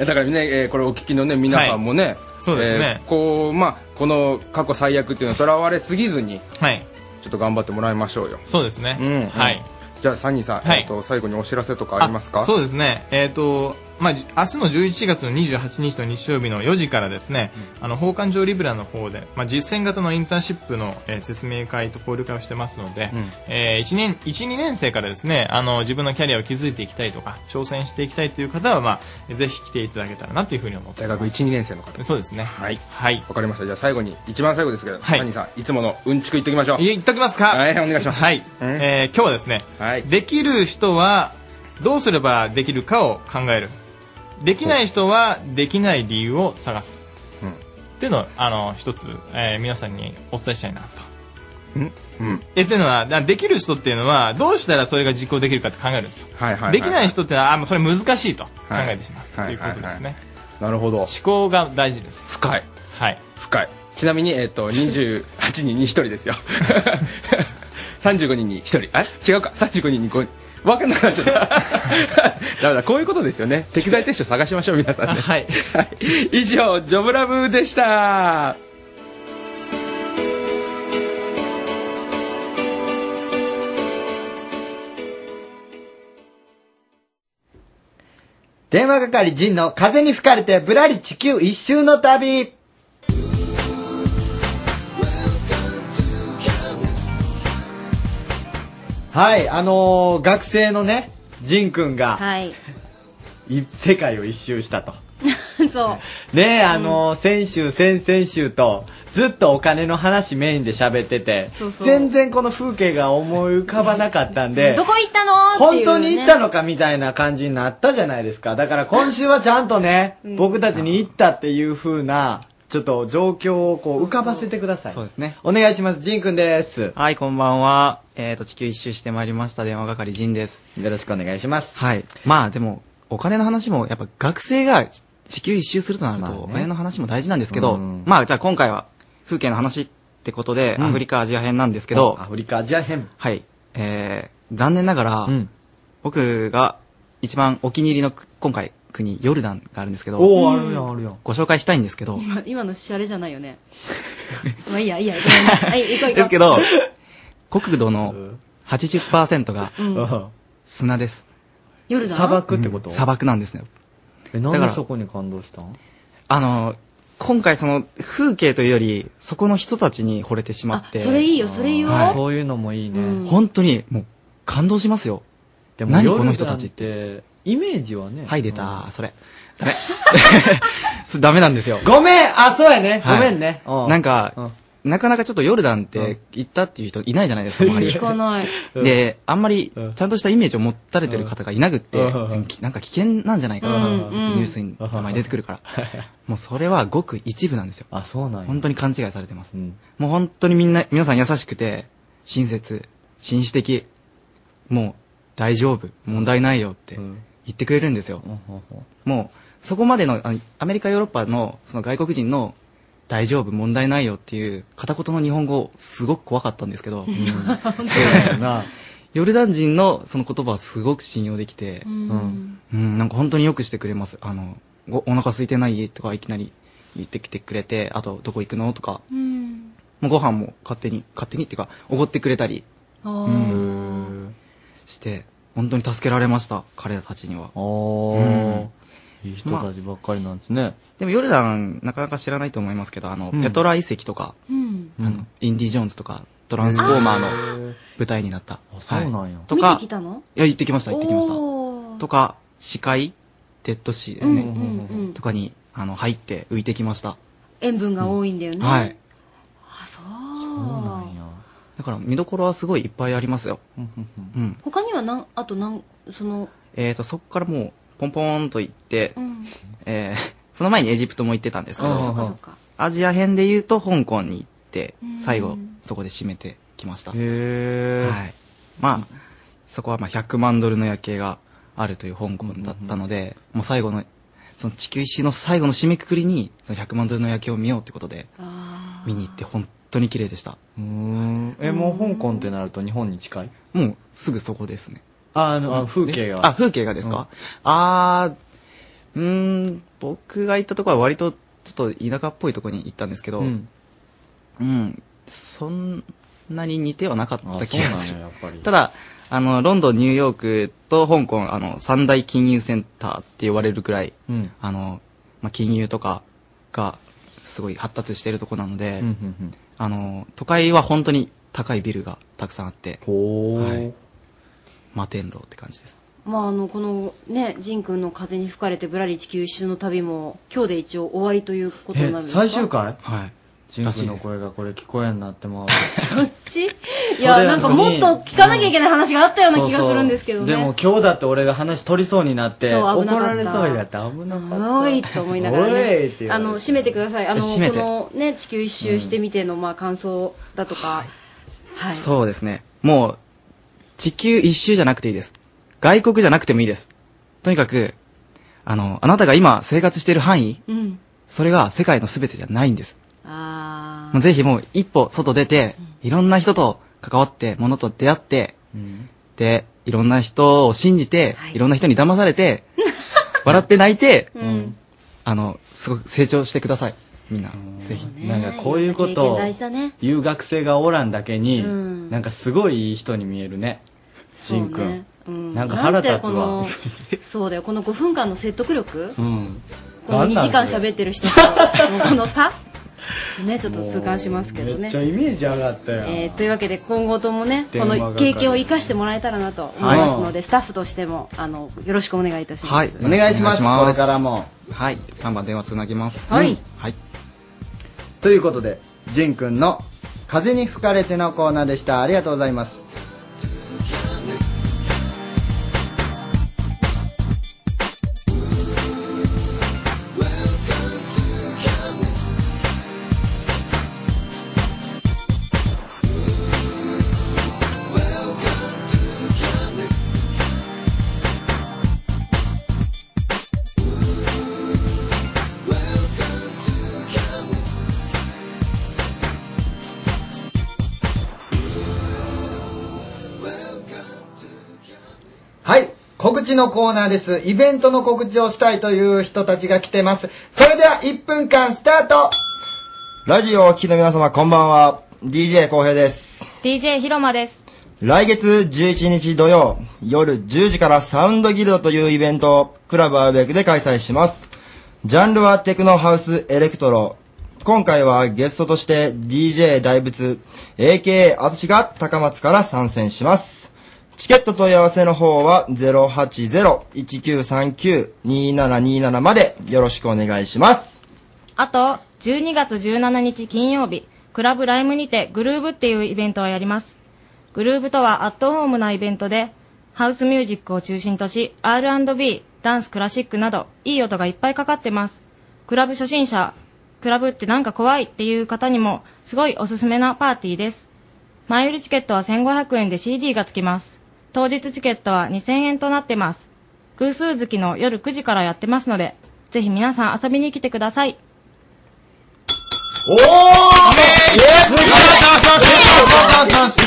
だからね、えーこれお聞きのね、皆さんもね、そうですねえーこう、まあ、この過去最悪っていうのにとらわれすぎずに、はい。ちょっと頑張ってもらいましょうよ。そうですね。うん。はい。じゃあ、サニーさん、はいえっと、最後にお知らせとかありますかそうでですね。えっ、と、まあ、じ明日の11月の28日の日曜日の4時からですね、あの、宝冠城リブラの方で、まあ、実践型のインターンシップの、えー説明会と交流会をしてますので、うんえ1年、1、2年生からですね、あの、自分のキャリアを築いていきたいとか、挑戦していきたいという方は、まあ、ぜひ来ていただけたらなというふうに思って大います。学1、2年生の方。そうですね。はい。はい。わかりました。じゃあ、最後に、一番最後ですけど、サニーさん、いつものうんちく言ってきましょう。いっときますかはい、お願いします。はい。えー今日はですね、できる人はどうすればできるかを考えるできない人はできない理由を探す、うんっていうのをあの一つ、えー皆さんにお伝えしたいなと。うん。えっていうのはだできる人っていうのはどうしたらそれが実行できるかって考えるんですよ、はいはいはいできない人ってのはあもうそれ難しいと考えてしまう、はいということですね、はいはいなるほど。思考が大事です。深い。はい。深い。ちなみに、えっと、28人に1人ですよ。35人に1人。あ違うか。35人に5人。わかんなくなっちゃった。 だめだ、こういうことですよね。適材適所探しましょう、皆さんね。はい。以上、ジョブラブでした。 電話係陣の風に吹かれてぶらり地球一周の旅はい、あのー学生のね、ジンくんが、 はい。い世界を一周したと。そう。ねえ、あのー先週、先々週と、ずっとお金の話メインで喋ってて、そうそう全然この風景が思い浮かばなかったんで、どこ行ったのってい本う、ね。当に行ったのかみたいな感じになったじゃないですか。だから今週はちゃんとね、うん僕たちに行ったっていう風な、ちょっと状況をこう浮かばせてください。そうですね。お願いします。ジンくんです。はい、こんばんは。えっ、と、地球一周してまいりました。電話係、ジンです。よろしくお願いします。はい。まあ、でも、お金の話も、やっぱ学生が地球一周するとなると、お金の話も大事なんですけど、うんまあ、じゃあ今回は、風景の話ってことで、うんアフリカアジア編なんですけど、アフリカアジア編。はい。えー、残念ながら、僕が一番お気に入りの、今回、国、ヨルダンがあるんですけど、おーあるやんあるやん。ご紹介したいんですけど、今、今のシャレじゃないよ ね。まあいいや、いいや、ごめんはい、行こう行こう。ですけど、国土の80%がうん砂です。夜だなうん砂漠なんですね。え、なんだかでらそこに感動したんあの、今回その風景というより、そこの人たちに惚れてしまって。それいいよ、それ言おう。はいそういうのもいいね。本当に、もう、感動しますよ。でも何この人たちっヨルダンって。イメージはね。はい、出た、それ。ダメ。 それダメなんですよ。ごめんあ、そうやね。ごはいめんね。うなんか、なかなかちょっとヨルダンって行ったっていう人いないじゃないですか、周り聞かない。で、あんまりちゃんとしたイメージを持たれてる方がいなくって、うんなんかなんか危険なんじゃないかとか、うんうんニュースに名前出てくるから。もうそれはごく一部なんですよ。あ、そうなん本当に勘違いされてます。もう本当にみんな、皆さん優しくて、親切、紳士的、もう大丈夫、問題ないよって言ってくれるんですよ。もう、そこまでの、あのアメリカ、ヨーロッパの、その外国人の、大丈夫、問題ないよっていう、片言の日本語、すごく怖かったんですけど、 ヨルダン人のその言葉はすごく信用できて、うんうんなんか本当によくしてくれます。あの、ごお腹空いてないとかいきなり言ってきてくれて、あと、どこ行くのとか、うんもうご飯も勝手に、勝手にっていうか、おごってくれたりあーうんして、本当に助けられました、彼らたちには。いい人たちばっかりなんですね。でもヨルダン、なかなか知らないと思いますけど、あの、うんペトラ遺跡とか、うんあの、インディ・ジョーンズとか、トランスフォーマーの舞台になった。そうなんやはいとか、見てきたのいや、行ってきました、行ってきましたおー。とか、死海、デッドシーですね。うんうんうんとかに、あの、入って浮いてきました。塩分が多いんだよね。はい。あ、そう。だから、見どころはすごいいっぱいありますよ。うん。他にはなん、あとなん、その、えーと、そこからもう、ポンポンと行って、うん。えー その前にエジプトも行ってたんですけあーそっかそっど、アジア編で言うと香港に行って、最後、そこで締めてきました。はい。まあ、そこはまあ100万ドルの夜景があるという香港だったので、もう最後の、その地球史の最後の締めくくりに、その100万ドルの夜景を見ようってことで、見に行って本当に綺麗でした。うん。え、もう香港ってなると日本に近いもうすぐそこですね。あ、あの、あうん風景えが。あ、風景がですか、あー、うーん、僕が行ったところは割とちょっと田舎っぽいところに行ったんですけど、ううんん、そんなに似てはなかった気がすあそるうなんややっぱり。ただ、あの、ロンドン、ニューヨークと香港、あの、三大金融センターって呼ばれるくらい、うんあの、まあ、金融とかがすごい発達しているところなので、うんうんうんあの、都会は本当に高いビルがたくさんあって、はい、摩天楼って感じです。まあ、あの、このね、ジン君の風に吹かれてぶらり地球一周の旅も、今日で一応終わりということになるんですか最終回はい。ジンクの声がこれ聞こえんなってもう。そっちいそれや、ななんんかかにもっと聞かなきゃいけない話があったような気がするんですけどね。そうそうでも今日だって俺が話取りそうになって、そう怒危なかったられそうになって危なかっおいと思いながらおいっねて言われてあの締めてくださいあのこ締めてのね地球一周してみての、まあ感想だとか、はいそうですね。もう、地球一周じゃなくていいです。外国じゃなくてもいいです。とにかく、あの、あなたが今生活している範囲、うんそれが世界の全てじゃないんです。あもうぜひもう一歩外出て、いろんな人と関わって、ものと出会って、で、いろんな人を信じて、い、ろんな人に騙され て、笑って泣いて、あの、すごく成長してください。みんな、ぜひ。なんかこういうこ経と験を大事だね言う学生がおらんだけに、うんなんかすごいいい人に見えるね。ジンくん。うんなんか腹立つなんわて。このそうだよこの5分間の説得 力うん。この2時間っ喋ってる人ともうこの差ねちょっと痛感しますけどめねっちゃイメージ上がったよ。えーというわけで今後ともねこ電話の係経験を生かしてもらえたらなと思いますので、スタッフとしてもあのよろしくお願いいたします、はい、お願いしますこれからも。はい、看板電話つなぎます。はいはい。ということで、ジンくんの風に吹かれてのコーナーでした。ありがとうございます。はい。告知のコーナーです。イベントの告知をしたいという人たちが来てます。それでは1分間スタートラジオをお聞きの皆様こんばんは。DJ 浩平です。 DJ ひろまです。来月11日土曜夜10時からサウンドギルドというイベントをクラブアウェイクで開催します。ジャンルはテクノハウスエレクトロ。今回はゲストとして DJ 大仏 AKA あつしが高松から参戦します。チケット問い合わせの方は080-1939-2727までよろしくお願いします。あと、12月17日金曜日、クラブライムにてグルーブっていうイベントをやります。グルーブとはアットホームなイベントで、ハウスミュージックを中心とし、R&B、ダンスクラシックなど、いい音がいっぱいかかってます。クラブ初心者、クラブってなんか怖いっていう方にも、すごいおすすめなパーティーです。前売りチケットは1500円で CD がつきます。当日チケットは2000円となってます。偶数月の夜9時からやってますので、ぜひ皆さん遊びに来てください。おーイエス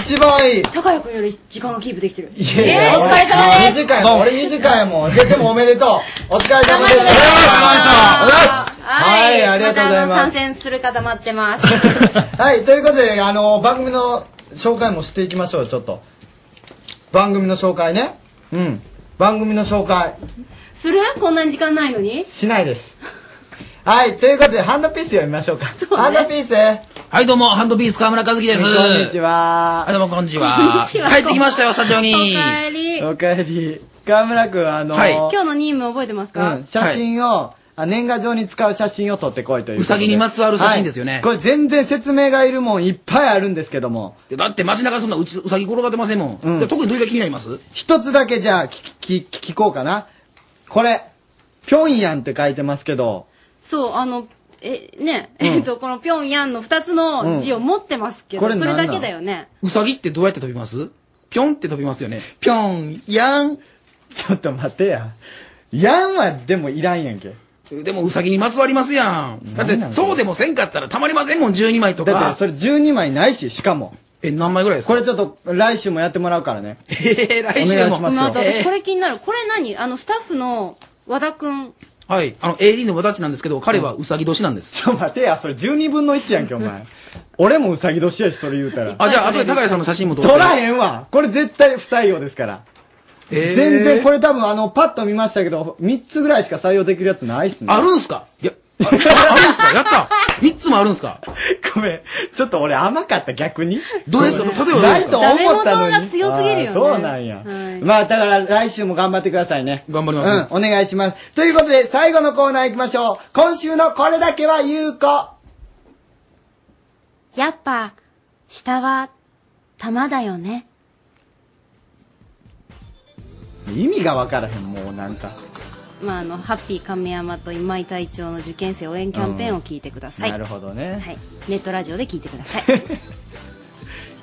一番いい高谷君より時間がキープできてるいやお疲れ様です2時間やもん俺2時間やもんででもおめでとうお疲れ様でしたお疲れ様でしたお疲れ様ですはいはいありがとうございますたあの参戦する方待ってます。はい、ということで、あの、番組の紹介もしていきましょうよ、ちょっと。番組の紹介ね。うん。番組の紹介、するこんなに時間ないのにしないです。はい、ということで、ハンドピース読みましょうか。ハンドピースはい、どうも、ハンドピース河村和樹です。こんにちはは。い、どうも、こんに ちは。こんにちは帰ってきましたよ、スタジオに。おかえり。おかえり。河村くん、あの、今日の任務覚えてますか、うん、写真を、あ年賀状に使う写真を撮ってこいということうさぎにまつわる写真ですよねはいこれ全然説明がいるもんいっぱいあるんですけどもいやだって街中そんなうち、うさぎ転がってませんもん。で特にどれが気になります一つだけじゃあ聞き聞き聞こうかなこれ「ピョンヤン」って書いてますけどそう、あの、え、ね、うんえっと、このピョンヤンの二つの字を持ってますけど、うんこれそれ何なだんけだよね。うさぎってどうやって飛びますぴょんって飛びますよね。ピョンヤンちょっと待てやヤンはでもいらんやんけでも、うさぎにまつわりますやん。だって、そうでもせんかったらたまりませんもん、12枚とだっかて。それ12枚ないししかもえ何枚ぐらいですかこれちょっと来週もやってもらうからねええ来お願いしまあ、まあすとよ、私これ気になる。これ何あの、スタッフの和田くん。 はい。あの、AD の私なんですけど、彼はうさぎ年なんです。ちょ、待てや、それ12分の1やんけ、お前。俺もうさぎ年やし、それ言うたら。あ、じゃあ、後で高谷さんの写真も撮撮ってらへんわこれ絶対不採用ですから。えー全然、これ多分あの、パッと見ましたけど、3つぐらいしか採用できるやつないっすね。あるんすかいや、ああるんすかやった3つもあるんすかごめん。ちょっと俺甘かった、逆に。どれっすか例えばどれなっいすとか思ったのに。ダメ元が強すぎるよねあーそうなんや。はいまあ、だから来週も頑張ってくださいね。頑張ります。うん、お願いします。ということで、最後のコーナー行きましょう。今週のこれだけは有効。やっぱ、下は、玉だよね。意味がわからへん、もうなんか。まあ、あの、ハッピー亀山と今井隊長の受験生応援キャンペーンを聞いてください。なるほどね。はい。ネットラジオで聞いてくださ い。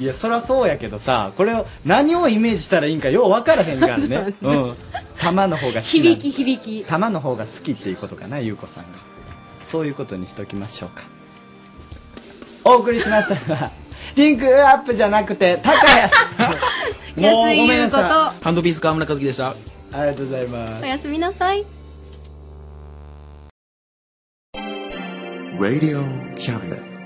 いやそりゃそうやけどさこれを何をイメージしたらいいんかよう分からへんからね そうねうん玉の方が好き響なき響き。玉の方が好きっていうことかな優子さんがそういうことにしときましょうかお送りしましたのはリンクアップじゃなくて高谷もうごめんなさハンドピース河村和樹でした。いありがとうございますおやすみなさい。 Radio Cabinet.